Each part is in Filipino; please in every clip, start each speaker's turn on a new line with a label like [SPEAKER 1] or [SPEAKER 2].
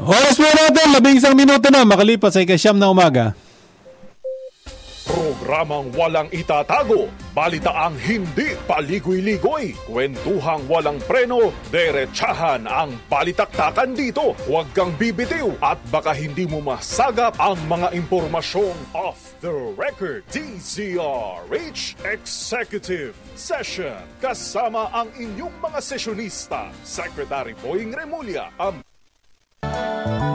[SPEAKER 1] Oras po natin, labing isang minuto na makalipas ay kasyam na umaga.
[SPEAKER 2] Programang walang itatago, balitaang hindi paligoy-ligoy, kwentuhang walang preno, derechahan ang balitaktakan dito. Huwag kang bibitiw at baka hindi mo masagap ang mga impormasyong off the record. DZRH Executive Session. Kasama ang inyong mga sesyonista, Secretary Boying Remulla, ang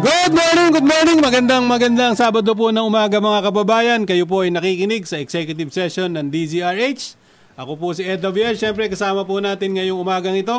[SPEAKER 1] Good morning, good morning. Magandang magandang Sabado po ng umaga mga kababayan. Kayo po ay nakikinig sa executive session ng DZRH. Ako po si Ed Davier. Siyempre kasama po natin ngayong umagang ito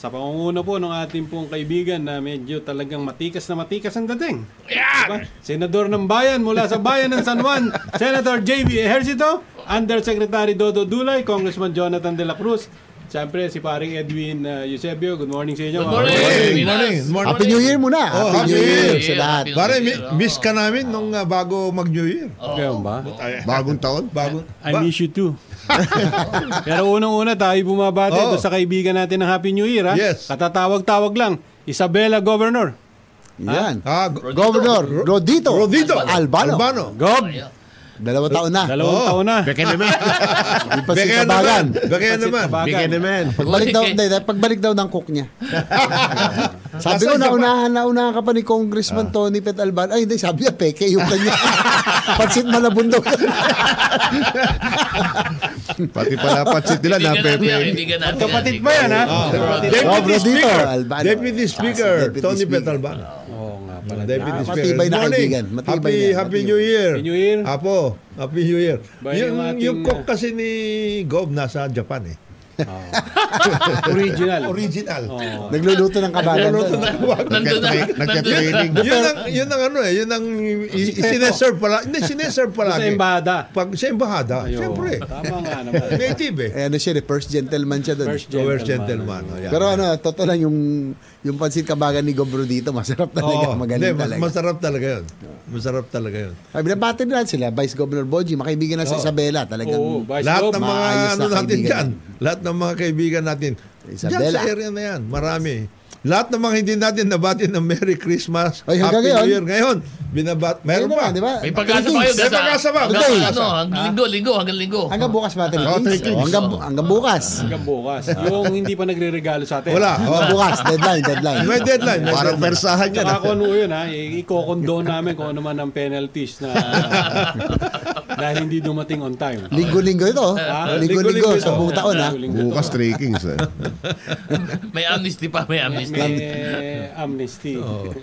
[SPEAKER 1] sa pangunguna po ng ating pong kaibigan na medyo talagang matikas na matikas ang dating. Diba? Senador ng Bayan mula sa Bayan ng San Juan, Senator J.B. Ejercito, Undersecretary Dodo Dulay, Congressman Jonathan De La Cruz, Siyempre, si paring Edwin uh, Eusebio. Good morning sa inyo. Good
[SPEAKER 3] Good morning. Good morning.
[SPEAKER 4] Happy New Year muna.
[SPEAKER 3] Oh,
[SPEAKER 4] Happy New Year sa lahat.
[SPEAKER 3] Happy Pare, mi- miss ka namin nung ah, bago mag New Year.
[SPEAKER 4] Oh.
[SPEAKER 1] Ganun ba?
[SPEAKER 3] Ay,
[SPEAKER 4] Bagong taon.
[SPEAKER 3] bagong
[SPEAKER 1] I
[SPEAKER 3] ba-
[SPEAKER 1] miss you too. Pero unang-una tayo bumabati doon
[SPEAKER 3] Oo.
[SPEAKER 1] sa kaibigan natin ng Happy New Year. Ha?
[SPEAKER 3] Yes.
[SPEAKER 1] Katatawag-tawag lang. Isabela Governor.
[SPEAKER 4] Yan.
[SPEAKER 3] Ah, Rodito.
[SPEAKER 4] Governor Rodito.
[SPEAKER 3] Rodito.
[SPEAKER 4] Albano.
[SPEAKER 3] Albano.
[SPEAKER 1] Gob.
[SPEAKER 4] Dalawa taon na.
[SPEAKER 1] Dalawang
[SPEAKER 3] Oo.
[SPEAKER 1] taon na.
[SPEAKER 4] Hindi pa
[SPEAKER 3] Bigyan
[SPEAKER 4] sitabagan.
[SPEAKER 3] naman. Bigyan naman.
[SPEAKER 1] Pagsitabagan.
[SPEAKER 4] Pagbalik daw, hindi, dahil pagbalik daw ng cook niya. sabi ko,
[SPEAKER 3] Nasaan ka pa? Ah.
[SPEAKER 4] naunahan, naunahan ka pa ni Congressman Tony Pet Albano. Ay, hindi, sabi niya, peke yung kanya. Pansit malabundok.
[SPEAKER 5] Pati pala patsit nila na pepe.
[SPEAKER 1] At kapatid pa yan,
[SPEAKER 3] Oh,
[SPEAKER 1] ha? Kapatid.
[SPEAKER 3] Ah, Deputy
[SPEAKER 4] Ah, Rodito,
[SPEAKER 3] Speaker.
[SPEAKER 4] Albano.
[SPEAKER 3] Deputy Speaker.
[SPEAKER 4] Ah, si Deputy
[SPEAKER 3] Tony
[SPEAKER 4] Speaker.
[SPEAKER 3] Petalbano.
[SPEAKER 1] Oo nga pala.
[SPEAKER 3] Deputy
[SPEAKER 4] Ah,
[SPEAKER 3] Speaker.
[SPEAKER 4] matibay na
[SPEAKER 3] Good morning.
[SPEAKER 4] kaibigan. Matibay
[SPEAKER 3] happy,
[SPEAKER 4] na yan.
[SPEAKER 3] Happy
[SPEAKER 4] Matibay.
[SPEAKER 3] New Year.
[SPEAKER 1] Happy New Year.
[SPEAKER 3] Apo, Happy New Year.
[SPEAKER 1] Ba,
[SPEAKER 3] yung,
[SPEAKER 1] yung ating- ah,
[SPEAKER 3] yung cook kasi ni Gov nasa Japan eh.
[SPEAKER 1] Original.
[SPEAKER 3] Original.
[SPEAKER 1] Oo.
[SPEAKER 4] Nagluluto ng kabagan.
[SPEAKER 3] Lolo
[SPEAKER 4] doon.
[SPEAKER 5] Nagka-training.
[SPEAKER 3] yun ang yun ang ano eh, yun ang i- sineserve pala. Hindi sineserve pala.
[SPEAKER 1] Sa embahada.
[SPEAKER 3] Pag sa embahada,
[SPEAKER 1] Ayun.
[SPEAKER 3] syempre.
[SPEAKER 1] Tama nga naman.
[SPEAKER 3] Native eh.
[SPEAKER 4] Eh, ano siya, eh, first gentleman siya doon.
[SPEAKER 1] First
[SPEAKER 3] Gentleman.
[SPEAKER 1] gentleman. ano.
[SPEAKER 3] gentleman. oh, yan.
[SPEAKER 4] Pero ano, totoo lang yung, yung pansit kabagan ni Gobro dito, masarap
[SPEAKER 3] Oo,
[SPEAKER 4] talaga, magaling
[SPEAKER 3] hindi, mas-
[SPEAKER 4] talaga.
[SPEAKER 3] Masarap talaga yun. Masarap talaga yun.
[SPEAKER 4] Ay, binabati na sila, Vice Governor Boji, makaibigan na si Isabela, talagang
[SPEAKER 1] Oo, Vice
[SPEAKER 3] lahat
[SPEAKER 1] Gov.
[SPEAKER 3] ng mga
[SPEAKER 4] maayos
[SPEAKER 3] ano
[SPEAKER 4] na
[SPEAKER 3] natin
[SPEAKER 4] kaibigan
[SPEAKER 3] dyan, lahat ng mga kaibigan natin, dyan
[SPEAKER 4] Isabela.
[SPEAKER 3] sa area na yan, marami. Lahat ng mga hindi natin nabati ng Merry Christmas,
[SPEAKER 4] Ay,
[SPEAKER 3] Happy
[SPEAKER 4] hanggang
[SPEAKER 3] New
[SPEAKER 4] ngayon.
[SPEAKER 3] Year. Ngayon, binabat, meron
[SPEAKER 4] Ayun diba?
[SPEAKER 3] pa.
[SPEAKER 4] naman, di ba?
[SPEAKER 5] May pag-asa pa
[SPEAKER 4] Greetings.
[SPEAKER 5] kayo,
[SPEAKER 3] May pag-asa pa.
[SPEAKER 4] Hanggang
[SPEAKER 3] May
[SPEAKER 4] ano,
[SPEAKER 3] pag-asa.
[SPEAKER 6] Linggo, linggo, hanggang linggo.
[SPEAKER 4] Hanggang bukas ba natin?
[SPEAKER 5] Oh, thank you.
[SPEAKER 4] hanggang, bu- hanggang bukas.
[SPEAKER 1] Hanggang bukas. Yung hindi pa nagre-regalo sa atin.
[SPEAKER 3] Ah. Wala.
[SPEAKER 4] Hanggang
[SPEAKER 3] oh.
[SPEAKER 4] bukas, deadline, deadline.
[SPEAKER 3] May deadline. may
[SPEAKER 5] Parang
[SPEAKER 3] deadline.
[SPEAKER 5] versahan yan.
[SPEAKER 1] Saka kung ano yun ha, i- i-condone namin kung ano man ang penalties na dahil hindi dumating on time.
[SPEAKER 4] Linggo-linggo ito.
[SPEAKER 1] Ah,
[SPEAKER 3] linggo-linggo
[SPEAKER 4] Linggo-linggo sa buong
[SPEAKER 1] ito.
[SPEAKER 4] taon ah. ha.
[SPEAKER 1] Linggo-linggo
[SPEAKER 5] Bukas
[SPEAKER 1] ito.
[SPEAKER 5] trekkings. Eh.
[SPEAKER 6] May amnesty pa, may amnesty.
[SPEAKER 1] May eh, amnesty.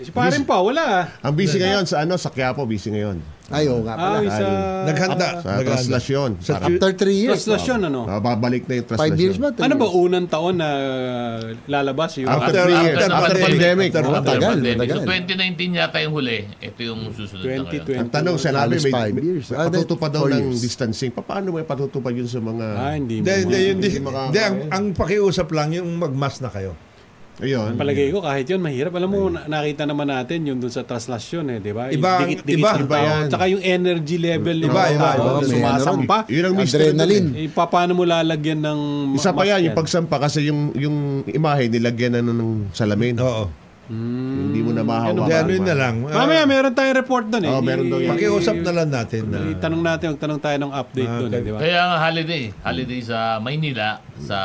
[SPEAKER 1] Si parin pa, wala ah.
[SPEAKER 5] Ang busy ngayon sa ano, sa Quiapo busy ngayon.
[SPEAKER 4] Ayo nga
[SPEAKER 1] Ah,
[SPEAKER 4] pala.
[SPEAKER 1] isa...
[SPEAKER 3] eh. Naghanda.
[SPEAKER 5] Sa
[SPEAKER 3] naghanda.
[SPEAKER 5] translasyon.
[SPEAKER 3] Ah, Sa
[SPEAKER 5] Parang
[SPEAKER 4] After three years.
[SPEAKER 1] Translation ano?
[SPEAKER 5] ah, babalik na yung
[SPEAKER 4] Five years
[SPEAKER 5] translasyon.
[SPEAKER 4] ba? Three
[SPEAKER 1] Ano ba
[SPEAKER 4] years?
[SPEAKER 1] unang taon na ah, lalabas yung...
[SPEAKER 5] After
[SPEAKER 3] After-
[SPEAKER 5] three years.
[SPEAKER 3] after
[SPEAKER 5] After pandemic.
[SPEAKER 3] After
[SPEAKER 4] Matagal,
[SPEAKER 3] pandemic.
[SPEAKER 4] matagal.
[SPEAKER 6] So 2019 yata yung huli. Ito yung susunod na ngayon.
[SPEAKER 1] 2020.
[SPEAKER 5] Ang tanong, sinabi,
[SPEAKER 4] Halos
[SPEAKER 5] may,
[SPEAKER 4] five
[SPEAKER 5] may
[SPEAKER 4] years. Ah,
[SPEAKER 5] patutupad daw
[SPEAKER 4] four
[SPEAKER 5] ng
[SPEAKER 4] years.
[SPEAKER 5] distancing. Pa- Paano may patutupad yun sa mga...
[SPEAKER 1] Ah, hindi mo.
[SPEAKER 3] Hindi, hindi, yun, di,
[SPEAKER 5] Hindi makakaya.
[SPEAKER 3] di, ang, ang pakiusap lang yung magmas na kayo.
[SPEAKER 5] Ayun.
[SPEAKER 1] Palagay ko kahit yun mahirap. Alam mo, na- nakita naman natin yun dun sa translation eh, di ba? Yung
[SPEAKER 3] Iba-
[SPEAKER 1] dikit-dikit
[SPEAKER 3] iba-
[SPEAKER 1] ng
[SPEAKER 3] iba
[SPEAKER 1] tao.
[SPEAKER 5] yan.
[SPEAKER 1] Tsaka yung energy level ng
[SPEAKER 3] Iba,
[SPEAKER 1] mga
[SPEAKER 3] iba,
[SPEAKER 1] tao
[SPEAKER 3] iba.
[SPEAKER 1] na
[SPEAKER 4] May
[SPEAKER 1] sumasampa.
[SPEAKER 5] Yun ang mystery
[SPEAKER 4] Adrenaline.
[SPEAKER 1] Eh, pa- paano mo lalagyan ng ma-
[SPEAKER 5] Isa pa
[SPEAKER 1] mask
[SPEAKER 5] yan, yung pagsampa kasi yung, yung imahe nilagyan na nun ng salamin.
[SPEAKER 3] Oo.
[SPEAKER 5] Hindi mo na mahawakan.
[SPEAKER 3] Di, ano yun na lang. ah,
[SPEAKER 1] Mamaya, meron tayong report doon eh.
[SPEAKER 5] Oo, meron daw yan.
[SPEAKER 3] Pakiusap na lang natin. na
[SPEAKER 1] Tanong natin, magtanong tayo ng update
[SPEAKER 3] Ah,
[SPEAKER 1] doon, eh,
[SPEAKER 3] okay.
[SPEAKER 1] di ba?
[SPEAKER 6] Kaya nga holiday. Holiday sa Maynila sa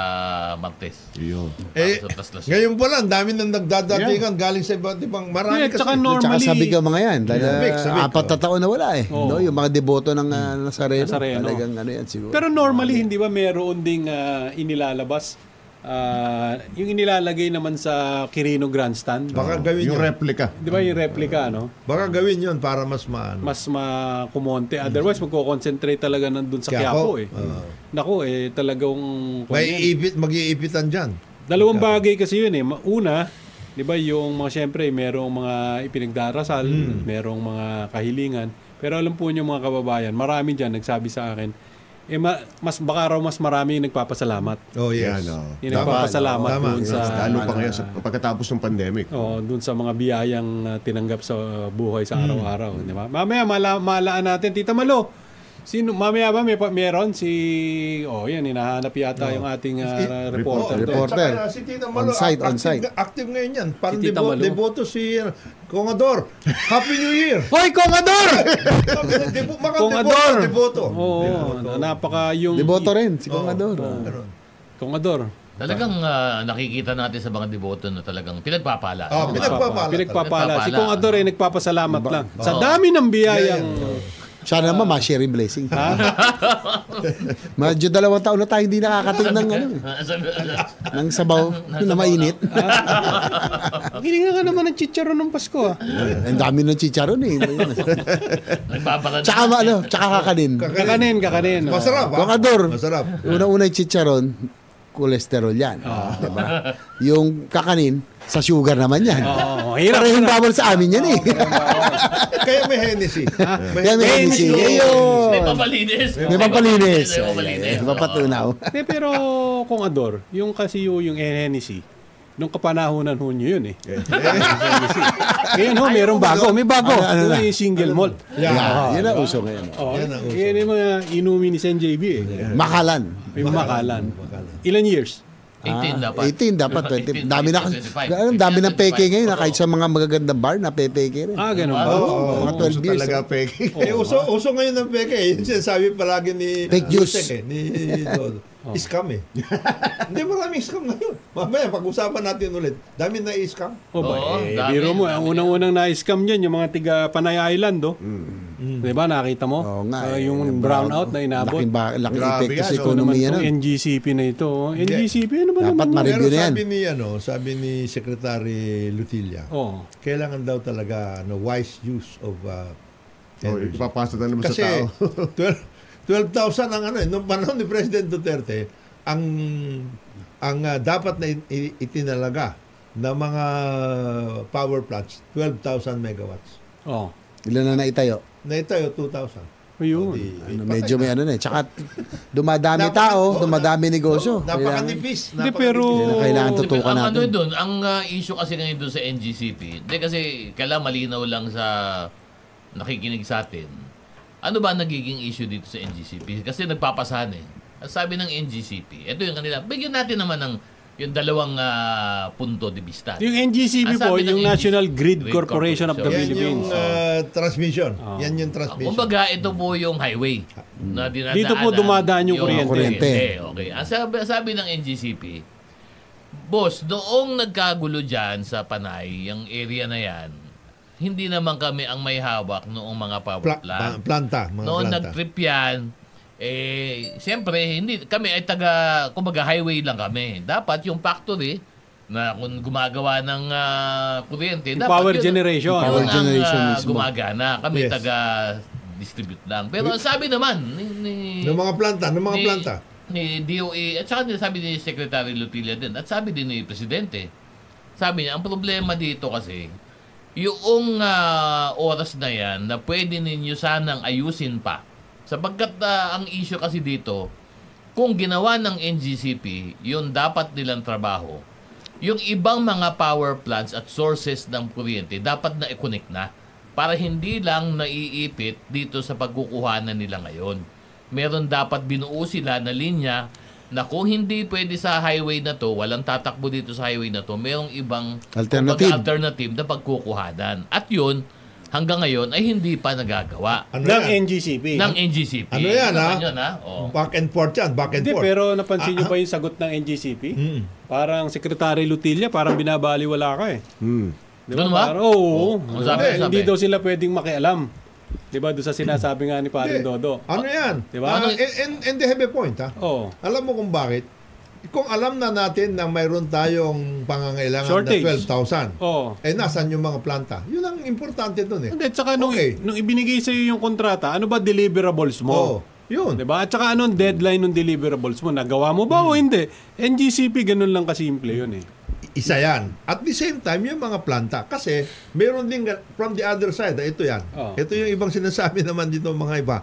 [SPEAKER 6] Martes.
[SPEAKER 5] Yun.
[SPEAKER 3] Eh,
[SPEAKER 6] Tapos sa Taslas.
[SPEAKER 3] ngayon pa lang, dami nang nagdadatingan galing sa iba't ibang marami
[SPEAKER 1] Yeah,
[SPEAKER 3] kasi.
[SPEAKER 1] tsaka
[SPEAKER 4] Normally, Tsaka
[SPEAKER 1] normally,
[SPEAKER 4] sabi ka mga yan, dahil
[SPEAKER 3] Sabik, sabik,
[SPEAKER 4] ah, apat na taon na wala eh.
[SPEAKER 1] Oo.
[SPEAKER 4] No, yung mga deboto ng ah, Nazareno,
[SPEAKER 1] Oh. Nazareno.
[SPEAKER 4] talagang ano yan siguro.
[SPEAKER 1] pero normally, hindi ba meron ding ah, inilalabas? Ah, yung inilalagay naman sa Quirino Grandstand.
[SPEAKER 3] Baka gawin yun.
[SPEAKER 5] Yung replica.
[SPEAKER 1] Di ba yung replica, ano?
[SPEAKER 3] Baka gawin yun para mas maano.
[SPEAKER 1] Mas makumonte. Otherwise, magko-concentrate talaga nandun sa Quiapo,
[SPEAKER 3] Quiapo,
[SPEAKER 1] eh.
[SPEAKER 3] oo.
[SPEAKER 1] Nako, eh, talagang...
[SPEAKER 3] May iipit, mag-iipitan dyan.
[SPEAKER 1] Dalawang bagay kasi yun eh. Ma- Una, 'di ba, yung mga syempre merong mga ipinagdarasal, merong mga kahilingan. Pero alam po niyo mga kababayan, marami diyan nagsabi sa akin, eh ma- mas baka raw mas marami yung nagpapasalamat.
[SPEAKER 3] Oh, yes.
[SPEAKER 5] Yan, oh.
[SPEAKER 1] Yung
[SPEAKER 3] Tama,
[SPEAKER 1] nagpapasalamat
[SPEAKER 3] tama.
[SPEAKER 1] doon sa
[SPEAKER 3] Ah,
[SPEAKER 5] Lalo pa ngayon sa pagkatapos ng pandemic.
[SPEAKER 1] oh, doon sa mga biyayang ah, uh, tinanggap sa uh, buhay sa araw-araw, 'di ba? Mamaya mala- malaan natin Tita Malo. Sino, mamaya ba may pa, meron si... Oh, yan, hinahanap yata yung ating ah, reporter.
[SPEAKER 3] Reporter.
[SPEAKER 4] Reporter.
[SPEAKER 3] Oh, Tsaka, ah, si Tita Malo,
[SPEAKER 4] On site, on
[SPEAKER 3] active,
[SPEAKER 4] site.
[SPEAKER 3] Active ngayon yan.
[SPEAKER 1] Si
[SPEAKER 3] Parang
[SPEAKER 1] Tita
[SPEAKER 3] debo-
[SPEAKER 1] Malo.
[SPEAKER 3] deboto si uh, Kongador. Happy New Year!
[SPEAKER 1] Hoy, Kongador!
[SPEAKER 3] Sabi niya, debo- Mga
[SPEAKER 1] Kongador!
[SPEAKER 3] deboto, deboto.
[SPEAKER 1] Oo, napaka yung... Oh,
[SPEAKER 4] Deboto rin, si Commodore.
[SPEAKER 3] Ganun.
[SPEAKER 1] Kongador.
[SPEAKER 6] Talagang ah, nakikita natin sa mga deboto na talagang pinagpapala. Ano ba?
[SPEAKER 3] Ah, pinagpapala.
[SPEAKER 1] Pinagpapala. Si
[SPEAKER 6] Pinagpapala.
[SPEAKER 1] Kongador ay nagpapasalamat lang. Sa dami ng biyayang...
[SPEAKER 4] Siya naman, ma-share yung blessing. Medyo dalawang taon na tayo hindi nakakating ng, ano, eh, ng sabaw na mainit.
[SPEAKER 1] Kininga ka naman ng chicharon ng Pasko. ah.
[SPEAKER 4] Ang dami ng chicharon eh.
[SPEAKER 6] Nagpapala na.
[SPEAKER 4] tsaka ma- ano, tsaka kakanin.
[SPEAKER 1] Kakanin, kakanin. oh.
[SPEAKER 3] Masarap, ha?
[SPEAKER 4] Bakador.
[SPEAKER 3] Masarap.
[SPEAKER 4] Una-una yung chicharon, cholesterol yan. Diba? Yung kakanin, sa sugar naman yan.
[SPEAKER 1] Oo, Ah. hirap
[SPEAKER 4] Parehong
[SPEAKER 1] na.
[SPEAKER 4] bawal sa amin yan eh.
[SPEAKER 3] Kaya may Hennessy. May
[SPEAKER 4] Kaya Ah. may
[SPEAKER 1] Thank
[SPEAKER 4] energy.
[SPEAKER 1] you.
[SPEAKER 4] Ayun.
[SPEAKER 6] May papalinis.
[SPEAKER 4] May papalinis.
[SPEAKER 6] May papalinis.
[SPEAKER 4] May papatunaw.
[SPEAKER 1] De, pero kung ador, yung kasi yung yung NNC, nung kapanahonan ho nyo yun eh. Ngayon ho, merong bago. May bago.
[SPEAKER 4] Ano, ano na?
[SPEAKER 1] yung single malt.
[SPEAKER 3] Yeah.
[SPEAKER 4] Yan, yan ang uso ngayon.
[SPEAKER 1] Oh,
[SPEAKER 3] Yan ang uso.
[SPEAKER 1] yan yung mga inumin ni Sen JB eh.
[SPEAKER 4] Makalan.
[SPEAKER 1] Yung makalan. Ilan years?
[SPEAKER 6] 18 Ah, dapat.
[SPEAKER 4] 18 Ah, dapat. 20. Dami na, ano,
[SPEAKER 6] 25.
[SPEAKER 4] ang dami ng
[SPEAKER 6] 25.
[SPEAKER 4] peke ngayon. na
[SPEAKER 6] Oo.
[SPEAKER 4] Kahit sa mga magagandang bar, na pepeke rin.
[SPEAKER 1] Ah, ganun ba?
[SPEAKER 3] Oo,
[SPEAKER 4] Oo, mga 12 years.
[SPEAKER 5] Talaga, Peggy.
[SPEAKER 3] Eh, uso, uso ngayon ng peke. eh. Yun sinasabi palagi ni...
[SPEAKER 4] Fake news.
[SPEAKER 3] Yusek, eh, ni Dodo. Scam eh. Hindi maraming scam ngayon. Mamaya, pag-usapan natin ulit. Dami na i-scam.
[SPEAKER 1] O ba,
[SPEAKER 6] Oo,
[SPEAKER 1] eh,
[SPEAKER 6] dami,
[SPEAKER 1] biro mo,
[SPEAKER 6] dami
[SPEAKER 1] ang unang-unang na-scam niyan, yung mga tiga Panay Island, oh.
[SPEAKER 6] Mm.
[SPEAKER 1] Di ba, nakita mo?
[SPEAKER 4] Oo nga.
[SPEAKER 1] Ah,
[SPEAKER 4] eh,
[SPEAKER 1] yung brownout na inabot.
[SPEAKER 4] Laking, ba, laking
[SPEAKER 5] Grabe
[SPEAKER 4] epekto sa
[SPEAKER 5] yan, oo
[SPEAKER 1] Ito naman
[SPEAKER 4] ekonomiya
[SPEAKER 1] itong
[SPEAKER 4] nun.
[SPEAKER 1] NGCP na ito. oh. NGCP, ano ba
[SPEAKER 4] ano. Dapat
[SPEAKER 1] naman? yun?
[SPEAKER 4] ma-review
[SPEAKER 3] Pero
[SPEAKER 4] Ah, na yan.
[SPEAKER 3] sabi ni, ano, sabi ni Secretary Lutilla,
[SPEAKER 1] Oo.
[SPEAKER 3] kailangan daw talaga ano, wise use of uh,
[SPEAKER 5] Oh,
[SPEAKER 3] energy.
[SPEAKER 5] ipapasa na naman sa
[SPEAKER 3] Kasi
[SPEAKER 5] tao.
[SPEAKER 3] 12 12,000 ang ano eh, nung panahon ni President Duterte, ang ang ah, dapat na i- i- itinalaga na mga power plants, 12,000 megawatts.
[SPEAKER 1] Oo.
[SPEAKER 4] Ilan na naitayo?
[SPEAKER 3] Na ito yung 2,000.
[SPEAKER 1] oh. Ayun.
[SPEAKER 3] Di-
[SPEAKER 4] Ano,
[SPEAKER 3] patay
[SPEAKER 4] medyo may
[SPEAKER 3] na.
[SPEAKER 4] ano na eh. Tsaka dumadami
[SPEAKER 3] Napaka-
[SPEAKER 4] tao,
[SPEAKER 3] oo,
[SPEAKER 4] dumadami negosyo. Kailangan-
[SPEAKER 3] Napakanipis.
[SPEAKER 1] Hindi,
[SPEAKER 3] napakanipis.
[SPEAKER 1] pero...
[SPEAKER 4] Kailangan
[SPEAKER 6] Ang
[SPEAKER 4] tutukan
[SPEAKER 6] ang
[SPEAKER 4] natin.
[SPEAKER 6] Ano doon, ang uh, issue kasi ngayon doon sa NGCP, hindi kasi kailangan malinaw lang sa nakikinig sa atin. Ano ba ang nagiging issue dito sa NGCP? Kasi nagpapasahan eh. Ang sabi ng NGCP, ito yung kanila, bigyan natin naman ng yung dalawang ah, punto de vista.
[SPEAKER 1] Yung NGCP
[SPEAKER 6] Ang
[SPEAKER 1] po,
[SPEAKER 6] Ah, sabi ng
[SPEAKER 1] yung
[SPEAKER 6] NGCP,
[SPEAKER 1] National Grid
[SPEAKER 6] Grid
[SPEAKER 1] Corporation of the
[SPEAKER 6] Corporation.
[SPEAKER 3] Yan yung
[SPEAKER 1] Philippines.
[SPEAKER 3] ah, transmission. Yan yung
[SPEAKER 6] Ah,
[SPEAKER 3] transmission.
[SPEAKER 6] Kumbaga, ito po yung highway na dinadaanan.
[SPEAKER 1] Dito po dumadaan yung kuryente.
[SPEAKER 6] Okay, okay. Ang sabi, sabi ng NGCP, Boss, noong nagkagulo dyan sa Panay, yung area na yan, hindi naman kami ang may hawak noong mga power
[SPEAKER 3] Pla-
[SPEAKER 6] plant.
[SPEAKER 3] pa- planta. Mga
[SPEAKER 6] noong
[SPEAKER 3] planta.
[SPEAKER 6] nag-trip yan, eh, siyempre, hindi, kami ay taga, kumbaga highway lang kami. Dapat yung factory, na kung gumagawa ng ah, kuryente, dapat
[SPEAKER 1] power generation.
[SPEAKER 6] yun
[SPEAKER 1] Power
[SPEAKER 6] ang,
[SPEAKER 4] generation
[SPEAKER 6] ah,
[SPEAKER 4] mismo.
[SPEAKER 6] gumagana. Kami
[SPEAKER 3] Yes.
[SPEAKER 6] taga distribute lang. Pero ang sabi naman ni, ni
[SPEAKER 3] Ng mga planta. Ng mga
[SPEAKER 6] ni-
[SPEAKER 3] planta.
[SPEAKER 6] Ni DOE, at saka din sabi ni Secretary Lutilla din, at sabi din ni Presidente, sabi niya, ang problema dito kasi, yung ah, oras na yan na pwede ninyo sanang ayusin pa. Sapagkat ah, ang issue kasi dito, kung ginawa ng NGCP, yun dapat nilang trabaho. Yung ibang mga power plants at sources ng kuryente, dapat na i-connect na para hindi lang naiipit dito sa pagkukuhanan nila ngayon meron dapat binuo sila na linya na kung hindi pwede sa highway na to, walang tatakbo dito sa highway na to, merong ibang
[SPEAKER 4] Alternative.
[SPEAKER 6] kumbaga, alternative na pagkukuhanan. At yun, hanggang ngayon ay hindi pa nagagawa
[SPEAKER 3] Ano
[SPEAKER 1] ng
[SPEAKER 3] yan?
[SPEAKER 1] NGCP.
[SPEAKER 6] ng NGCP.
[SPEAKER 3] Ano yan,
[SPEAKER 6] naman
[SPEAKER 3] ha?
[SPEAKER 6] Yun, ha? Oo.
[SPEAKER 3] Back and forth yan. Back and
[SPEAKER 1] Hindi,
[SPEAKER 3] forth. Mm.
[SPEAKER 1] pero napansin nyo ba yung sagot ng NGCP? Parang Secretary Lutilla, parang binabaliwala ka eh.
[SPEAKER 3] Hmm.
[SPEAKER 1] Di
[SPEAKER 6] Ganun ba?
[SPEAKER 1] Parang, Oo.
[SPEAKER 6] Oo. Ang sabi,
[SPEAKER 1] Hindi,
[SPEAKER 6] sabi.
[SPEAKER 1] Hindi daw sila pwedeng makialam. Di ba? Doon sa sinasabi nga ni Paring
[SPEAKER 3] Hindi.
[SPEAKER 1] Dodo.
[SPEAKER 3] Ano yan?
[SPEAKER 1] Diba? Oh.
[SPEAKER 3] Ah,
[SPEAKER 1] Ano-
[SPEAKER 3] and, and, and they have a point, ha?
[SPEAKER 1] Oo.
[SPEAKER 3] Alam mo kung bakit? Kung alam na natin na mayroon tayong pangangailangan
[SPEAKER 1] Shortage.
[SPEAKER 3] na 12,000,
[SPEAKER 1] Oo.
[SPEAKER 3] eh nasan yung mga planta? Yun ang importante dun
[SPEAKER 1] oh.
[SPEAKER 3] eh.
[SPEAKER 1] Hindi, tsaka nung,
[SPEAKER 3] Okay.
[SPEAKER 1] nung ibinigay sa'yo yung kontrata, ano ba deliverables mo?
[SPEAKER 3] Oo, Oh, yun.
[SPEAKER 1] Di ba? At saka anong deadline ng deliverables mo? Nagawa mo ba o
[SPEAKER 3] Hmm.
[SPEAKER 1] hindi? NGCP, ganun lang kasimple yun eh.
[SPEAKER 3] Isa yan. At the same time, yung mga planta. Kasi meron din gan- from the other side, ah, ito yan.
[SPEAKER 1] Oo.
[SPEAKER 3] Ito yung ibang sinasabi naman dito ng mga iba.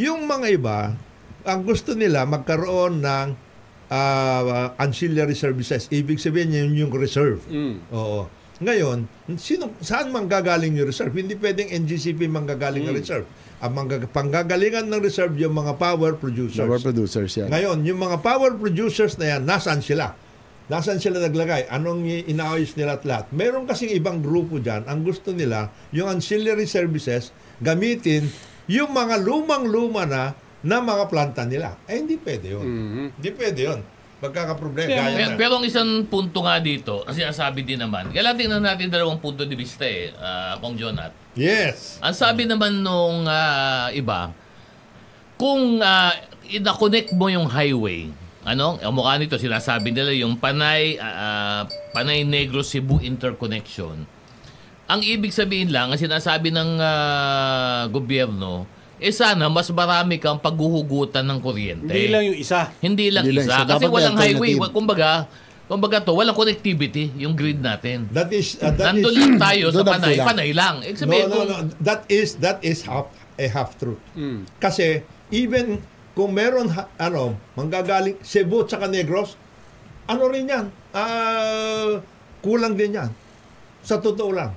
[SPEAKER 3] Yung mga iba, ang gusto nila magkaroon ng ah, ancillary services. Ibig sabihin yun yung reserve.
[SPEAKER 1] Mm.
[SPEAKER 3] Oo. Ngayon, sino, saan manggagaling yung reserve? Hindi pwedeng NGCP manggagaling ng reserve. ang mga panggagalingan ng reserve yung mga power producers.
[SPEAKER 4] Power producers yan.
[SPEAKER 3] Ngayon, yung mga power producers na yan, nasaan sila? Nasaan sila naglagay? Anong i- inaayos nila at lahat? Meron kasing ibang grupo dyan, ang gusto nila, yung ancillary services, gamitin yung mga lumang-luma na na mga planta nila. Eh, hindi pwede yun. Hindi pwede yun. Magkakaproblema.
[SPEAKER 1] Pero-
[SPEAKER 3] Gaya
[SPEAKER 6] Pero,
[SPEAKER 3] na-
[SPEAKER 6] pero ang isang punto nga dito, ang sinasabi din naman, kailangan tingnan natin dalawang punto de vista eh, ah, Kong Jonat.
[SPEAKER 3] Yes.
[SPEAKER 6] Ang sabi naman nung ah, iba, kung uh, ina-connect mo yung highway, ano, ang mukha nito, sinasabi nila yung Panay, ah, ah, Panay Negro Cebu Interconnection. Ang ibig sabihin lang, ang sinasabi ng ah, gobyerno, eh sana mas marami kang paghuhugutan ng kuryente.
[SPEAKER 1] Hindi lang yung isa.
[SPEAKER 6] Hindi lang
[SPEAKER 4] Hindi lang
[SPEAKER 6] isa.
[SPEAKER 4] isa.
[SPEAKER 6] Kasi
[SPEAKER 4] Dapat may
[SPEAKER 6] walang highway.
[SPEAKER 4] alternative.
[SPEAKER 6] Wa- Kumbaga, kumbaga to, walang connectivity yung grid natin.
[SPEAKER 3] That is uh, that
[SPEAKER 6] Nandun
[SPEAKER 3] is
[SPEAKER 6] lang tayo sa
[SPEAKER 4] Doon ang
[SPEAKER 6] panay.
[SPEAKER 4] kulang.
[SPEAKER 6] Panay lang. Eh,
[SPEAKER 3] no,
[SPEAKER 6] sabihin,
[SPEAKER 3] no,
[SPEAKER 6] kung-
[SPEAKER 3] no. That is that is half a half truth. Kasi even kung meron ha- ano, manggagaling Cebu tsaka Negros, ano rin 'yan? Ah, kulang din 'yan. Sa totoo lang.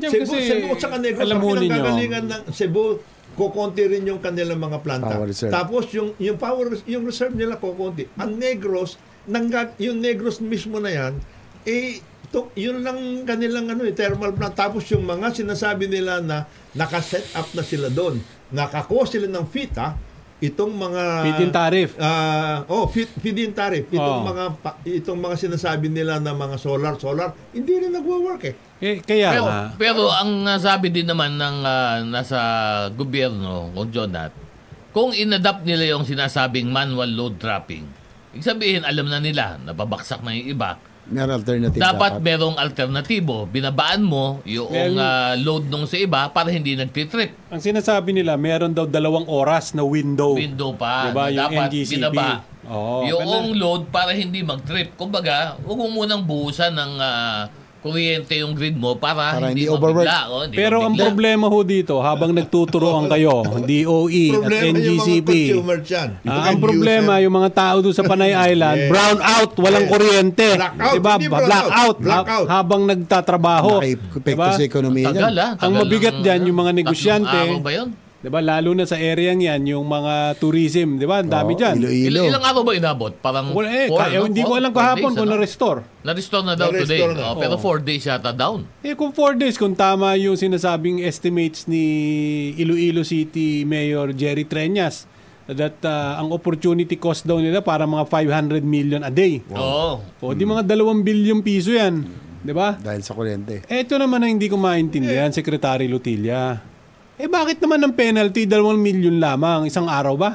[SPEAKER 1] Yan
[SPEAKER 3] Cebu,
[SPEAKER 1] kasi,
[SPEAKER 3] Cebu tsaka Negros,
[SPEAKER 1] alam
[SPEAKER 3] ang
[SPEAKER 1] mo ninyo,
[SPEAKER 3] pinanggagalingan ng Cebu, kukonti rin yung kanilang mga planta.
[SPEAKER 4] Power reserve.
[SPEAKER 3] Tapos yung yung power yung reserve nila kukonti. Ang Negros, nangga, yung Negros mismo na yan, eh to, yun lang kanilang ano, eh, thermal plant. Tapos yung mga sinasabi nila na nakaset up na sila doon, nakakuha sila ng FITA, itong mga
[SPEAKER 1] Feed-in tariff. Oh.
[SPEAKER 3] Ah, oh, feed, feed-in tariff. Itong
[SPEAKER 1] Oo.
[SPEAKER 3] mga pa- itong mga sinasabi nila na mga solar solar, hindi rin nagwo-work eh.
[SPEAKER 1] Eh, kaya
[SPEAKER 6] Pero,
[SPEAKER 1] nga.
[SPEAKER 6] pero ang uh, sabi din naman ng uh, nasa gobyerno, kung Jonat, kung inadapt nila yung sinasabing manual load trapping, ibig sabihin, alam na nila, napabaksak na yung iba,
[SPEAKER 4] May alternative
[SPEAKER 6] dapat
[SPEAKER 4] dapat.
[SPEAKER 6] merong alternatibo. Binabaan mo yung
[SPEAKER 1] Meron-
[SPEAKER 6] uh, load nung sa iba para hindi nagtitrip.
[SPEAKER 1] Ang sinasabi nila, meron daw dalawang oras na window.
[SPEAKER 6] Window pa.
[SPEAKER 1] Diba, yung
[SPEAKER 6] na dapat
[SPEAKER 1] NGCP.
[SPEAKER 6] binaba.
[SPEAKER 1] Oo,
[SPEAKER 6] yung load para hindi mag-trip. Kumbaga, huwag mo munang buhusan ng ah, kuryente yung grid mo para,
[SPEAKER 4] Para
[SPEAKER 6] hindi,
[SPEAKER 4] hindi overwork.
[SPEAKER 6] mabigla. Oh, hindi
[SPEAKER 1] Pero ang
[SPEAKER 6] mabigla.
[SPEAKER 1] problema ho dito, habang nagtuturoan kayo, DOE at
[SPEAKER 3] Problema yung mga
[SPEAKER 1] NGCP,
[SPEAKER 3] consumer dyan.
[SPEAKER 1] ah, ang problema, yung mga tao doon sa Panay Island,
[SPEAKER 3] Yes.
[SPEAKER 1] brown out, walang
[SPEAKER 3] Yes.
[SPEAKER 1] kuryente.
[SPEAKER 3] Blackout,
[SPEAKER 1] Diba?
[SPEAKER 3] hindi brown
[SPEAKER 1] Blackout.
[SPEAKER 3] out, blackout.
[SPEAKER 1] Ha- habang nagtatrabaho.
[SPEAKER 4] Nakaipekto
[SPEAKER 1] Diba?
[SPEAKER 4] sa ekonomiya niyan.
[SPEAKER 6] Tagal, ah.
[SPEAKER 1] Ang
[SPEAKER 6] Tagal
[SPEAKER 1] mabigat
[SPEAKER 6] ng-
[SPEAKER 1] dyan, yung mga
[SPEAKER 6] Tatlong
[SPEAKER 1] negosyante.
[SPEAKER 6] araw ba yun?
[SPEAKER 1] Diba? Lalo na sa area yan, yung mga tourism. Diba? Ang dami
[SPEAKER 4] Oo,
[SPEAKER 1] dyan.
[SPEAKER 4] Iloilo.
[SPEAKER 6] Il- ilang araw ba inabot? Parang
[SPEAKER 1] Wala eh,
[SPEAKER 6] four,
[SPEAKER 1] kaya,
[SPEAKER 6] ano?
[SPEAKER 1] hindi ko
[SPEAKER 6] Four-
[SPEAKER 1] alam
[SPEAKER 6] four
[SPEAKER 1] kahapon
[SPEAKER 6] days,
[SPEAKER 1] kung
[SPEAKER 6] ano?
[SPEAKER 1] na-restore.
[SPEAKER 6] Na-restore na daw
[SPEAKER 3] Na-restore
[SPEAKER 6] today.
[SPEAKER 3] na.
[SPEAKER 6] Oh, pero
[SPEAKER 1] Oo.
[SPEAKER 6] four days yata down.
[SPEAKER 1] Eh kung 4 days, kung tama yung sinasabing estimates ni Iloilo City Mayor Jerry Treñas that uh, ang opportunity cost daw nila para mga 500 million a day.
[SPEAKER 6] Oo.
[SPEAKER 1] O di mga 2 billion piso yan. Di ba?
[SPEAKER 4] Dahil sa kuryente.
[SPEAKER 1] Eh, Ito naman ang hindi ko maintindihan, Secretary Lutilla. Eh bakit naman ang penalty 2 million lamang isang araw ba?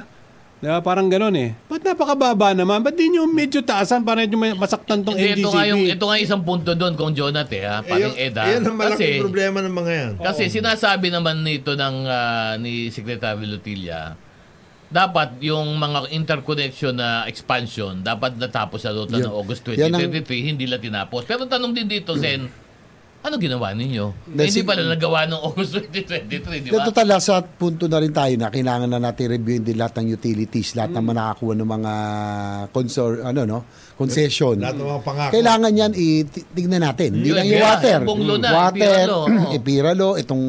[SPEAKER 1] Di ba? Parang ganun eh. Ba't napakababa naman? Ba't di nyo medyo taasan para medyo may- masaktan tong NGCP?
[SPEAKER 6] Hindi, ito nga yung ito nga yung isang punto doon kung Jonat eh, ha,
[SPEAKER 3] Ayun,
[SPEAKER 6] paring Eda.
[SPEAKER 3] ayun ang malaking
[SPEAKER 6] Kasi-
[SPEAKER 3] problema ng mga yan.
[SPEAKER 6] Kasi sinasabi naman nito ng ah, ni Secretary Lutilla, dapat yung mga interconnection na expansion dapat natapos sa dota ng
[SPEAKER 4] Yun.
[SPEAKER 6] August
[SPEAKER 4] Yan
[SPEAKER 6] 2023,
[SPEAKER 4] ang-
[SPEAKER 6] hindi nila tinapos. Pero tanong din dito, Sen, ano ginawa ninyo? Eh,
[SPEAKER 4] Dahil
[SPEAKER 6] hindi
[SPEAKER 4] si-
[SPEAKER 6] pala nagawa ng August 2023, di ba?
[SPEAKER 4] Dito talaga sa punto na rin tayo na kailangan na natin reviewin din lahat ng utilities, lahat ng manakakuha ng mga consor, ano no, concession.
[SPEAKER 3] Lahat ng mga pangako.
[SPEAKER 4] Kailangan yan itignan natin. Hindi
[SPEAKER 6] Yun,
[SPEAKER 4] lang yung
[SPEAKER 6] kaya,
[SPEAKER 4] water.
[SPEAKER 6] yung bunglo na,
[SPEAKER 4] water,
[SPEAKER 6] Ipiralo, oo.
[SPEAKER 4] Ipiralo, itong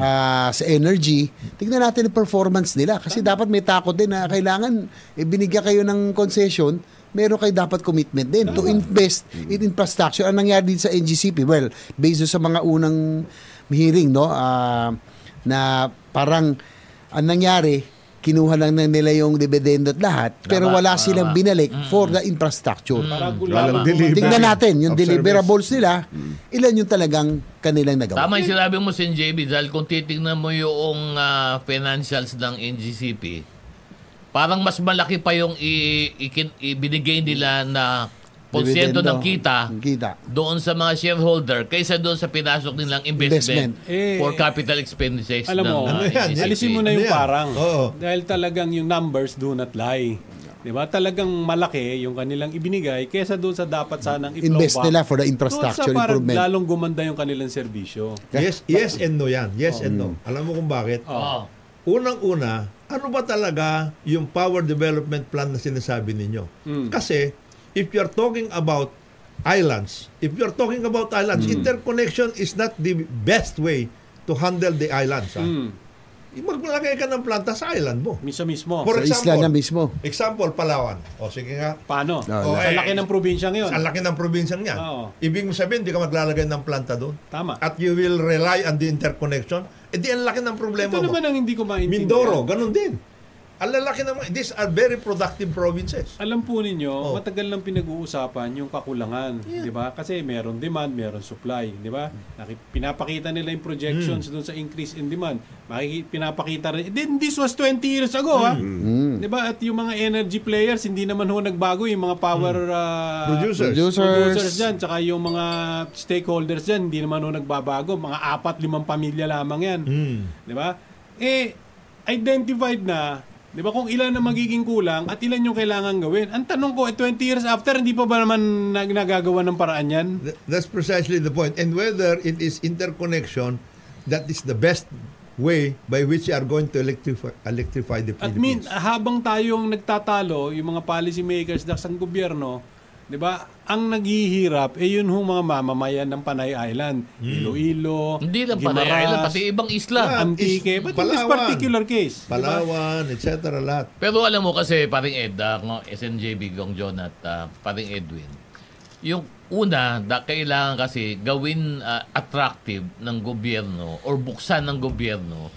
[SPEAKER 4] ah, sa energy. Tignan natin yung performance nila. Kasi dapat may takot din na kailangan ibinigyan kayo ng concession meron kayo dapat commitment din to invest in infrastructure. Ang nangyari din sa NGCP, well, based doon sa mga unang hearing, no, ah, na parang ang nangyari, kinuha lang na nila yung dividend at lahat, pero wala silang binalik for the infrastructure.
[SPEAKER 1] Hmm.
[SPEAKER 5] Walang delivery.
[SPEAKER 4] Tingnan natin yung
[SPEAKER 5] Observers.
[SPEAKER 4] deliverables nila, ilan yung talagang kanilang nagawa.
[SPEAKER 6] Tama yung sinabi mo, Sen. JB, dahil kung titignan mo yung ah, financials ng NGCP, parang mas malaki pa yung i- ikin- ibinigay nila na porsyento ng kita
[SPEAKER 4] Dividendo. Ng kita.
[SPEAKER 6] doon sa mga shareholder kaysa doon sa pinasok nilang investment,
[SPEAKER 4] Investment.
[SPEAKER 1] Eh,
[SPEAKER 6] for capital expenditures
[SPEAKER 1] Alam
[SPEAKER 6] ng
[SPEAKER 1] mo, eh,
[SPEAKER 6] ah,
[SPEAKER 3] ano yan?
[SPEAKER 6] NGCP.
[SPEAKER 1] alisin mo na yung
[SPEAKER 3] Ano yan?
[SPEAKER 1] parang.
[SPEAKER 3] Oo.
[SPEAKER 1] Dahil talagang yung numbers do not lie. Di ba? Talagang malaki yung kanilang ibinigay kesa doon sa dapat sanang i-flow
[SPEAKER 4] Invest
[SPEAKER 1] back.
[SPEAKER 4] nila for the
[SPEAKER 1] doon
[SPEAKER 4] infrastructure
[SPEAKER 1] sa parang
[SPEAKER 4] improvement.
[SPEAKER 1] lalong gumanda yung kanilang serbisyo.
[SPEAKER 3] Yes, yes and no yan. Yes and no. Alam mo kung bakit?
[SPEAKER 1] Oh.
[SPEAKER 6] Oo.
[SPEAKER 3] Unang-una, ano ba talaga yung power development plan na sinasabi ninyo?
[SPEAKER 1] Mm.
[SPEAKER 3] Kasi if you're talking about islands, if you're talking about
[SPEAKER 1] Mm.
[SPEAKER 3] islands, interconnection is not the best way to handle the islands. ah. Maglagay ka ng planta sa island mo.
[SPEAKER 1] Misa mismo.
[SPEAKER 3] For
[SPEAKER 4] Sa isla
[SPEAKER 3] example,
[SPEAKER 4] niya mismo.
[SPEAKER 3] Example, Palawan. O sige nga,
[SPEAKER 1] Paano?
[SPEAKER 4] Oo,
[SPEAKER 1] Sa
[SPEAKER 3] eh.
[SPEAKER 1] laki ng probinsya ngayon.
[SPEAKER 3] ang laki ng probinsyang niya.
[SPEAKER 1] Oo.
[SPEAKER 3] Ibig mo sabihin, hindi ka maglalagay ng planta doon.
[SPEAKER 1] Tama.
[SPEAKER 3] At you will rely on the interconnection. Eh di ang laki ng problema
[SPEAKER 1] Ito
[SPEAKER 3] mo.
[SPEAKER 1] naman ang hindi ko maintindihan.
[SPEAKER 3] Mindoro, ganun din. Ang lalaki naman. These are very productive provinces.
[SPEAKER 1] Alam po ninyo,
[SPEAKER 3] Oh.
[SPEAKER 1] matagal lang pinag-uusapan yung kakulangan, 'di ba? Kasi meron demand, meron supply, 'di ba? Naki- Pinapakita nila yung projections doon sa increase in demand. Makiki- pinapakita rin. Then this was 20 years ago, ha? 'Di ba? At yung mga energy players hindi naman ho nagbago yung mga power ah,
[SPEAKER 5] Producers.
[SPEAKER 1] producers
[SPEAKER 4] Producers.
[SPEAKER 1] dyan, tsaka yung mga stakeholders dyan, hindi naman ho nagbabago. Mga apat, limang pamilya lamang yan.
[SPEAKER 3] Hmm.
[SPEAKER 1] Di ba? Eh, identified na, di ba, kung ilan ang magiging kulang at ilan yung kailangan gawin. Ang tanong ko, eh, 20 years after, hindi pa ba naman nag- nagagawa ng paraan yan?
[SPEAKER 3] Th- That's precisely the point. And whether it is interconnection, that is the best way by which you are going to electrify, electrify the
[SPEAKER 1] At ah, min,
[SPEAKER 3] Philippines.
[SPEAKER 1] habang tayong nagtatalo, yung mga policy makers na sa gobyerno, 'di ba? Ang naghihirap eh yun hung mga mamamayan ng Panay Island, Iloilo,
[SPEAKER 6] Hindi lang Panay Island,
[SPEAKER 1] Guimaras,
[SPEAKER 6] pati ibang isla.
[SPEAKER 3] Yeah.
[SPEAKER 1] Antique.
[SPEAKER 3] Hmm. is
[SPEAKER 1] But in this
[SPEAKER 3] Palawan.
[SPEAKER 1] particular case,
[SPEAKER 3] Palawan, etc. lahat.
[SPEAKER 6] Pero alam mo kasi, paring Ed, ah, ng- SNJB, Gong John at ah, paring Edwin, yung una, da, kailangan kasi gawin ah, attractive ng gobyerno or buksan ng gobyerno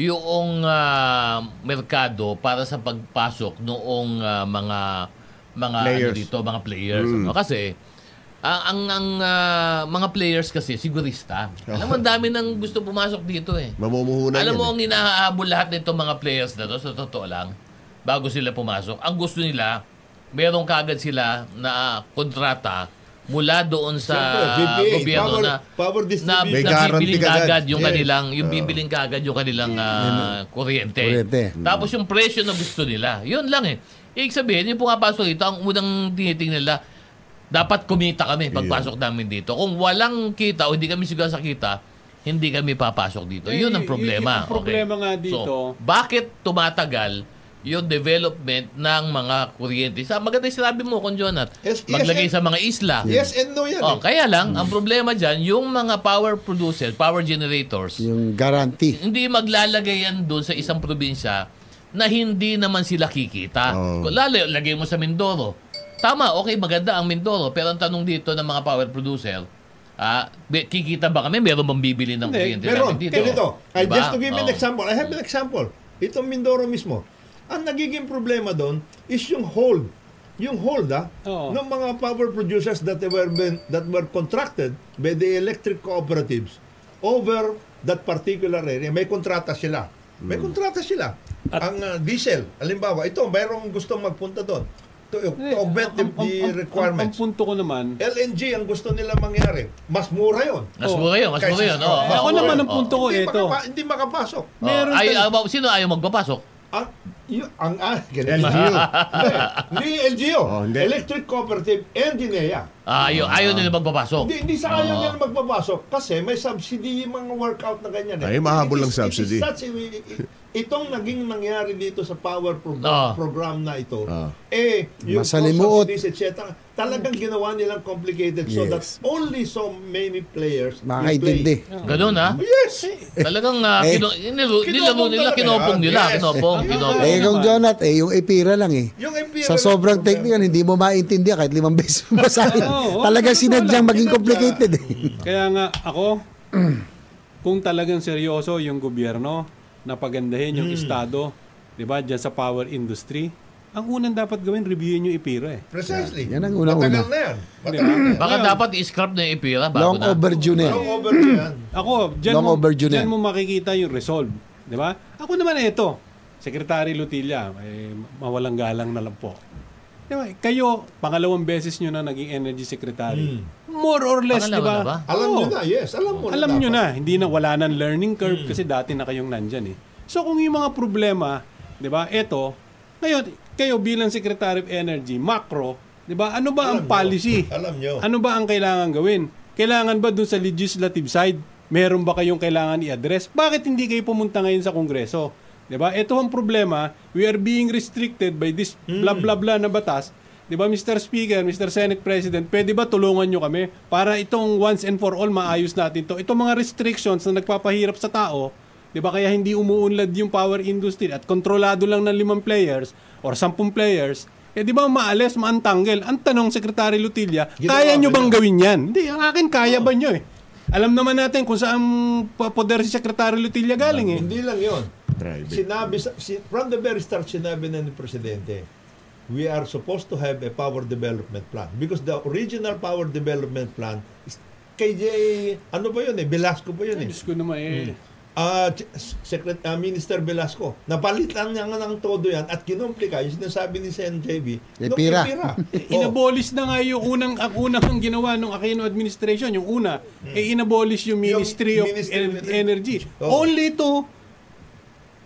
[SPEAKER 6] yung ah, merkado para sa pagpasok noong ah, mga mga ano
[SPEAKER 5] Players.
[SPEAKER 6] dito, mga players. ano. Kasi ang ang, ang ah, mga players kasi sigurista. Alam mo ang dami nang gusto pumasok dito eh.
[SPEAKER 5] Mamumuhunan
[SPEAKER 6] Alam
[SPEAKER 5] yan,
[SPEAKER 6] mo
[SPEAKER 5] eh.
[SPEAKER 6] ang hinahabol lahat nitong mga players na to, sa totoo lang, bago sila pumasok, ang gusto nila, meron kagad sila na kontrata mula doon sa
[SPEAKER 3] Siyempre, VPA,
[SPEAKER 6] gobyerno
[SPEAKER 3] power-
[SPEAKER 6] na
[SPEAKER 3] power
[SPEAKER 6] na,
[SPEAKER 3] distribution.
[SPEAKER 5] May
[SPEAKER 6] na
[SPEAKER 5] guarantee
[SPEAKER 6] bibiling kagad,
[SPEAKER 5] kagad.
[SPEAKER 6] yung
[SPEAKER 5] Yes.
[SPEAKER 6] kanilang yung bibiling kagad yung kanilang ah, kuryente.
[SPEAKER 4] Kuryente.
[SPEAKER 6] Tapos yung presyo na gusto nila. Yun lang eh. Ibig sabihin, yung pumapasok dito, ang unang tinitingnan nila, dapat kumita kami pagpasok namin dito. Kung walang kita o hindi kami sigurado sa kita, hindi kami papasok dito.
[SPEAKER 1] Eh,
[SPEAKER 6] Yun ang
[SPEAKER 1] y- y-
[SPEAKER 6] problema.
[SPEAKER 1] ang problema nga dito-
[SPEAKER 6] So, bakit tumatagal yung development ng mga kuryente? Sa maganda yung sinabi mo, Kon Jonat,
[SPEAKER 3] Yes, yes,
[SPEAKER 6] maglagay
[SPEAKER 3] yes.
[SPEAKER 6] sa mga isla.
[SPEAKER 3] Yes and no yan.
[SPEAKER 6] Oh,
[SPEAKER 3] eh.
[SPEAKER 6] kaya lang, ang problema dyan, yung mga power producers, power generators,
[SPEAKER 4] Yung guarantee.
[SPEAKER 6] hindi maglalagay yan doon sa isang probinsya na hindi naman sila kikita.
[SPEAKER 4] Oh.
[SPEAKER 5] Oo.
[SPEAKER 6] Kung Lalo, lagay mo sa Mindoro. Tama, okay, maganda ang Mindoro. Pero ang tanong dito ng mga power producer, ah, be- kikita ba kami? Meron bang bibili
[SPEAKER 1] Hindi,
[SPEAKER 6] ng
[SPEAKER 1] Oh.
[SPEAKER 6] kuryente
[SPEAKER 3] Meron.
[SPEAKER 6] namin dito?
[SPEAKER 3] Ganito. I
[SPEAKER 6] Diba?
[SPEAKER 3] just to give you an
[SPEAKER 6] Oo.
[SPEAKER 3] example. I have an example. Itong Mindoro mismo. Ang nagiging problema doon is yung hold. Yung hold ah,
[SPEAKER 1] Oo.
[SPEAKER 3] ng mga power producers that were been, that were contracted by the electric cooperatives over that particular area. May kontrata sila. May
[SPEAKER 1] Hmm.
[SPEAKER 3] kontrata sila. ang ah, diesel, alimbawa, ito, mayroong gustong magpunta doon to, to augment the,
[SPEAKER 1] Eh, Ang- ang-
[SPEAKER 3] the
[SPEAKER 1] ang- ang- Ang
[SPEAKER 3] requirements.
[SPEAKER 1] punto ko naman,
[SPEAKER 3] LNG ang gusto nila mangyari. Mas mura yun.
[SPEAKER 6] Mas mura yun, mas
[SPEAKER 3] Kaysa
[SPEAKER 6] mura yun.
[SPEAKER 3] sa-
[SPEAKER 6] oo.
[SPEAKER 3] Mas
[SPEAKER 1] Eh, ako
[SPEAKER 3] mura
[SPEAKER 1] naman
[SPEAKER 3] yun.
[SPEAKER 1] ang punto ko
[SPEAKER 3] oh. hindi
[SPEAKER 1] ito.
[SPEAKER 3] makapa- hindi makapasok.
[SPEAKER 6] Oo.
[SPEAKER 1] Meron
[SPEAKER 6] Ay-
[SPEAKER 1] tayo-
[SPEAKER 6] ah, sino ayaw magpapasok?
[SPEAKER 3] Ang, yun, ang, ah, ganun.
[SPEAKER 5] LGU.
[SPEAKER 3] Hindi LGO.
[SPEAKER 5] Oh, hindi.
[SPEAKER 3] Electric Cooperative and INEA.
[SPEAKER 6] Ah, Ayaw, ayaw nila magpapasok.
[SPEAKER 3] Hindi, hindi sa ayaw nila magpapasok kasi may subsidy yung mga workout na ganyan. Eh.
[SPEAKER 5] Ay,
[SPEAKER 3] It
[SPEAKER 5] mahabol lang
[SPEAKER 3] is- it is
[SPEAKER 5] subsidy.
[SPEAKER 3] such a- i- i- itong naging nangyari dito sa power pro-
[SPEAKER 6] Ah.
[SPEAKER 3] program na ito,
[SPEAKER 5] Ah.
[SPEAKER 3] eh, yung
[SPEAKER 4] Masalimuot.
[SPEAKER 3] subsidies, etc. Talagang ginawa nilang complicated so that
[SPEAKER 4] Yes.
[SPEAKER 3] only so many players will
[SPEAKER 4] Makakaintindi.
[SPEAKER 3] play.
[SPEAKER 6] Ganun ha?
[SPEAKER 3] Yes!
[SPEAKER 6] Talagang ah,
[SPEAKER 4] Eh.
[SPEAKER 6] kinu- nilaro- nilaro
[SPEAKER 3] Kinopong
[SPEAKER 6] nila,
[SPEAKER 3] talaga.
[SPEAKER 6] kinopong nila,
[SPEAKER 3] Yes.
[SPEAKER 6] kinopong,
[SPEAKER 1] Eh.
[SPEAKER 6] kinopong.
[SPEAKER 4] Eh, kung Jonat, eh, yung epira lang eh.
[SPEAKER 3] Yung MPL
[SPEAKER 4] Sa sobrang technical, hindi mo maintindihan kahit limang beses mo basahin.
[SPEAKER 1] Oo, oo.
[SPEAKER 4] Talaga sinadyang maging
[SPEAKER 3] Sinadya.
[SPEAKER 4] complicated eh.
[SPEAKER 1] Kaya nga ako, kung talagang seryoso yung gobyerno, napagandahin yung estado, 'di ba, diyan sa power industry, ang unang dapat gawin reviewin yung IPIRA eh.
[SPEAKER 3] Precisely.
[SPEAKER 4] Yan ang unang-una.
[SPEAKER 3] Matagal na yan.
[SPEAKER 1] Di ba?
[SPEAKER 6] Baka
[SPEAKER 1] Ngayon,
[SPEAKER 6] dapat i-scrap na yung ipira bago
[SPEAKER 4] Long
[SPEAKER 6] na.
[SPEAKER 4] overdue na eh.
[SPEAKER 3] Long over na yan.
[SPEAKER 1] Ako, dyan,
[SPEAKER 4] Long
[SPEAKER 1] mo,
[SPEAKER 4] overdue na
[SPEAKER 1] dyan
[SPEAKER 4] yan.
[SPEAKER 1] mo makikita yung resolve. Di ba? Ako naman ito, Secretary Lutilla, eh, mawalang galang na lang po. Di ba? Kayo, pangalawang beses nyo na naging Energy Secretary. More or less, di ba?
[SPEAKER 6] Pangalawa na ba?
[SPEAKER 3] Alam
[SPEAKER 1] Oo.
[SPEAKER 3] nyo na, yes. Alam
[SPEAKER 1] Oh.
[SPEAKER 3] mo na.
[SPEAKER 1] Alam nyo
[SPEAKER 3] dapat.
[SPEAKER 1] na, hindi na wala nang learning curve kasi dati na kayong nandyan eh. So kung yung mga problema, 'di ba? Ito, ngayon kayo bilang Secretary of Energy, macro, 'di ba? Ano ba ang
[SPEAKER 3] Alam nyo.
[SPEAKER 1] policy?
[SPEAKER 3] Alam nyo.
[SPEAKER 1] Ano ba ang kailangan gawin? Kailangan ba dun sa legislative side, meron ba kayong kailangan i-address? Bakit hindi kayo pumunta ngayon sa Kongreso? 'Di ba? Ito ang problema, we are being restricted by this blah blah blah na batas. 'Di ba, Mr. Speaker, Mr. Senate President, pwede ba tulungan nyo kami para itong once and for all maayos natin to? Itong mga restrictions na nagpapahirap sa tao, Di ba kaya hindi umuunlad yung power industry at kontrolado lang ng limang players or sampung players, eh di ba maalis, maantanggal? Ang tanong, Secretary Lutilla,
[SPEAKER 3] Ginawa
[SPEAKER 1] kaya nyo bang
[SPEAKER 3] ba niya?
[SPEAKER 1] gawin yan? Hindi, ang akin, kaya ba nyo eh? Alam naman natin kung saan pa- poder si Secretary Lutilla galing eh.
[SPEAKER 3] Hindi lang yon.
[SPEAKER 5] Private.
[SPEAKER 3] Sinabi, sa- si- from the very start, sinabi na ni Presidente, we are supposed to have a power development plan. Because the original power development plan is kay J- ano ba yun eh? Velasco ba yun eh?
[SPEAKER 1] Diyos ko naman eh.
[SPEAKER 3] Ah, Ch- Secret, ah, Minister Velasco, napalitan niya nga ng todo yan at kinumplika yung sinasabi ni Sen JB.
[SPEAKER 4] Eh,
[SPEAKER 3] nung
[SPEAKER 4] pira.
[SPEAKER 1] Eh, Inabolish na nga yung unang ang unang ang ginawa ng Aquino administration, yung una, eh inabolish yung Ministry of
[SPEAKER 3] Yung Ministry of
[SPEAKER 1] En- Energy.
[SPEAKER 3] Oo.
[SPEAKER 1] Only to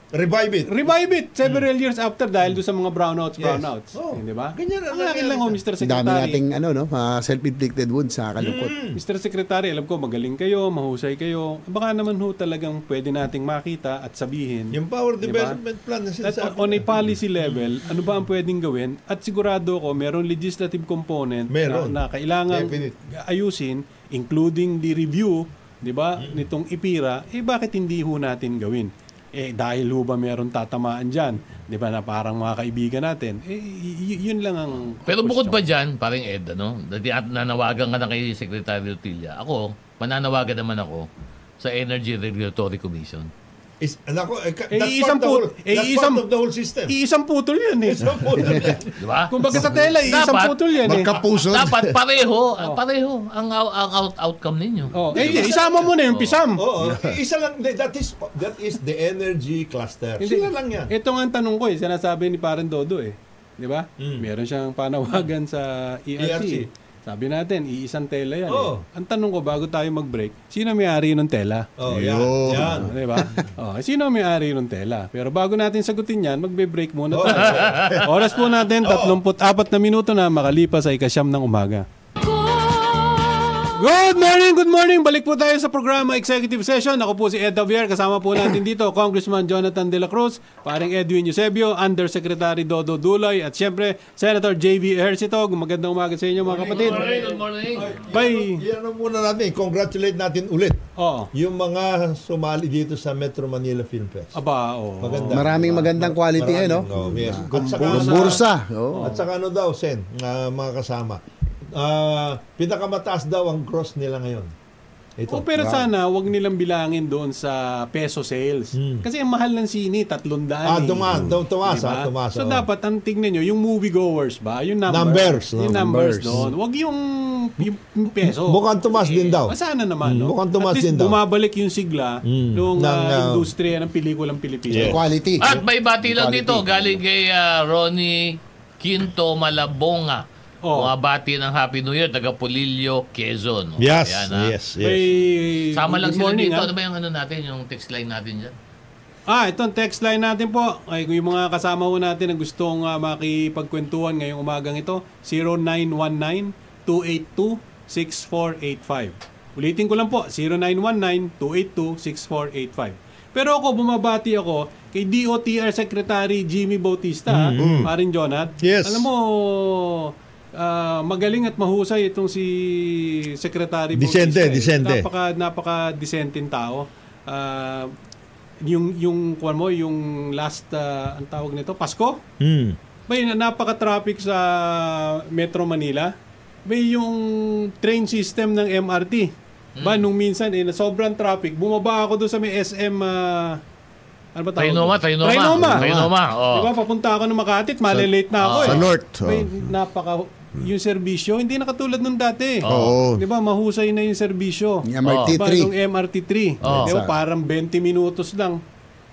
[SPEAKER 3] Oh, revive it.
[SPEAKER 1] revive it several years after dahil doon sa mga brownouts,
[SPEAKER 3] Yes.
[SPEAKER 1] brownouts.
[SPEAKER 3] Oo.
[SPEAKER 1] Eh, di ba?
[SPEAKER 3] Ganyan ang
[SPEAKER 1] ang akin lang ho,
[SPEAKER 3] nangyari.
[SPEAKER 1] Mr.
[SPEAKER 4] Ang dami
[SPEAKER 1] Secretary. Mm.
[SPEAKER 4] nating ano, no, ah, self-inflicted wound sa kalungkot.
[SPEAKER 1] Mr. Secretary, alam ko magaling kayo, mahusay kayo. Baka naman ho talagang pwede nating makita at sabihin.
[SPEAKER 3] Yung power
[SPEAKER 1] Di ba?
[SPEAKER 3] development plan na
[SPEAKER 1] At
[SPEAKER 3] sinasabi.
[SPEAKER 1] Diba? on a
[SPEAKER 3] niya.
[SPEAKER 1] policy level, ano ba ang pwedeng gawin? At sigurado ko, meron legislative component
[SPEAKER 3] Meron.
[SPEAKER 1] Na, na kailangan
[SPEAKER 3] Definite.
[SPEAKER 1] ayusin, including the review, di ba,
[SPEAKER 3] Mm-hmm.
[SPEAKER 1] nitong IPIRA, eh bakit hindi ho natin gawin? Eh dahil ho ba meron tatamaan dyan? Di ba, na parang mga kaibigan natin. Eh, y- y- yun lang ang
[SPEAKER 6] Pero bukod ba
[SPEAKER 1] question.
[SPEAKER 6] dyan, parang Ed, ano, dati at nanawagan ka na kay Secretary Rutilla. Ako, mananawagan naman ako sa Energy Regulatory Commission.
[SPEAKER 3] Is, nako, eh, ka-
[SPEAKER 1] Eh,
[SPEAKER 3] that's
[SPEAKER 1] iisang
[SPEAKER 3] part, of the
[SPEAKER 1] put-
[SPEAKER 3] whole,
[SPEAKER 1] eh,
[SPEAKER 3] that's
[SPEAKER 1] iisang-
[SPEAKER 3] part of the whole system.
[SPEAKER 1] Iisang putol yun eh.
[SPEAKER 3] Iisang put-
[SPEAKER 6] Di ba?
[SPEAKER 1] Kung baga sa tela, iisang
[SPEAKER 6] Dapat-
[SPEAKER 1] putol yan eh.
[SPEAKER 5] Magkapuso.
[SPEAKER 6] Dapat pareho, ah, pareho ang, out- ang out- outcome ninyo.
[SPEAKER 1] Oh, eh, eh, isama mo na yung pisam.
[SPEAKER 3] Oo, isa lang, that is, that is the energy cluster. Sila lang yan.
[SPEAKER 1] Ito nga ang tanong ko eh, sinasabi ni Parang Dodo eh. Di ba?
[SPEAKER 3] Hmm.
[SPEAKER 1] Meron siyang panawagan sa ERC.
[SPEAKER 3] ERC.
[SPEAKER 1] Sabi natin, iisang tela yan.
[SPEAKER 3] E Oo.
[SPEAKER 1] Eh. Ang tanong ko, bago tayo mag-break, sino may-ari ng tela?
[SPEAKER 3] Oh, yan.
[SPEAKER 5] Yun.
[SPEAKER 3] Yan.
[SPEAKER 1] Di ba? oh, sino may-ari ng tela? Pero bago natin sagutin yan, magbe-break muna
[SPEAKER 3] Oo.
[SPEAKER 1] tayo. Oras po natin, 34 na minuto na makalipas ay kasyam ng umaga. Good morning, good morning. Balik po tayo sa programa Executive Session. Ako po si Ed Davier. Kasama po natin dito, Congressman Jonathan De La Cruz, paring Edwin Eusebio, Undersecretary Dodo Dulay, at siyempre, Senator J.V. Ejercitog. Magandang umaga sa inyo, mga kapatid.
[SPEAKER 6] Good morning.
[SPEAKER 1] Bye.
[SPEAKER 3] Yan ang muna natin. Congratulate natin ulit
[SPEAKER 1] Oo.
[SPEAKER 3] yung mga sumali dito sa Metro Manila Film Fest.
[SPEAKER 1] Aba, oh. oo.
[SPEAKER 3] Maganda.
[SPEAKER 4] Maraming magandang quality eh, no?
[SPEAKER 3] Oh, yes. At saka
[SPEAKER 4] Ang
[SPEAKER 3] sa-
[SPEAKER 4] Bursa. Oh.
[SPEAKER 3] At saka ano daw, Sen, ah, mga kasama, ah, pinakamataas daw ang cross nila ngayon.
[SPEAKER 1] Oh,
[SPEAKER 3] Ito.
[SPEAKER 1] pero sana wag nilang bilangin doon sa peso sales. Kasi ang mahal ng sini, 300.
[SPEAKER 3] Hmm. ah,
[SPEAKER 1] eh.
[SPEAKER 6] Hmm.
[SPEAKER 3] tumaas,
[SPEAKER 1] Mm.
[SPEAKER 3] daw tumaas,
[SPEAKER 1] Diba?
[SPEAKER 3] ah, tumaas.
[SPEAKER 1] So
[SPEAKER 3] oh.
[SPEAKER 1] dapat ang tingnan nyo, yung moviegoers ba, yung number,
[SPEAKER 3] Numbers, no?
[SPEAKER 1] yung numbers,
[SPEAKER 3] Numbers.
[SPEAKER 1] doon. Wag yung, yung peso. Eh, ah,
[SPEAKER 3] Mukhang tumaas din daw.
[SPEAKER 1] Sana naman,
[SPEAKER 3] Mm,
[SPEAKER 1] no?
[SPEAKER 3] mukhang tumaas
[SPEAKER 1] At least
[SPEAKER 3] din daw.
[SPEAKER 1] bumabalik yung sigla
[SPEAKER 3] Mm.
[SPEAKER 1] nung
[SPEAKER 3] Ng,
[SPEAKER 1] ah,
[SPEAKER 3] ah,
[SPEAKER 1] industriya ng pelikulang Pilipinas.
[SPEAKER 3] Yes.
[SPEAKER 4] Quality.
[SPEAKER 6] At may bati lang
[SPEAKER 4] Quality.
[SPEAKER 6] dito galing kay ah, Ronnie Quinto Malabonga.
[SPEAKER 1] Oh.
[SPEAKER 6] Mga bati ng Happy New Year, taga Polillo, Quezon.
[SPEAKER 3] Yes,
[SPEAKER 6] Ayan, ah.
[SPEAKER 3] yes, yes.
[SPEAKER 1] May-
[SPEAKER 6] Sama lang
[SPEAKER 1] good
[SPEAKER 6] sila
[SPEAKER 1] morning,
[SPEAKER 6] dito.
[SPEAKER 1] ah.
[SPEAKER 6] Ano ba yung ano natin, yung text line natin dyan?
[SPEAKER 1] Ah, ito ang text line natin po. Ay, kung yung mga kasama ho natin na gustong ah, makipagkwentuhan ngayong umagang ito, 0919-282-6485. Ulitin ko lang po, 0919-282-6485. Pero ako, bumabati ako kay DOTR Secretary Jimmy Bautista, parin Jonat.
[SPEAKER 3] Yes.
[SPEAKER 1] Alam mo, ah, magaling at mahusay itong si Secretary
[SPEAKER 3] Disente,
[SPEAKER 1] Bautista. eh.
[SPEAKER 3] disente.
[SPEAKER 1] Napaka, napaka disenteng tao. Ah, yung yung kuwan mo yung last ah, ang tawag nito Pasko
[SPEAKER 3] Hmm.
[SPEAKER 1] may na- napaka-traffic sa Metro Manila may yung train system ng MRT ba nung minsan eh na sobrang traffic bumaba ako doon sa may SM ah, ano ba tawag
[SPEAKER 6] Trinoma,
[SPEAKER 1] doon?
[SPEAKER 6] Trinoma.
[SPEAKER 1] Trinoma
[SPEAKER 6] Trinoma, oo.
[SPEAKER 1] Diba, papunta ako ng Makati at malilate na ako eh
[SPEAKER 5] Sa North. oh.
[SPEAKER 1] may napaka yung serbisyo hindi na katulad nung dati
[SPEAKER 6] oh.
[SPEAKER 5] Oo.
[SPEAKER 1] di ba mahusay na yung serbisyo
[SPEAKER 4] Yung MRT3.
[SPEAKER 1] Diba, nung MRT3.
[SPEAKER 6] Oo.
[SPEAKER 1] Di ba, parang 20 minutos lang.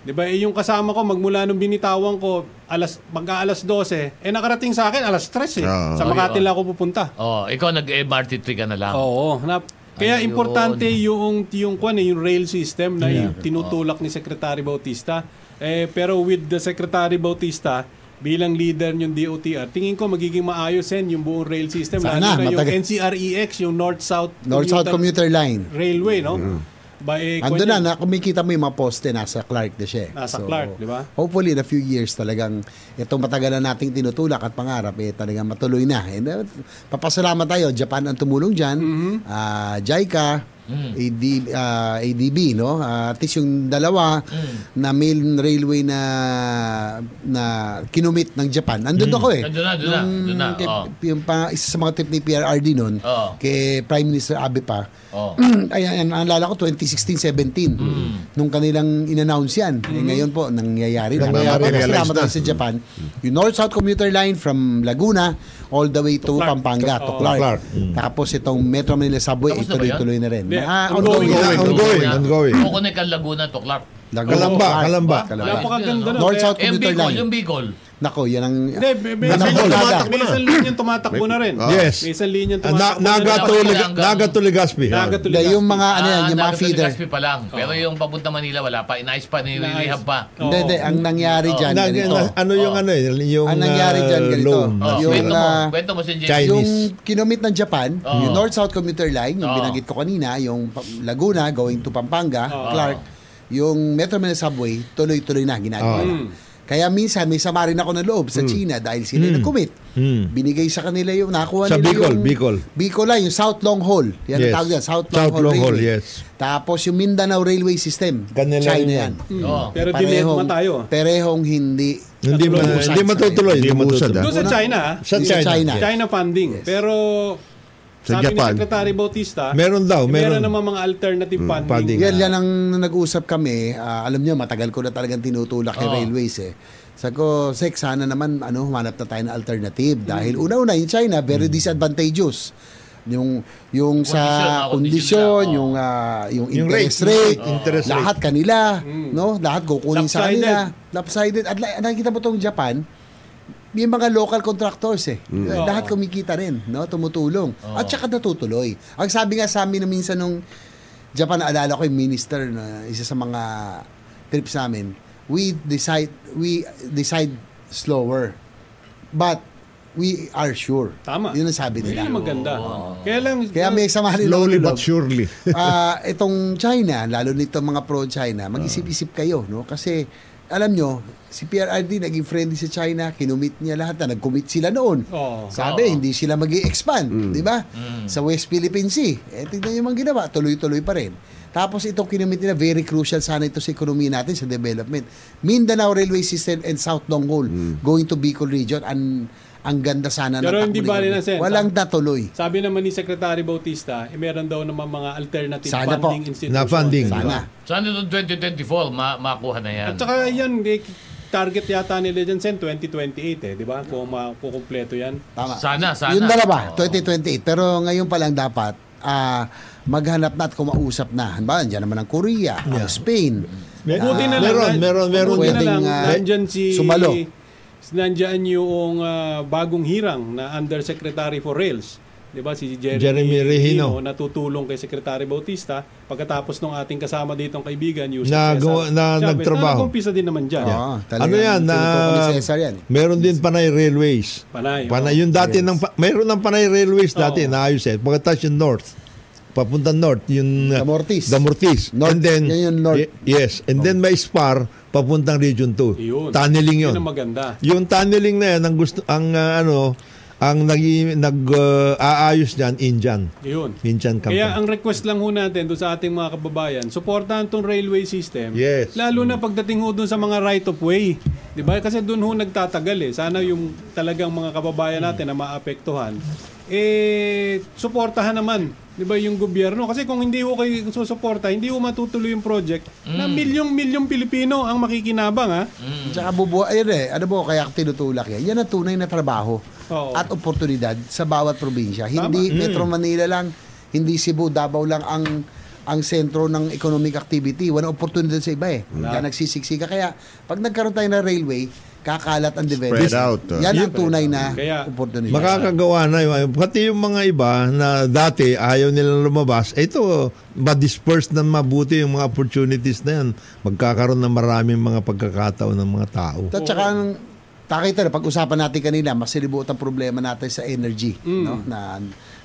[SPEAKER 1] Di ba, eh, yung kasama ko, magmula nung binitawan ko, alas, mag-aalas 12, eh nakarating sa akin, alas 3 eh.
[SPEAKER 5] Oo.
[SPEAKER 1] Sa Makati
[SPEAKER 6] Oo.
[SPEAKER 1] lang ako pupunta.
[SPEAKER 6] Oh, ikaw nag-MRT trip ka na
[SPEAKER 4] Ah.
[SPEAKER 6] lang.
[SPEAKER 1] Oo. Na, kaya
[SPEAKER 6] Ayun.
[SPEAKER 1] importante yung yung kwan eh, yung rail system na yung tinutulak ni Secretary Bautista. Eh pero with the Secretary Bautista bilang leader ng DOTR, tingin ko magiging maayos yan yung buong rail system
[SPEAKER 4] Sana,
[SPEAKER 1] lalo na yung
[SPEAKER 4] matagal-
[SPEAKER 1] NCREX, E yung North South
[SPEAKER 4] North-South commuter line.
[SPEAKER 1] Railway, no? Ba, eh,
[SPEAKER 4] Ando
[SPEAKER 1] kwan
[SPEAKER 4] na,
[SPEAKER 1] yun.
[SPEAKER 4] na, kumikita mo yung mga poste, nasa Clark na siya. eh.
[SPEAKER 1] Nasa Clark, di ba?
[SPEAKER 4] Hopefully, in a few years talagang itong matagal na nating tinutulak at pangarap, eh, talagang
[SPEAKER 1] Mm-hmm.
[SPEAKER 4] matuloy na. And, uh, papasalamat tayo, Japan ang tumulong dyan, ah, JICA,
[SPEAKER 6] Mm.
[SPEAKER 4] AD, ah, ADB, no? Ah, at least yung dalawa
[SPEAKER 6] Mm.
[SPEAKER 4] na main railway na na kinumit ng Japan. Andun ako eh.
[SPEAKER 6] Andun Mm. na, andun na,
[SPEAKER 4] Nung
[SPEAKER 6] andun na, oh.
[SPEAKER 4] kay-
[SPEAKER 6] oo.
[SPEAKER 4] Yung pa, isa sa mga tip ni PRRD noon,
[SPEAKER 6] Oo.
[SPEAKER 4] kay Prime Minister Abe pa.
[SPEAKER 6] Oo.
[SPEAKER 3] Oh.
[SPEAKER 4] Ayan, Hmm, ang alala ko 2016-17 nung kanilang inannounce yan. Eh, ngayon po nangyayari na. Kaya po
[SPEAKER 5] Nangyayari.
[SPEAKER 4] salamat
[SPEAKER 5] Realize
[SPEAKER 4] tayo sa Japan. Yung North-South commuter line from Laguna all the way to
[SPEAKER 1] Clark. Oh.
[SPEAKER 4] Pampanga to
[SPEAKER 1] Oo.
[SPEAKER 4] Clark.
[SPEAKER 3] Clark.
[SPEAKER 4] Tapos itong Metro Manila
[SPEAKER 6] Tapos
[SPEAKER 4] subway
[SPEAKER 6] na ba
[SPEAKER 4] ituloy-tuloy na rin.
[SPEAKER 1] Hindi,
[SPEAKER 4] Ah,
[SPEAKER 1] ongoing.
[SPEAKER 3] Ongoing, ongoing, ongoing.
[SPEAKER 6] Kukunik ang Laguna to Clark.
[SPEAKER 4] Laguna,
[SPEAKER 3] Kalamba,
[SPEAKER 4] Clark,
[SPEAKER 3] kalamba.
[SPEAKER 4] Kalamba.
[SPEAKER 1] Napakaganda na.
[SPEAKER 4] North
[SPEAKER 1] Kaya-
[SPEAKER 4] South
[SPEAKER 6] Oh. Yung
[SPEAKER 4] commuter
[SPEAKER 6] Bicol,
[SPEAKER 4] line.
[SPEAKER 6] yung Bicol.
[SPEAKER 4] Nako, yan ang
[SPEAKER 1] Hindi, may, may,
[SPEAKER 4] Nandang
[SPEAKER 1] isang
[SPEAKER 4] kalsada.
[SPEAKER 1] linya- may isang linyang tumatakbo na rin.
[SPEAKER 5] Ah.
[SPEAKER 3] Yes.
[SPEAKER 1] May isang linyang
[SPEAKER 3] Ah, Na,
[SPEAKER 1] tumatakbo
[SPEAKER 3] naga,
[SPEAKER 1] na
[SPEAKER 3] to,
[SPEAKER 1] rin.
[SPEAKER 3] Liga- naga to Legazpi.
[SPEAKER 1] Naga to
[SPEAKER 4] Hindi, yung mga ano
[SPEAKER 1] Ah,
[SPEAKER 4] yan, yung Oh. mga
[SPEAKER 6] nasa
[SPEAKER 4] feeder.
[SPEAKER 6] Legazpi pa lang. Pero yung papunta Manila, wala pa. Inayos pa, nililihab pa.
[SPEAKER 1] Oo.
[SPEAKER 4] Hindi, hindi, ang nangyari
[SPEAKER 1] Oh.
[SPEAKER 6] Oo.
[SPEAKER 4] dyan
[SPEAKER 3] Na-
[SPEAKER 4] ganito.
[SPEAKER 3] na- ano yung
[SPEAKER 6] Oh.
[SPEAKER 3] ano eh, yung
[SPEAKER 4] Ang nangyari
[SPEAKER 3] ah,
[SPEAKER 4] dyan, ganito.
[SPEAKER 3] loan.
[SPEAKER 6] Oh,
[SPEAKER 4] Mm. Yung,
[SPEAKER 6] kwento mo,
[SPEAKER 4] ah,
[SPEAKER 6] kwento mo si James.
[SPEAKER 3] Chinese.
[SPEAKER 4] Yung kinomit ng Japan,
[SPEAKER 6] Oo.
[SPEAKER 4] yung North-South commuter line, yung
[SPEAKER 6] Oo.
[SPEAKER 4] binanggit ko kanina, yung Pa- Laguna going to Pampanga,
[SPEAKER 1] Oo.
[SPEAKER 4] Clark, yung Metro Manila Subway, tuloy-tuloy na ginagawa
[SPEAKER 3] Oo.
[SPEAKER 4] na. Kaya minsan may sama rin ako ng loob
[SPEAKER 3] Hmm.
[SPEAKER 4] sa China dahil sila yung nag-commit.
[SPEAKER 3] Mm.
[SPEAKER 4] Binigay sa kanila yung nakuha
[SPEAKER 3] Sa
[SPEAKER 4] nila
[SPEAKER 3] Bicol,
[SPEAKER 4] yung
[SPEAKER 3] Bicol.
[SPEAKER 4] Bicol line, yung South Long Haul. Yan ang
[SPEAKER 3] Yes.
[SPEAKER 4] tawag yan, South Long
[SPEAKER 3] South
[SPEAKER 4] Haul
[SPEAKER 3] Long Haul,
[SPEAKER 4] Railway.
[SPEAKER 3] yes.
[SPEAKER 4] Tapos yung Mindanao Railway System,
[SPEAKER 3] Kanila
[SPEAKER 4] China
[SPEAKER 3] rin
[SPEAKER 4] yan.
[SPEAKER 3] yan.
[SPEAKER 6] Oo.
[SPEAKER 1] Pero dineto man tayo.
[SPEAKER 4] Perehong hindi.
[SPEAKER 3] Hindi, ma-
[SPEAKER 4] Naglulusad
[SPEAKER 3] hindi
[SPEAKER 4] sa
[SPEAKER 3] matutuloy.
[SPEAKER 5] Hindi
[SPEAKER 3] Hindi
[SPEAKER 5] matutuloy.
[SPEAKER 3] matutuloy.
[SPEAKER 1] Doon sa
[SPEAKER 4] Una-
[SPEAKER 1] China, ah.
[SPEAKER 3] Sa
[SPEAKER 4] Sa
[SPEAKER 3] China.
[SPEAKER 4] China.
[SPEAKER 1] China funding. Pero
[SPEAKER 5] Sa
[SPEAKER 1] sabi ni
[SPEAKER 5] Japan.
[SPEAKER 1] Secretary Bautista,
[SPEAKER 3] Meron daw,
[SPEAKER 1] eh,
[SPEAKER 3] meron. Hmm,
[SPEAKER 1] naman mga alternative funding.
[SPEAKER 3] funding.
[SPEAKER 4] Yan, yan ang nag-usap kami. Ah, alam niyo, matagal ko na talagang tinutulak yung
[SPEAKER 6] Oo.
[SPEAKER 4] railways eh. Sabi ko, Sek, sana naman ano, humanap na tayo ng alternative. Dahil
[SPEAKER 6] Hmm.
[SPEAKER 4] una-una, in China, very disadvantageous. Yung yung
[SPEAKER 6] Kondisyon, ah,
[SPEAKER 4] sa
[SPEAKER 6] kondisyon nila,
[SPEAKER 4] kondisyon,
[SPEAKER 6] oo.
[SPEAKER 4] yung ah, yung Ah.
[SPEAKER 3] Yung
[SPEAKER 4] interest
[SPEAKER 3] rate,
[SPEAKER 4] rate,
[SPEAKER 3] interest rate.
[SPEAKER 4] lahat kanila, no? Lahat kukunin
[SPEAKER 1] Lopsided.
[SPEAKER 4] sa kanila. Lopsided. At la- nakikita mo tong Japan, may mga local contractors eh. Lahat
[SPEAKER 1] Oo.
[SPEAKER 4] kumikita rin, no? Tumutulong. At saka natutuloy. Ang sabi nga sa amin na minsan nung Japan, naalala ko yung minister na isa sa mga trips namin, we decide we decide slower. But we are sure.
[SPEAKER 1] Tama.
[SPEAKER 4] Yun ang sabi nila.
[SPEAKER 1] Yan ang maganda. Kaya lang,
[SPEAKER 4] Kaya may sama rin ako
[SPEAKER 5] Slowly
[SPEAKER 4] ng
[SPEAKER 5] but
[SPEAKER 4] loob.
[SPEAKER 5] surely.
[SPEAKER 4] Ah, itong China, lalo nito mga
[SPEAKER 1] Ah.
[SPEAKER 4] pro-China, mag-isip-isip kayo, no? Kasi alam nyo, si PRRD naging friendly sa China, kinumit niya lahat na nag-commit sila noon.
[SPEAKER 1] Oo. Mm.
[SPEAKER 4] Sabi,
[SPEAKER 6] Oo.
[SPEAKER 4] hindi sila mag expand di ba? Sa West Philippine Sea. Eh, tignan yung mga ginawa, tuloy-tuloy pa rin. Tapos itong kinumit nila, very crucial sana ito sa ekonomiya natin, sa development. Mindanao Railway System and South Dongol going to Bicol Region. Ang, ang ganda sana
[SPEAKER 1] Mm. Pero
[SPEAKER 4] takbo
[SPEAKER 1] hindi
[SPEAKER 4] ni
[SPEAKER 1] bali ah.
[SPEAKER 4] Governor.
[SPEAKER 1] na, Sen.
[SPEAKER 4] Walang datuloy.
[SPEAKER 1] sabi naman ni Secretary Bautista, eh, meron daw naman mga alternative
[SPEAKER 4] Sana po.
[SPEAKER 1] funding institutions.
[SPEAKER 3] Na funding.
[SPEAKER 4] Sana.
[SPEAKER 6] Sana noong 2024, ma- makuha na yan.
[SPEAKER 1] At saka yan, eh, target yata nila dyan, Sen, 2028 eh, di ba? Kung makukumpleto yan.
[SPEAKER 4] Tama.
[SPEAKER 6] Sana, sana.
[SPEAKER 4] Yung
[SPEAKER 6] Oo.
[SPEAKER 4] dalawa, 2028. Pero ngayon pa lang dapat ah, maghanap na at kumausap na. Halimbawa, dyan naman ang Korea, ang Spain.
[SPEAKER 1] Buti na lang.
[SPEAKER 3] Ah, Meron,
[SPEAKER 1] na-
[SPEAKER 3] meron, meron.
[SPEAKER 1] Buti na
[SPEAKER 4] Pwedeng,
[SPEAKER 1] lang,
[SPEAKER 4] ah,
[SPEAKER 1] nandyan si...
[SPEAKER 4] sumalo.
[SPEAKER 1] Nandyan yung ah, bagong hirang na Undersecretary for Rails. Di ba si Jeremy,
[SPEAKER 3] Jeremy Regino.
[SPEAKER 1] natutulong kay Secretary Bautista pagkatapos ng ating kasama ditong kaibigan Yusuf
[SPEAKER 3] Na
[SPEAKER 1] Cesar
[SPEAKER 3] gawa- na
[SPEAKER 1] Chavez,
[SPEAKER 3] nagtrabaho.
[SPEAKER 1] nag-umpisa din naman dyan.
[SPEAKER 4] Oo, talagang
[SPEAKER 3] Ano yan? Na,
[SPEAKER 4] tinutukan ni Cesar yan. eh.
[SPEAKER 3] meron din Panay Railways.
[SPEAKER 1] Panay.
[SPEAKER 3] Panay yun dati ng pa- mayroon ng Panay Railways dati
[SPEAKER 1] Oo.
[SPEAKER 3] na ayos eh. Pagkatapos yung North. Papunta North yung uh,
[SPEAKER 4] Damortis.
[SPEAKER 3] Damortis. and
[SPEAKER 4] North,
[SPEAKER 3] then
[SPEAKER 4] yan yung North. Oh.
[SPEAKER 3] y- yes, and then may spar papuntang Region 2.
[SPEAKER 1] Yun.
[SPEAKER 3] Tunneling
[SPEAKER 1] Yun
[SPEAKER 3] yun.
[SPEAKER 1] ang maganda.
[SPEAKER 3] Yung tunneling na yan ang gusto ang uh, ano ang nag nag uh, aayos niyan Indian.
[SPEAKER 1] Yun.
[SPEAKER 3] Indian company.
[SPEAKER 1] Kaya ang request lang ho natin doon sa ating mga kababayan, suportahan tong railway system.
[SPEAKER 3] Yes.
[SPEAKER 1] Lalo na pagdating ho doon sa mga right of way. 'Di ba? Kasi doon ho nagtatagal eh. Sana yung talagang mga kababayan natin na maapektuhan eh suportahan naman 'di ba yung gobyerno kasi kung hindi ho kayo susuporta, hindi ho matutuloy yung project na milyong-milyong Pilipino ang makikinabang ha.
[SPEAKER 4] Tsaka bubuo, ayun eh, ano mo, kaya tinutulak yan. Yan ang tunay na trabaho
[SPEAKER 1] Oo. Mm.
[SPEAKER 4] at oportunidad sa bawat probinsya. Hindi Metro Manila lang, hindi Cebu, Davao lang ang ang sentro ng economic activity. Walang oportunidad sa iba eh. Kaya nagsisiksika. Kaya pag nagkaroon tayo ng railway, kakalat ang development.
[SPEAKER 5] out, ah.
[SPEAKER 4] Yan ang tunay na
[SPEAKER 1] Kaya-
[SPEAKER 4] oportunidad.
[SPEAKER 3] Makakagawa na yun. Pati yung mga iba na dati ayaw nilang lumabas, eh, ito, ma-disperse ng mabuti yung mga opportunities na yan. Magkakaroon ng maraming mga pagkakataon ng mga tao.
[SPEAKER 4] At saka ang takita na pag-usapan natin kanina, masilibot ang problema natin sa energy,
[SPEAKER 1] Mm.
[SPEAKER 4] no? Na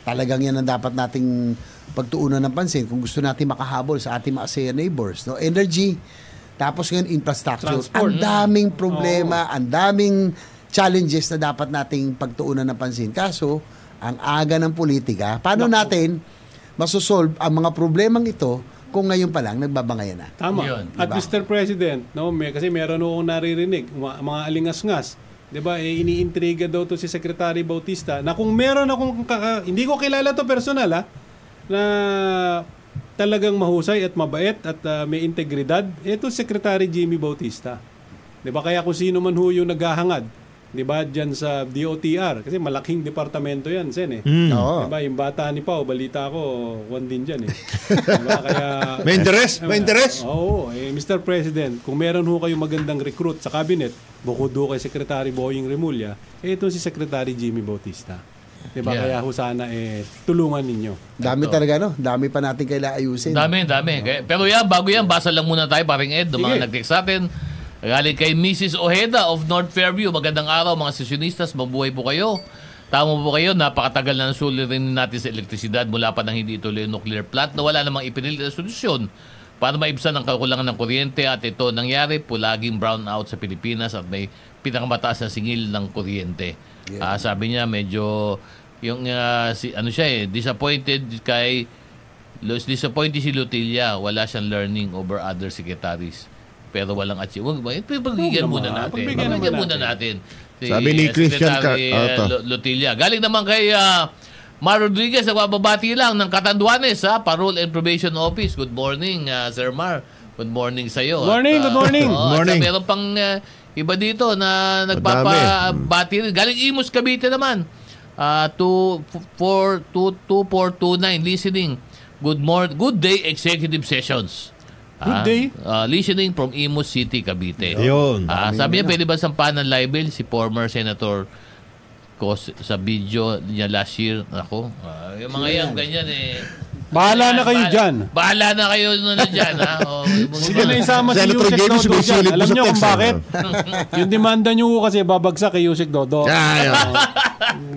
[SPEAKER 4] talagang yan ang dapat nating pagtuunan ng pansin kung gusto natin makahabol sa ating mga ASEAN neighbors, no? Energy, tapos ngayon infrastructure.
[SPEAKER 1] Transport. Mm.
[SPEAKER 4] Ang daming problema, ang daming challenges na dapat nating pagtuunan ng pansin. Kaso, ang aga ng politika, paano natin masosolve ang mga problemang ito kung ngayon pa lang nagbabangayan na.
[SPEAKER 1] Tama.
[SPEAKER 6] Yun,
[SPEAKER 1] At
[SPEAKER 4] diba?
[SPEAKER 1] Mr. President, no, may, kasi meron akong naririnig, mga, mga alingas-ngas. 'Di ba? Eh, iniintriga daw to si Secretary Bautista na kung meron akong kaka- hindi ko kilala to personal ha, na talagang mahusay at mabait at ah, may integridad, ito Secretary Jimmy Bautista. 'Di ba? Kaya kung sino man ho yung naghahangad, 'di ba, diyan sa DOTR kasi malaking departamento 'yan, sen eh.
[SPEAKER 4] Oo.
[SPEAKER 1] Diba, yung bata ni Pao, balita ko, one din dyan eh. diba? Kaya,
[SPEAKER 3] May interest? May interest?
[SPEAKER 1] Oo. Eh, Mr. President, kung meron ho kayong magandang recruit sa cabinet, bukod ho kay Secretary Boying Remulla, eh, ito si Secretary Jimmy Bautista. Diba?
[SPEAKER 6] Yeah.
[SPEAKER 1] Kaya ho sana eh, tulungan ninyo.
[SPEAKER 4] Dami talaga, no? Dami pa natin kailangan ayusin.
[SPEAKER 6] Dami, dami. Kaya- Pero yan, bago yan, basa lang muna tayo, paring Ed, ng mga
[SPEAKER 1] Sige.
[SPEAKER 6] nag-text sa atin. Galing kay Mrs. Ojeda of North Fairview. Magandang araw, mga sesionistas. Mabuhay po kayo. Tama po kayo, napakatagal na sulirin natin sa elektrisidad mula pa nang hindi ituloy ang nuclear plant na wala namang ipinilit na solusyon para maibsan ang kakulangan ng kuryente at ito nangyari po laging brownout sa Pilipinas at may pinakamataas na singil ng kuryente. Ah, sabi niya medyo yung ah, si ano siya eh disappointed kay Los disappointed si Lutilla, wala siyang learning over other secretaries. Pero walang achievement. Wag, wag, Eh, pagbigyan
[SPEAKER 1] Huwag
[SPEAKER 6] muna
[SPEAKER 1] naman.
[SPEAKER 6] natin.
[SPEAKER 1] Pagbigyan
[SPEAKER 6] Pagbigyan,
[SPEAKER 1] naman
[SPEAKER 6] muna natin. Si
[SPEAKER 5] Sabi ni
[SPEAKER 6] eh,
[SPEAKER 5] Christian Car-
[SPEAKER 6] Secretary,
[SPEAKER 5] Ah,
[SPEAKER 6] eh,
[SPEAKER 5] to.
[SPEAKER 6] Lu- Lutilla. Galing naman kay ah, Mar Rodriguez, nagbababati lang ng Katanduanes, ha? Parole and Probation Office. Good morning, ah, Sir Mar. Good morning sa iyo.
[SPEAKER 1] Morning, good morning.
[SPEAKER 5] Morning.
[SPEAKER 6] oh, meron pang ah, iba dito na nagpapabati Ah, rin. Galing Imus Cavite naman. Ah, two- four- two- two- four- two nine listening. Good morning. Good day executive sessions.
[SPEAKER 1] Good
[SPEAKER 6] Ah,
[SPEAKER 1] day.
[SPEAKER 6] ah, listening from Imus City, Cavite.
[SPEAKER 3] Yun.
[SPEAKER 6] Ah, sabi niya, pwede ba sampahan ng libel si former Senator ko s- sa video niya last year? Ako, ah, yung mga yan, ganyan eh.
[SPEAKER 1] Bahala na
[SPEAKER 6] Ano yan,
[SPEAKER 1] kayo
[SPEAKER 6] bahala-
[SPEAKER 1] dyan.
[SPEAKER 6] Bahala na kayo nun na dyan, ha? Oh, O,
[SPEAKER 1] Sige na isama si
[SPEAKER 5] Senator
[SPEAKER 1] Yusek
[SPEAKER 5] Games,
[SPEAKER 1] Dodo
[SPEAKER 5] may
[SPEAKER 1] dyan.
[SPEAKER 5] sulit po
[SPEAKER 1] Alam
[SPEAKER 5] sa
[SPEAKER 1] niyo kung
[SPEAKER 5] text,
[SPEAKER 1] bakit? yung demanda niyo ho kasi babagsak kay Yusek Dodo.
[SPEAKER 5] Ay, oh.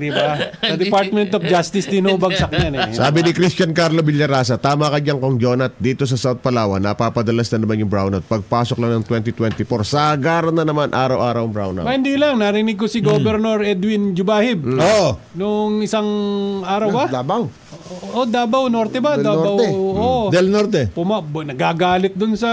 [SPEAKER 1] Di ba? Sa Department of Justice, tinubagsak niyan eh.
[SPEAKER 5] Sabi ni Christian Carlo Villarasa, tama ka dyan kong Jonat, dito sa South Palawan, napapadalas na naman yung brownout. Pagpasok lang ng 2024, sagar na naman araw-araw ang brownout.
[SPEAKER 1] Ba, hindi lang. Narinig ko si Governor Edwin Jubahib.
[SPEAKER 3] Oo.
[SPEAKER 1] Nung isang araw ba?
[SPEAKER 4] Labaw.
[SPEAKER 1] O, Davao Norte ba?
[SPEAKER 4] Del
[SPEAKER 1] Davao,
[SPEAKER 4] Norte.
[SPEAKER 1] oo.
[SPEAKER 3] Del Norte.
[SPEAKER 1] Puma, bu- nagagalit dun sa...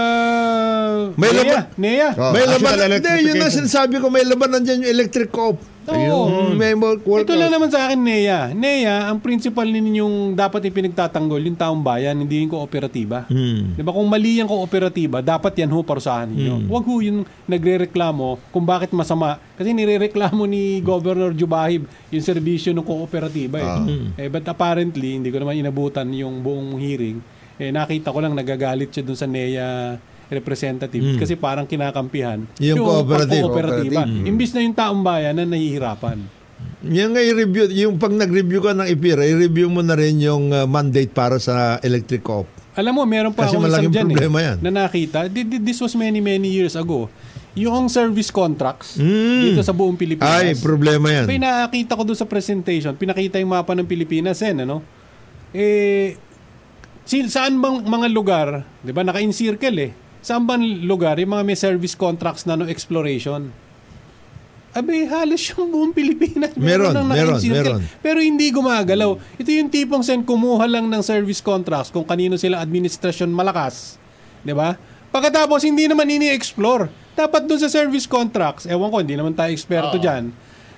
[SPEAKER 3] May
[SPEAKER 1] Nea.
[SPEAKER 3] laban.
[SPEAKER 1] Nea.
[SPEAKER 5] Oh,
[SPEAKER 3] may
[SPEAKER 5] national
[SPEAKER 3] laban. Hindi, yun na
[SPEAKER 5] electrification.
[SPEAKER 3] sinasabi ko. May laban nandyan yung electric co-op.
[SPEAKER 1] Oo.
[SPEAKER 3] Mm, May work-
[SPEAKER 1] Ito lang
[SPEAKER 3] workout.
[SPEAKER 1] naman sa akin, Nea. Nea, ang principal ninyong dapat ipinagtatanggol, yung taong bayan, hindi yung kooperatiba.
[SPEAKER 3] Hmm.
[SPEAKER 1] Di ba? Kung mali yung kooperatiba, dapat yan ho parusahan ninyo. Huwag ho yung nagre-reklamo kung bakit masama. Kasi nirereklamo ni Governor Jubahib yung serbisyo ng kooperatiba. Eh.
[SPEAKER 3] Ah.
[SPEAKER 1] eh
[SPEAKER 3] Hmm.
[SPEAKER 1] but apparently, hindi ko naman inabutan yung buong hearing. Eh, nakita ko lang nagagalit siya dun sa NEA representative kasi parang kinakampihan
[SPEAKER 3] Hmm. Yung cooperative.
[SPEAKER 1] pagkooperatiba. Imbis na yung taong bayan na nahihirapan.
[SPEAKER 3] Yan nga i-review. Yung pag nag-review ka ng IPIRA, i-review mo na rin yung uh, mandate para sa electric co-op.
[SPEAKER 1] Alam mo, meron pa
[SPEAKER 3] Kasi
[SPEAKER 1] akong isang
[SPEAKER 3] malaking
[SPEAKER 1] dyan
[SPEAKER 3] problema
[SPEAKER 1] eh,
[SPEAKER 3] yan.
[SPEAKER 1] na nakita. Di- di- This was many, many years ago. Yung service contracts
[SPEAKER 3] Mm.
[SPEAKER 1] dito sa buong Pilipinas.
[SPEAKER 3] Ay, problema yan.
[SPEAKER 1] May nakakita ko doon sa presentation, pinakita yung mapa ng Pilipinas eh, ano? Eh, si, saan bang mga lugar, di ba, naka-encircle eh. Saan bang lugar yung mga may service contracts na no exploration? Abi, halos yung buong Pilipinas.
[SPEAKER 3] Meron,
[SPEAKER 1] ang
[SPEAKER 3] meron,
[SPEAKER 1] naka-encircle.
[SPEAKER 3] meron.
[SPEAKER 1] Pero hindi gumagalaw. Ito yung tipong sen kumuha lang ng service contracts kung kanino sila administrasyon malakas. 'Di ba? Pagkatapos hindi naman ini-explore. Dapat doon sa service contracts, ewan ko, hindi naman tayo eksperto diyan.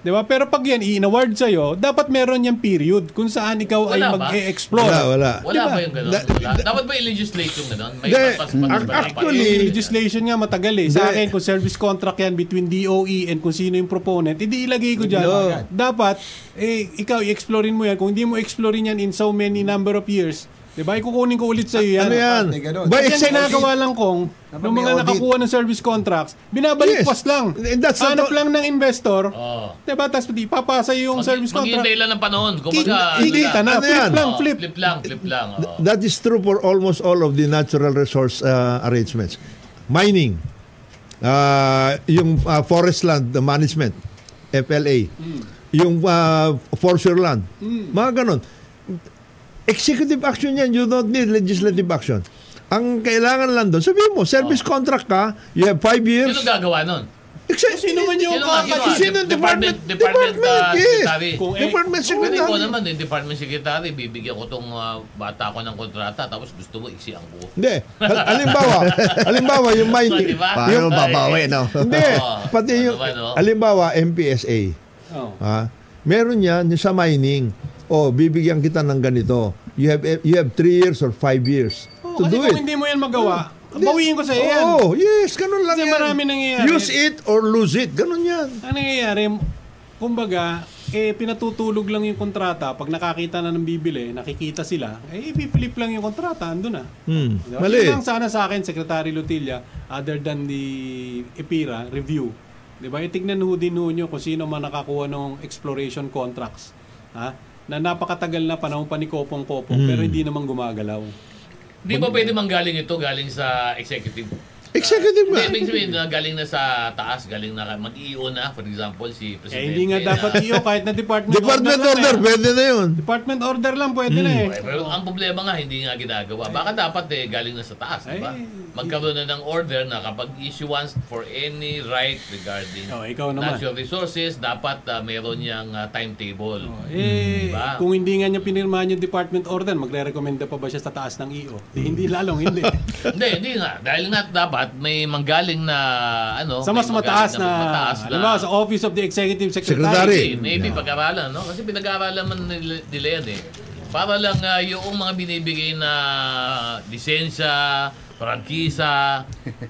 [SPEAKER 1] 'Di ba? Pero pag yan i-award sa dapat meron yang period kung saan ikaw ay
[SPEAKER 6] Wala ba?
[SPEAKER 1] mag-explore.
[SPEAKER 3] Wala, wala.
[SPEAKER 6] Wala
[SPEAKER 1] Diba?
[SPEAKER 6] ba yung gano'n?
[SPEAKER 3] Da-
[SPEAKER 6] Wala. Dapat ba i-legislate yung gano'n? May
[SPEAKER 3] De-
[SPEAKER 6] batas pa
[SPEAKER 3] ac-
[SPEAKER 6] ba?
[SPEAKER 3] actually,
[SPEAKER 1] Yung eh. legislation nga matagal eh. Sa
[SPEAKER 3] eh. Hindi.
[SPEAKER 1] akin, kung service contract yan between DOE and kung sino yung proponent, hindi ilagay ko dyan.
[SPEAKER 3] No.
[SPEAKER 1] Dapat, eh, ikaw, i-explorein mo yan. Kung hindi mo explorein yan in so many number of years, di ba, ikukunin ko ulit sa'yo yan.
[SPEAKER 3] Ano yan?
[SPEAKER 4] Parte, ganun.
[SPEAKER 1] By
[SPEAKER 3] By
[SPEAKER 1] Kasi ang
[SPEAKER 3] exception,
[SPEAKER 1] ginagawa lang kong,
[SPEAKER 4] Dapat
[SPEAKER 1] ng
[SPEAKER 4] may
[SPEAKER 1] mga
[SPEAKER 4] audit.
[SPEAKER 1] nakakuha ng service contracts, binabalikwas
[SPEAKER 3] Yes.
[SPEAKER 1] lang.
[SPEAKER 3] And that's not Oh.
[SPEAKER 1] Hanap
[SPEAKER 3] all-
[SPEAKER 1] lang ng investor,
[SPEAKER 6] Oo.
[SPEAKER 1] di ba, tapos ipapasa yung service contract.
[SPEAKER 6] Maghihintay lang ng panahon. Kung
[SPEAKER 1] Ki- Kikita na,
[SPEAKER 3] Ano
[SPEAKER 1] flip
[SPEAKER 3] yan?
[SPEAKER 1] lang, flip.
[SPEAKER 6] Flip lang, flip lang. oo.
[SPEAKER 3] that is true for almost all of the natural resource uh, arrangements. Mining, uh, yung uh, forest land management, FLA, yung uh, forestry land, mga ganon. Executive action yan, you don't need legislative action. Ang kailangan lang doon, sabihin mo, service contract ka, you have five years.
[SPEAKER 6] Sino gagawa nun?
[SPEAKER 3] Exactly.
[SPEAKER 1] Sino man yung
[SPEAKER 6] Sino nga, sino nga?
[SPEAKER 3] Sino department?
[SPEAKER 6] Department, department, ah,
[SPEAKER 3] yes.
[SPEAKER 6] secretary.
[SPEAKER 1] Kung eh,
[SPEAKER 3] Department
[SPEAKER 6] Pwede ko
[SPEAKER 3] secretary.
[SPEAKER 6] naman, eh, department secretary, bibigyan ko tong ah, bata ko ng kontrata, tapos gusto mo, iksiyan ko.
[SPEAKER 3] Hindi. Hal- Halimbawa, halimbawa yung
[SPEAKER 6] So,
[SPEAKER 3] mining.
[SPEAKER 6] di ba?
[SPEAKER 5] Paano babawi, no?
[SPEAKER 3] Hindi.
[SPEAKER 6] Oo.
[SPEAKER 3] Pati
[SPEAKER 6] Ano
[SPEAKER 3] yung,
[SPEAKER 6] ba, no?
[SPEAKER 3] halimbawa, MPSA.
[SPEAKER 1] Oh.
[SPEAKER 3] Ha? Meron yan yung sa mining. O, bibigyan kita ng ganito. You have you have three years or five years
[SPEAKER 1] Oh,
[SPEAKER 3] to
[SPEAKER 1] kasi
[SPEAKER 3] do
[SPEAKER 1] kung
[SPEAKER 3] it.
[SPEAKER 1] hindi mo yan magawa,
[SPEAKER 3] Hindi.
[SPEAKER 1] bawiin ko sa iyo yan.
[SPEAKER 3] Oo, yes, ganun lang
[SPEAKER 1] Kasi
[SPEAKER 3] yan.
[SPEAKER 1] marami nangyayari.
[SPEAKER 3] Use it or lose it. Ganun yan.
[SPEAKER 1] Ang nangyayari, kumbaga, eh, pinatutulog lang yung kontrata. Pag nakakita na ng bibili, nakikita sila, eh, ipipilip lang yung kontrata, andun na.
[SPEAKER 3] Hmm.
[SPEAKER 1] Diba?
[SPEAKER 3] Mali.
[SPEAKER 1] Yun lang sana sa akin, Secretary Lutilla, other than the EPIRA review. Di ba? Itignan ho din ho nyo kung sino man nakakuha ng exploration contracts. Ha? Na napakatagal na panahon pa ni Kopong-Kopong,
[SPEAKER 3] Hmm.
[SPEAKER 1] pero hindi naman gumagalaw. Eh,
[SPEAKER 6] Di ba pwede manggaling ito galing sa executive?
[SPEAKER 3] Executive
[SPEAKER 6] Hindi,
[SPEAKER 3] nga.
[SPEAKER 6] ibig sabihin na galing na sa taas, galing na mag-EO na, for example,
[SPEAKER 1] Eh,
[SPEAKER 6] si Presidente.
[SPEAKER 1] hindi nga dapat iyo kahit na department,
[SPEAKER 3] Department
[SPEAKER 1] lang
[SPEAKER 3] order, Hmm.
[SPEAKER 1] eh.
[SPEAKER 3] pwede na yun.
[SPEAKER 1] Department order lang, pwede na eh.
[SPEAKER 6] Eh, Pero ang problema nga, hindi nga ginagawa. Baka dapat eh, galing na sa taas, di ba?
[SPEAKER 1] Ay.
[SPEAKER 6] Magkaroon na ng order na kapag issuance for any right regarding
[SPEAKER 1] Oh, ikaw naman.
[SPEAKER 6] natural resources, dapat ah, meron niyang ah, timetable.
[SPEAKER 1] Eh,
[SPEAKER 6] Diba?
[SPEAKER 1] kung hindi nga niya pinirmahan yung department order, magre-recommenda pa ba siya sa taas ng EO? Di, hindi
[SPEAKER 6] Hmm.
[SPEAKER 1] lalong, hindi.
[SPEAKER 6] hindi, hindi nga. Dahil nga dapat may manggaling na ano,
[SPEAKER 1] sa mas
[SPEAKER 6] may manggaling
[SPEAKER 1] mataas na,
[SPEAKER 6] mas mataas na-
[SPEAKER 1] alam mo, sa Office of the Executive
[SPEAKER 3] Secretary.
[SPEAKER 1] Secretary.
[SPEAKER 6] Maybe, maybe pag-aralan, no? Kasi pinag-aralan man nila, nila yan eh. Para lang ah, yung mga binibigay na lisensya, prangkisa,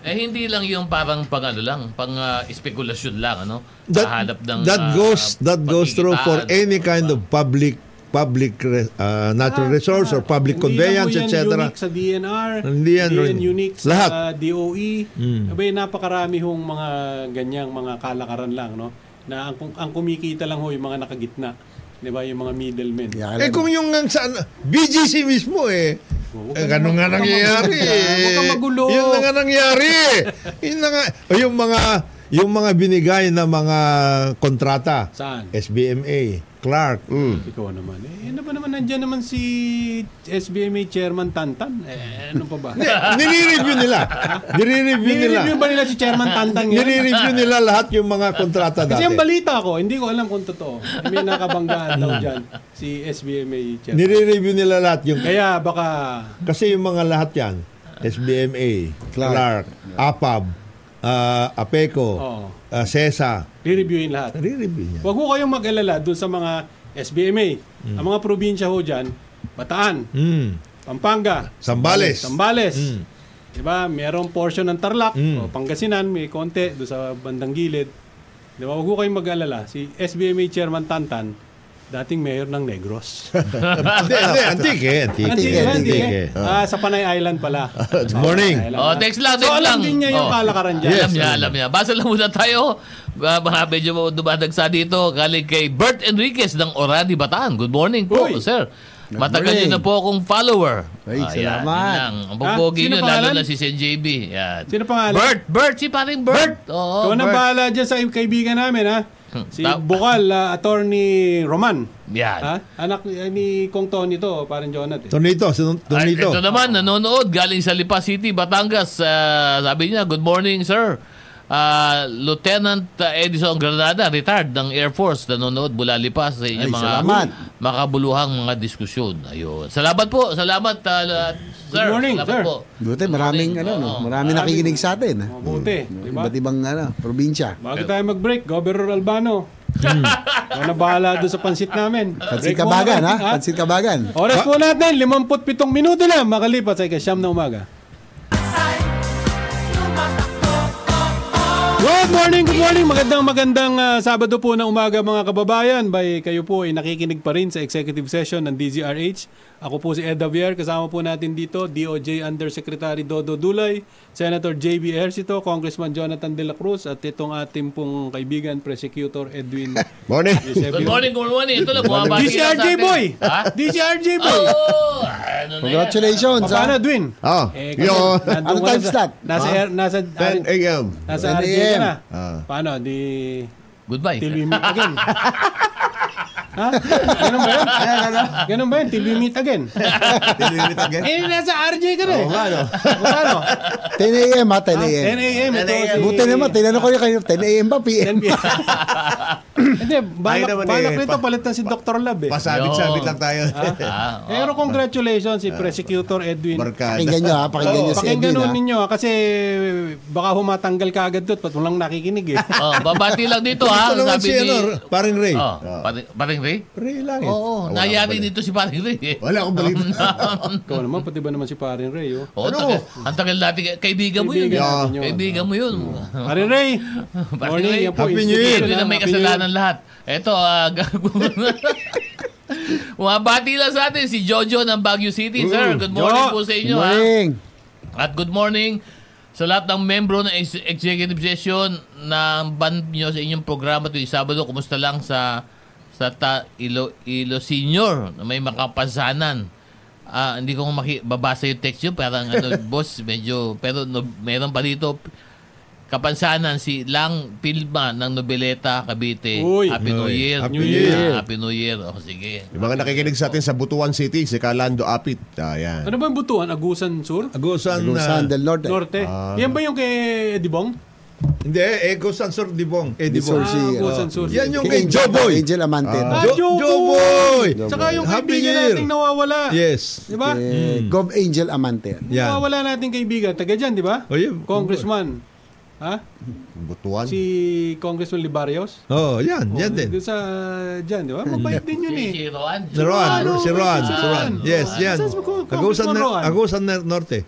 [SPEAKER 6] eh hindi lang yung parang pang ano lang, pang ah, espekulasyon lang, ano? Kahanap ng, ah,
[SPEAKER 3] that goes that goes through for
[SPEAKER 6] pagigitaan,
[SPEAKER 3] any
[SPEAKER 6] ano
[SPEAKER 3] kind
[SPEAKER 6] ba?
[SPEAKER 3] of public public re- uh,
[SPEAKER 1] Ah,
[SPEAKER 3] natural resource or public
[SPEAKER 1] Hindi
[SPEAKER 3] conveyance
[SPEAKER 1] lang po yan
[SPEAKER 3] etc.
[SPEAKER 1] unique sa DNR,
[SPEAKER 3] Hindi yan rin.
[SPEAKER 1] unique sa
[SPEAKER 3] Lahat. Hmm.
[SPEAKER 1] DOE. Abay, napakarami hong mga ganyang mga kalakaran lang, no? Na ang, ang kumikita lang ho yung mga nakagitna. Di ba? Yung mga middlemen.
[SPEAKER 4] Kaya
[SPEAKER 3] Eh
[SPEAKER 4] kailangan-
[SPEAKER 3] kung yung ang sa BGC mismo eh eh, ganun nga nangyayari. eh.
[SPEAKER 1] magulo. Huwag kang magulo.
[SPEAKER 3] Yun na nga nangyari. Yun na nga. O yung mga, yung mga binigay na mga kontrata.
[SPEAKER 1] Saan?
[SPEAKER 3] SBMA, Clark.
[SPEAKER 1] Ikaw naman. Eh, ano ba naman, nandyan naman si SBMA Chairman Tantan? Eh, ano pa ba?
[SPEAKER 3] Nire-review nila. Nire-review nila.
[SPEAKER 1] Nire-review ba nila si Chairman Tantan ngayon?
[SPEAKER 3] Nire-review nila lahat yung mga kontrata
[SPEAKER 1] Kasi
[SPEAKER 3] dati.
[SPEAKER 1] ang balita ko, hindi ko alam kung totoo. May nakabanggaan daw dyan si SBMA Chairman.
[SPEAKER 3] Nire-review nila lahat yung...
[SPEAKER 1] Kaya baka...
[SPEAKER 3] Kasi yung mga lahat yan, SBMA, Clark, APAB, ah, APECO,
[SPEAKER 1] Oo.
[SPEAKER 3] ah, CESA,
[SPEAKER 1] Re-reviewin lahat.
[SPEAKER 3] nire-review niya.
[SPEAKER 1] Huwag ho kayong mag-alala dun sa mga SBMA. Ang mga probinsya ho dyan, Bataan,
[SPEAKER 3] Mm.
[SPEAKER 1] Pampanga,
[SPEAKER 3] Sambales. Mm.
[SPEAKER 1] Sambales. Diba? Merong portion ng Tarlac o Pangasinan, may konti doon sa bandang gilid. Diba? Huwag ko kayong mag-alala. Si SBMA Chairman Tantan, dating mayor ng Negros.
[SPEAKER 3] Hindi, hindi, eh, antike, antike.
[SPEAKER 1] Antique,
[SPEAKER 4] eh,
[SPEAKER 1] antique,
[SPEAKER 3] antike.
[SPEAKER 1] eh. Ah, sa Panay Island pala.
[SPEAKER 3] Good morning.
[SPEAKER 1] Panay Island.
[SPEAKER 6] Oh, text lang,
[SPEAKER 1] So,
[SPEAKER 6] text
[SPEAKER 1] alam
[SPEAKER 6] lang.
[SPEAKER 1] din niya yung
[SPEAKER 6] Oh.
[SPEAKER 1] kalakaran dyan.
[SPEAKER 6] Alam niya, alam niya. Basa lang muna tayo. Ah, Mga medyo dumadagsa dito. Galing kay Bert Enriquez ng Orani Bataan. Good morning po,
[SPEAKER 1] Uy.
[SPEAKER 6] sir. Matagal niyo
[SPEAKER 4] morning.
[SPEAKER 6] na po akong follower. Ah,
[SPEAKER 4] Ay,
[SPEAKER 6] yan,
[SPEAKER 4] salamat.
[SPEAKER 6] yun lang. Ang
[SPEAKER 1] Ah,
[SPEAKER 6] popogi
[SPEAKER 1] sino
[SPEAKER 6] niyo, lalo
[SPEAKER 1] pangalan?
[SPEAKER 6] na si Sen JB. Yan.
[SPEAKER 1] Sino pangalan?
[SPEAKER 6] Bert, Bert, si paring Bert. Oo,
[SPEAKER 1] Ikaw na
[SPEAKER 6] Bert.
[SPEAKER 1] bahala dyan sa kaibigan namin, ha? Si
[SPEAKER 6] Ta-
[SPEAKER 1] Bukal, ah, attorney Roman.
[SPEAKER 6] Yan.
[SPEAKER 1] Ha? Anak ni- ni Kong Tony to, parang Jonathan.
[SPEAKER 3] Tonito, sino-
[SPEAKER 6] Ay,
[SPEAKER 3] tonito.
[SPEAKER 6] ito naman, nanonood galing sa Lipa City, Batangas. Ah, sabi niya, good morning, sir. Ah, Lieutenant ah, Edison Granada, retired ng Air Force, nanonood mula Lipa sa inyong
[SPEAKER 4] Ay,
[SPEAKER 6] mga
[SPEAKER 4] salamat.
[SPEAKER 6] makabuluhang mga diskusyon. Ayun. Salamat po, salamat, ah, la- sir.
[SPEAKER 1] morning,
[SPEAKER 6] salamat
[SPEAKER 1] sir.
[SPEAKER 6] Po.
[SPEAKER 4] Buti, maraming, ano, no? maraming nakikinig sa atin. ah.
[SPEAKER 1] Mabuti, di ba?
[SPEAKER 4] Iba't ibang ano, probinsya.
[SPEAKER 1] Bago tayo mag-break, Governor Albano. Ikaw na bahala doon sa Hmm. pansit namin.
[SPEAKER 4] Pansin
[SPEAKER 1] Break muna,
[SPEAKER 4] Kabagan, ha?
[SPEAKER 1] ha? Oh,
[SPEAKER 4] Pansin Kabagan.
[SPEAKER 1] Oras po natin, 57 minuto na makalipas ay kasyam na umaga. Good morning, good morning. Magandang magandang ah, Sabado po na umaga mga kababayan. By kayo po ay nakikinig pa rin sa executive session ng DZRH. Ako po si Ed Davier. Kasama po natin dito DOJ Undersecretary Dodo Dulay, Senator JB Ercito, Congressman Jonathan De La Cruz at itong ating pong kaibigan, Prosecutor Edwin
[SPEAKER 5] Morning.
[SPEAKER 6] Good morning, good morning. Ito lang, bumabati lang sa
[SPEAKER 1] DCRJ
[SPEAKER 6] atin.
[SPEAKER 1] Boy!
[SPEAKER 6] Ha?
[SPEAKER 1] DCRJ Boy!
[SPEAKER 6] Oh, ano na yan?
[SPEAKER 4] Congratulations, ha?
[SPEAKER 1] Paano, Edwin?
[SPEAKER 5] Oh,
[SPEAKER 1] Eh, kasi
[SPEAKER 5] yun.
[SPEAKER 1] nandun
[SPEAKER 4] Anong
[SPEAKER 1] ka
[SPEAKER 4] time
[SPEAKER 1] na sa-
[SPEAKER 4] slot?
[SPEAKER 1] Nasa,
[SPEAKER 4] Ah?
[SPEAKER 1] air, nasa,
[SPEAKER 5] 10 a.m.
[SPEAKER 1] nasa
[SPEAKER 4] 10
[SPEAKER 1] RJ ka
[SPEAKER 4] AM.
[SPEAKER 1] na.
[SPEAKER 5] Ah.
[SPEAKER 1] Paano? Di,
[SPEAKER 6] Goodbye.
[SPEAKER 1] till we meet again. Ha? Ganun ba yun?
[SPEAKER 3] Ayan, ano?
[SPEAKER 1] Ganun ba yun? TV meet again.
[SPEAKER 3] Delivery again.
[SPEAKER 1] Eh, nasa RJ ka na eh.
[SPEAKER 3] Oo nga, no?
[SPEAKER 1] Kung ano?
[SPEAKER 4] 10 a.m. ha, 10 a.m.
[SPEAKER 1] 10 a.m. Ito
[SPEAKER 3] 10
[SPEAKER 1] si...
[SPEAKER 4] Buti naman, tinanong ko yung kayo, 10 a.m. ba
[SPEAKER 1] 10
[SPEAKER 4] p.m.?
[SPEAKER 1] p.m. Hindi, balak,
[SPEAKER 3] Ay, naman eh,
[SPEAKER 1] balak nito
[SPEAKER 3] pa-
[SPEAKER 1] palitan si Dr. Lab eh.
[SPEAKER 3] Pasabit-sabit
[SPEAKER 6] Yun.
[SPEAKER 3] lang tayo.
[SPEAKER 6] Ah,
[SPEAKER 1] Pero congratulations
[SPEAKER 3] Ah.
[SPEAKER 1] si Prosecutor Edwin.
[SPEAKER 3] Barkada.
[SPEAKER 4] Pakinggan nyo ha, pakinggan
[SPEAKER 1] Oo,
[SPEAKER 4] nyo si
[SPEAKER 1] pakinggan
[SPEAKER 4] Edwin
[SPEAKER 1] nun
[SPEAKER 3] ah.
[SPEAKER 4] ha.
[SPEAKER 1] ninyo ha, kasi baka humatanggal ka agad doon pat walang nakikinig eh.
[SPEAKER 6] oh, babati lang dito ha.
[SPEAKER 1] ah,
[SPEAKER 3] Ito naman
[SPEAKER 6] Sabi
[SPEAKER 3] si,
[SPEAKER 6] ni...
[SPEAKER 3] ano, paring Ray.
[SPEAKER 6] Oh, paring, paring Ray?
[SPEAKER 3] Ray lang
[SPEAKER 1] Oh.
[SPEAKER 3] eh.
[SPEAKER 6] Oo, nangyari dito si Paring Ray. eh.
[SPEAKER 5] Wala akong balita.
[SPEAKER 1] Ikaw naman, pati ba naman si Parin Ray oh.
[SPEAKER 6] Oo, tagal, ang tagal natin. Kaibigan mo yun.
[SPEAKER 1] Kaibigan
[SPEAKER 6] eh.
[SPEAKER 1] natin yun.
[SPEAKER 6] Kaibigan mo yun. eh.
[SPEAKER 1] Parin Ray! Morning, yan po.
[SPEAKER 3] Happy New Year.
[SPEAKER 1] institution
[SPEAKER 6] Hindi na may
[SPEAKER 1] Happy New Year.
[SPEAKER 6] kasalanan lahat. Ito, uh, Umabati lang sa atin si Jojo ng Baguio City. Sir, good morning
[SPEAKER 1] Jo.
[SPEAKER 6] po sa inyo.
[SPEAKER 4] Good
[SPEAKER 6] ha?
[SPEAKER 4] morning.
[SPEAKER 6] At good morning sa lahat ng membro ng ex- executive session ng band nyo sa inyong programa tuwing Sabado. Kumusta lang sa sa ta, Ilo, Ilo Senior na may makapansanan. Ah, hindi ko maki- babasa yung text yun. Parang ano, boss, medyo... Pero no, meron pa dito kapansanan si Lang Pilma ng Nobeleta, Cavite.
[SPEAKER 1] Uy.
[SPEAKER 6] Happy New
[SPEAKER 3] Uy.
[SPEAKER 6] Year.
[SPEAKER 3] Happy New Year.
[SPEAKER 6] Ah, Happy New Year. Oh, sige.
[SPEAKER 5] Yung mga nakikinig sa atin sa Butuan City, si Kalando Apit. Ayan.
[SPEAKER 1] Ano ba yung butuan? Agusan Sur?
[SPEAKER 3] Agusan, ah,
[SPEAKER 4] Agusan del Norte.
[SPEAKER 1] Norte? yan ba yung kay Edibong?
[SPEAKER 3] Hindi, eh, Agusan Sor Dibong. Eh, Dibong.
[SPEAKER 4] Dibong. Si,
[SPEAKER 1] ah, Agusan
[SPEAKER 4] oh,
[SPEAKER 1] Sur.
[SPEAKER 3] Yan yung
[SPEAKER 4] Kay
[SPEAKER 3] kay Joboy.
[SPEAKER 4] Angel Amante. no?
[SPEAKER 1] Ah,
[SPEAKER 3] Jo-
[SPEAKER 1] Joe
[SPEAKER 3] Joe
[SPEAKER 1] Boy!
[SPEAKER 3] Boy!
[SPEAKER 1] Tsaka yung
[SPEAKER 3] Happy
[SPEAKER 1] kaibigan
[SPEAKER 3] Year.
[SPEAKER 1] nating nawawala.
[SPEAKER 3] Yes.
[SPEAKER 1] Di ba?
[SPEAKER 4] Eh, Gov Angel Amante.
[SPEAKER 3] Yan.
[SPEAKER 1] Nawawala nating kaibigan. Taga dyan, di ba?
[SPEAKER 3] Oh, yeah.
[SPEAKER 1] Congressman. Ha?
[SPEAKER 5] Butuan.
[SPEAKER 1] Si Congressman Libarios.
[SPEAKER 3] Oh, yan. Yan din.
[SPEAKER 1] Doon sa dyan, di ba? Mabait din yun eh.
[SPEAKER 6] Hmm. Si, si Roan.
[SPEAKER 3] Si Roan,
[SPEAKER 1] Roan,
[SPEAKER 3] si Roan,
[SPEAKER 1] Roan.
[SPEAKER 3] si Roan. Yes,
[SPEAKER 1] Roan.
[SPEAKER 3] yan.
[SPEAKER 1] Saan ko-
[SPEAKER 3] Agusan,
[SPEAKER 1] Congressman
[SPEAKER 3] na,
[SPEAKER 1] Roan?
[SPEAKER 3] Agusan na Norte.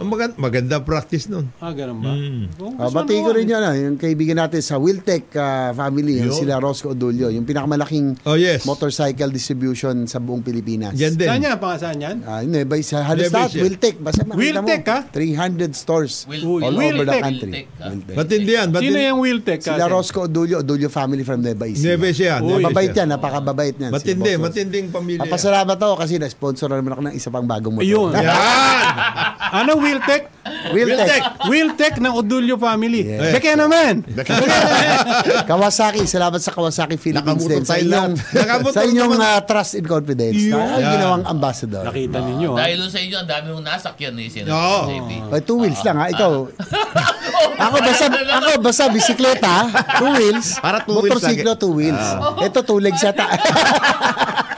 [SPEAKER 3] Ang maganda, maganda practice nun.
[SPEAKER 1] Ah, ganun ba?
[SPEAKER 3] Mm.
[SPEAKER 1] Congressman
[SPEAKER 4] Ah, bati
[SPEAKER 1] Roan.
[SPEAKER 4] ko rin yun, ah, yung kaibigan natin sa Wiltec ah, family, yung sila Rosco Odulio, yung pinakamalaking
[SPEAKER 3] Oh, yes.
[SPEAKER 4] motorcycle distribution sa buong Pilipinas.
[SPEAKER 3] Yan din.
[SPEAKER 1] Saan yan? Pangasaan yan?
[SPEAKER 4] Ah, yun, eh, by sa halos
[SPEAKER 3] Levis
[SPEAKER 4] lahat,
[SPEAKER 3] yan.
[SPEAKER 4] Wiltec. Basta makita
[SPEAKER 1] Wiltec,
[SPEAKER 4] mo,
[SPEAKER 1] ha?
[SPEAKER 4] 300 stores
[SPEAKER 6] Will-
[SPEAKER 1] Uy,
[SPEAKER 4] all over the
[SPEAKER 1] Wiltec.
[SPEAKER 4] country.
[SPEAKER 6] Wiltec, ah.
[SPEAKER 4] Wiltec.
[SPEAKER 3] Matindi yan.
[SPEAKER 1] Sino
[SPEAKER 3] Matindi.
[SPEAKER 1] yung Wiltec?
[SPEAKER 4] Sila Rosco Odulio, Odulio family from Nueva Ecija.
[SPEAKER 3] Nueva Ecija,
[SPEAKER 4] Ah,
[SPEAKER 3] Nueva
[SPEAKER 4] Mababait
[SPEAKER 3] Ecija.
[SPEAKER 4] yan, napakababait yan.
[SPEAKER 3] Matindi,
[SPEAKER 4] si Boss Ross.
[SPEAKER 3] matinding pamilya. yan.
[SPEAKER 4] Papasalamat ako kasi na-sponsor na naman ako ng isa pang bagong motor.
[SPEAKER 1] Ayun.
[SPEAKER 3] Yan!
[SPEAKER 1] Ano Wiltec?
[SPEAKER 4] Wiltec.
[SPEAKER 1] Wiltec ng Odulio family.
[SPEAKER 4] Yes.
[SPEAKER 1] Beke naman!
[SPEAKER 4] Kawasaki, salamat sa Kawasaki Philippines
[SPEAKER 5] Nakamotor
[SPEAKER 4] din. Sa
[SPEAKER 5] tayo
[SPEAKER 4] inyong,
[SPEAKER 5] lahat.
[SPEAKER 3] Nakamotor
[SPEAKER 4] sa inyong
[SPEAKER 3] naman.
[SPEAKER 4] ah, trust and confidence. Na,
[SPEAKER 3] Yeah.
[SPEAKER 4] ginawang ambassador.
[SPEAKER 1] Nakita ninyo. ha?
[SPEAKER 6] Dahil dun sa inyo, ang dami mong nasakyan eh. Sino?
[SPEAKER 3] Oo.
[SPEAKER 6] JP.
[SPEAKER 4] Ay, two wheels lang ha, ikaw. ako basta ako basta bisikleta, two wheels.
[SPEAKER 5] Para two wheels
[SPEAKER 4] Motorsiklo, two wheels. Ito two legs yata.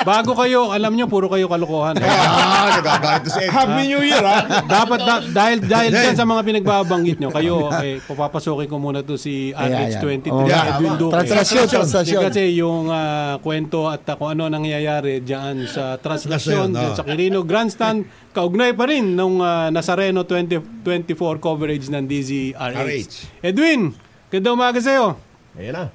[SPEAKER 1] Bago kayo, alam nyo, puro kayo kalokohan. eh.
[SPEAKER 5] Ah, nagagalit si Ed.
[SPEAKER 3] Happy New Year, ha?
[SPEAKER 1] Dapat da- dahil dahil
[SPEAKER 3] Dahil-
[SPEAKER 1] dyan sa mga pinagbabanggit nyo, kayo eh papapasokin ko muna to si RH23
[SPEAKER 4] Oh,
[SPEAKER 1] na
[SPEAKER 3] yeah.
[SPEAKER 1] Edwin Duque.
[SPEAKER 4] Translation, translation.
[SPEAKER 1] Kasi yung ah, kwento at ah, kung ano nangyayari dyan sa
[SPEAKER 3] Translation,
[SPEAKER 1] translation dyan
[SPEAKER 3] oh.
[SPEAKER 1] sa Quirino Grandstand, kaugnay pa rin nung ah, Nazareno 2024 coverage ng
[SPEAKER 3] RH.
[SPEAKER 1] DZRH. Edwin, ganda umaga sa'yo.
[SPEAKER 5] Ayan na.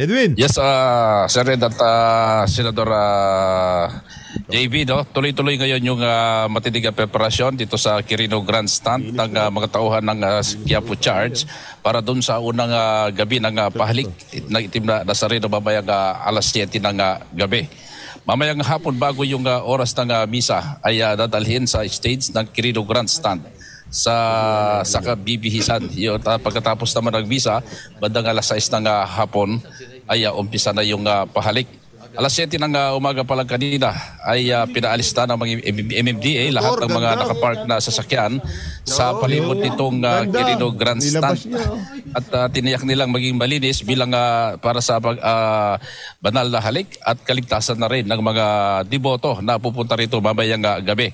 [SPEAKER 3] Edwin.
[SPEAKER 7] Yes, ah Sir Red at ah, Senador ah, JB, no? tuloy-tuloy ngayon yung ah, matinding na preparasyon dito sa Quirino Grandstand ng ah, mga tauhan ng ah, Quiapo Charge para doon sa unang ah, gabi ng ah, pahalik ng itim na Nazareno mamayang ah, alas 7 ng ah, gabi. Mamayang hapon bago yung ah, oras ng ah, misa ay ah, dadalhin sa stage ng Quirino Grandstand sa sa kabibihisan. Yun, ah, pagkatapos naman ng misa, bandang alas 6 ng ah, hapon ay ah, umpisa na yung ah, pahalik. Alas 7 ng ah, umaga pa lang kanina ay ah, pinaalis na ng mga M- MMDA lahat ng mga nakapark na sasakyan sa palibot nitong ah, Quirino Grandstand. At ah, tiniyak nilang maging malinis bilang ah, para sa pag, ah, banal na halik at kaligtasan na rin ng mga deboto na pupunta rito mamayang ah, gabi.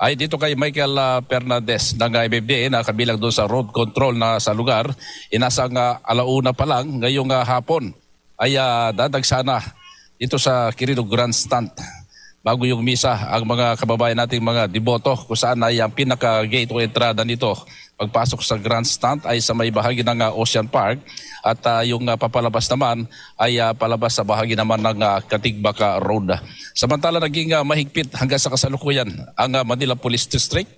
[SPEAKER 7] Ay dito kay Michael ah, Fernandez ng ah, MMDA na kabilang doon sa road control na sa lugar, inasang ah, alauna pa lang ngayong ah, hapon ay ah, dadagsana dito sa Quirino Grandstand bago yung misa ang mga kababayan nating mga deboto kung saan ay ang pinaka-gate o entrada nito pagpasok sa grandstand ay sa may bahagi ng ah, Ocean Park at ah, yung ah, papalabas naman ay ah, palabas sa bahagi naman ng ah, Katigbaka Road. Samantala naging ah, mahigpit hanggang sa kasalukuyan ang ah, Manila Police District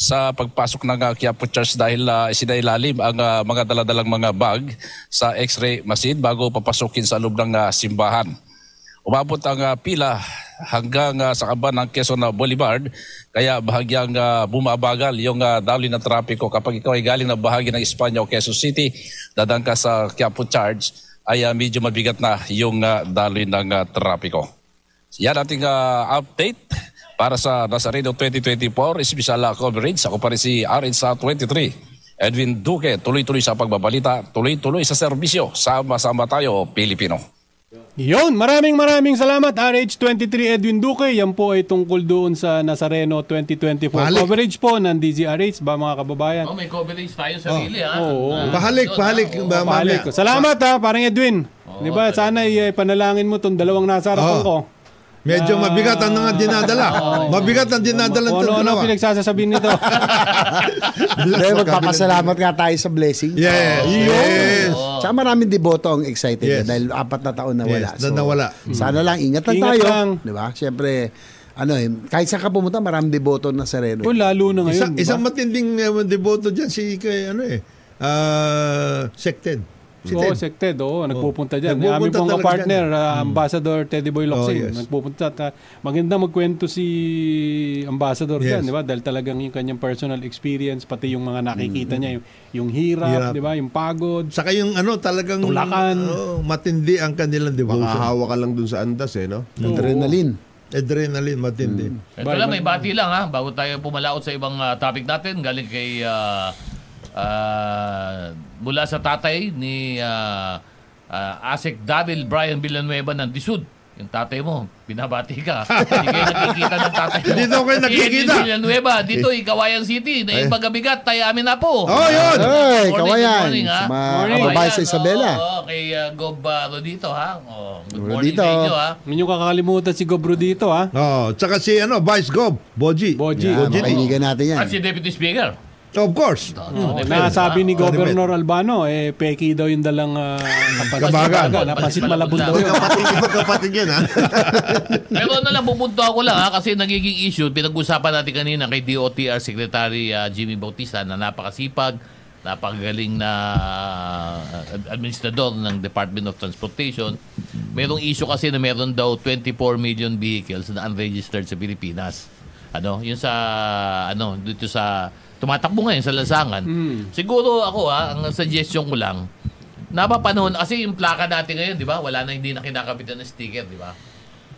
[SPEAKER 7] sa pagpasok ng uh, Quiapo Church dahil uh, isinailalim ang uh, mga daladalang mga bag sa x-ray machine bago papasokin sa loob ng uh, simbahan. Umabot ang uh, pila hanggang uh, sa kaba ng Quezon uh, Boulevard kaya bahagyang uh, bumabagal yung uh, daloy na trapiko. Kapag ikaw ay galing na bahagi ng Espanya o Quezon City, dadang ka sa Quiapo Church, ay ah, medyo mabigat na yung ah, daloy ng ah, trapiko. Yan ating ah, update para sa Nazareno 2024 Special ah, Coverage. Ako pa rin si Arin sa 23. Edwin Duque, tuloy-tuloy sa pagbabalita, tuloy-tuloy sa serbisyo. Sama-sama tayo, Pilipino.
[SPEAKER 1] Yun, maraming maraming salamat RH23 Edwin Duque. Yan po ay tungkol doon sa Nazareno 2024
[SPEAKER 3] Pahalik.
[SPEAKER 1] coverage po ng DZRH ba mga kababayan.
[SPEAKER 6] Oh, may coverage tayo sarili, ha?
[SPEAKER 1] Oo.
[SPEAKER 6] Ah,
[SPEAKER 3] Pahalik,
[SPEAKER 6] yun,
[SPEAKER 3] pahalik,
[SPEAKER 6] ah, oo.
[SPEAKER 3] ba-
[SPEAKER 1] Pahalik ko. Salamat ha, parang Edwin.
[SPEAKER 3] Oh,
[SPEAKER 1] Di ba, sana eh, panalangin mo itong dalawang nasa harapan
[SPEAKER 3] Oo.
[SPEAKER 1] ko.
[SPEAKER 3] Medyo
[SPEAKER 1] Ah.
[SPEAKER 3] mabigat ang mga dinadala. mabigat ang dinadala
[SPEAKER 1] Kung
[SPEAKER 3] ng
[SPEAKER 1] ano-ano
[SPEAKER 3] dalawa.
[SPEAKER 1] pinagsasasabihin nito.
[SPEAKER 4] Dahil magpapasalamat nga tayo sa blessing.
[SPEAKER 3] Yes. Yes.
[SPEAKER 4] Tsaka maraming deboto ang excited
[SPEAKER 3] Yes.
[SPEAKER 4] na dahil apat na taon nawala.
[SPEAKER 3] Yes, na nawala.
[SPEAKER 4] Sana lang, ingat lang
[SPEAKER 1] Ingat
[SPEAKER 4] tayo.
[SPEAKER 1] lang.
[SPEAKER 4] Di ba? Siyempre, ano eh, kahit saan ka pumunta, maraming deboto na sereno.
[SPEAKER 1] O, lalo na
[SPEAKER 3] Isa,
[SPEAKER 1] ngayon. di ba?
[SPEAKER 3] isang matinding uh, deboto dyan si kay, ano eh, ah, Sected. Si
[SPEAKER 1] Oo,
[SPEAKER 3] Ted. Oh.
[SPEAKER 1] Sected, oo. Nagpupunta dyan.
[SPEAKER 3] Nagpupunta
[SPEAKER 1] Aming pong
[SPEAKER 3] talaga
[SPEAKER 1] partner, ah, Ambassador Teddy Boy Locsin.
[SPEAKER 3] Oh, yes.
[SPEAKER 1] Nagpupunta. Ta- maganda magkwento si Ambassador
[SPEAKER 3] Yes.
[SPEAKER 1] dyan, di ba? Dahil talagang yung kanyang personal experience, pati yung mga nakikita niya, yung, yung hirap,
[SPEAKER 3] Mm-hmm. Hirap.
[SPEAKER 1] di ba? Yung pagod.
[SPEAKER 3] Saka yung ano talagang
[SPEAKER 1] Tulakan.
[SPEAKER 3] Oo, matindi ang kanilang devotion.
[SPEAKER 5] Makahawa ka lang dun sa andas eh, no? Mm.
[SPEAKER 4] Adrenaline.
[SPEAKER 3] Adrenaline matindi.
[SPEAKER 6] Ito lang, may bati lang ha, bago tayo pumalaot sa ibang ah, topic natin. Galing kay, ah, ah, mula sa tatay ni ah, ah, Asek Davil Brian Villanueva ng Disud. Yung tatay mo, pinabati ka. Hindi kayo nakikita ng tatay mo.
[SPEAKER 3] Hindi daw kayo
[SPEAKER 6] Si Edwin
[SPEAKER 3] nakikita.
[SPEAKER 6] Villanueva, dito, Ikawayan City, na yung magabigat, tayamin na po.
[SPEAKER 3] Oh, yun!
[SPEAKER 4] Ay,
[SPEAKER 6] Good
[SPEAKER 4] kawayan.
[SPEAKER 6] good ha?
[SPEAKER 4] Sa mga
[SPEAKER 1] Morning.
[SPEAKER 4] kababayan sa
[SPEAKER 6] Kawayan,
[SPEAKER 4] Isabela.
[SPEAKER 6] oo, oo, kay ah, Gob ah, Rodito ha. Oh, good morning
[SPEAKER 4] Rodito.
[SPEAKER 6] sa inyo ha.
[SPEAKER 1] Yun yung kakalimutan si Gobro dito, ha?
[SPEAKER 3] Oh, tsaka si ano, Vice Gov, Boji.
[SPEAKER 1] Boji. Ano?
[SPEAKER 4] Ah,
[SPEAKER 1] Boji.
[SPEAKER 4] mga kaibigan natin yan.
[SPEAKER 6] At si Deputy Speaker.
[SPEAKER 3] Of course.
[SPEAKER 6] Oh,
[SPEAKER 1] Oo,
[SPEAKER 6] Deputy,
[SPEAKER 1] nasabi ni
[SPEAKER 6] ha?
[SPEAKER 1] Governor Albano, eh, peki daw yung dalang ah, kapasit
[SPEAKER 3] Kabagan.
[SPEAKER 1] Kabagan, Napasit malabon daw yun.
[SPEAKER 5] Kapatid, kapatid yun, ha?
[SPEAKER 6] Pero ano lang, pupunto ako lang ha, kasi nagiging issue, pinag-usapan natin kanina kay DOTR Secretary ah, Jimmy Bautista na napakasipag, napakagaling na ah, ad- administrador ng Department of Transportation. Merong issue kasi na meron daw 24 million vehicles na unregistered sa Pilipinas. Ano, yun sa, ano, dito sa, tumatakbo ngayon sa lasangan. Siguro ako ha, ang suggestion ko lang, napapanahon, kasi yung plaka natin ngayon, di ba, wala na hindi na kinakapitan ng sticker, di ba?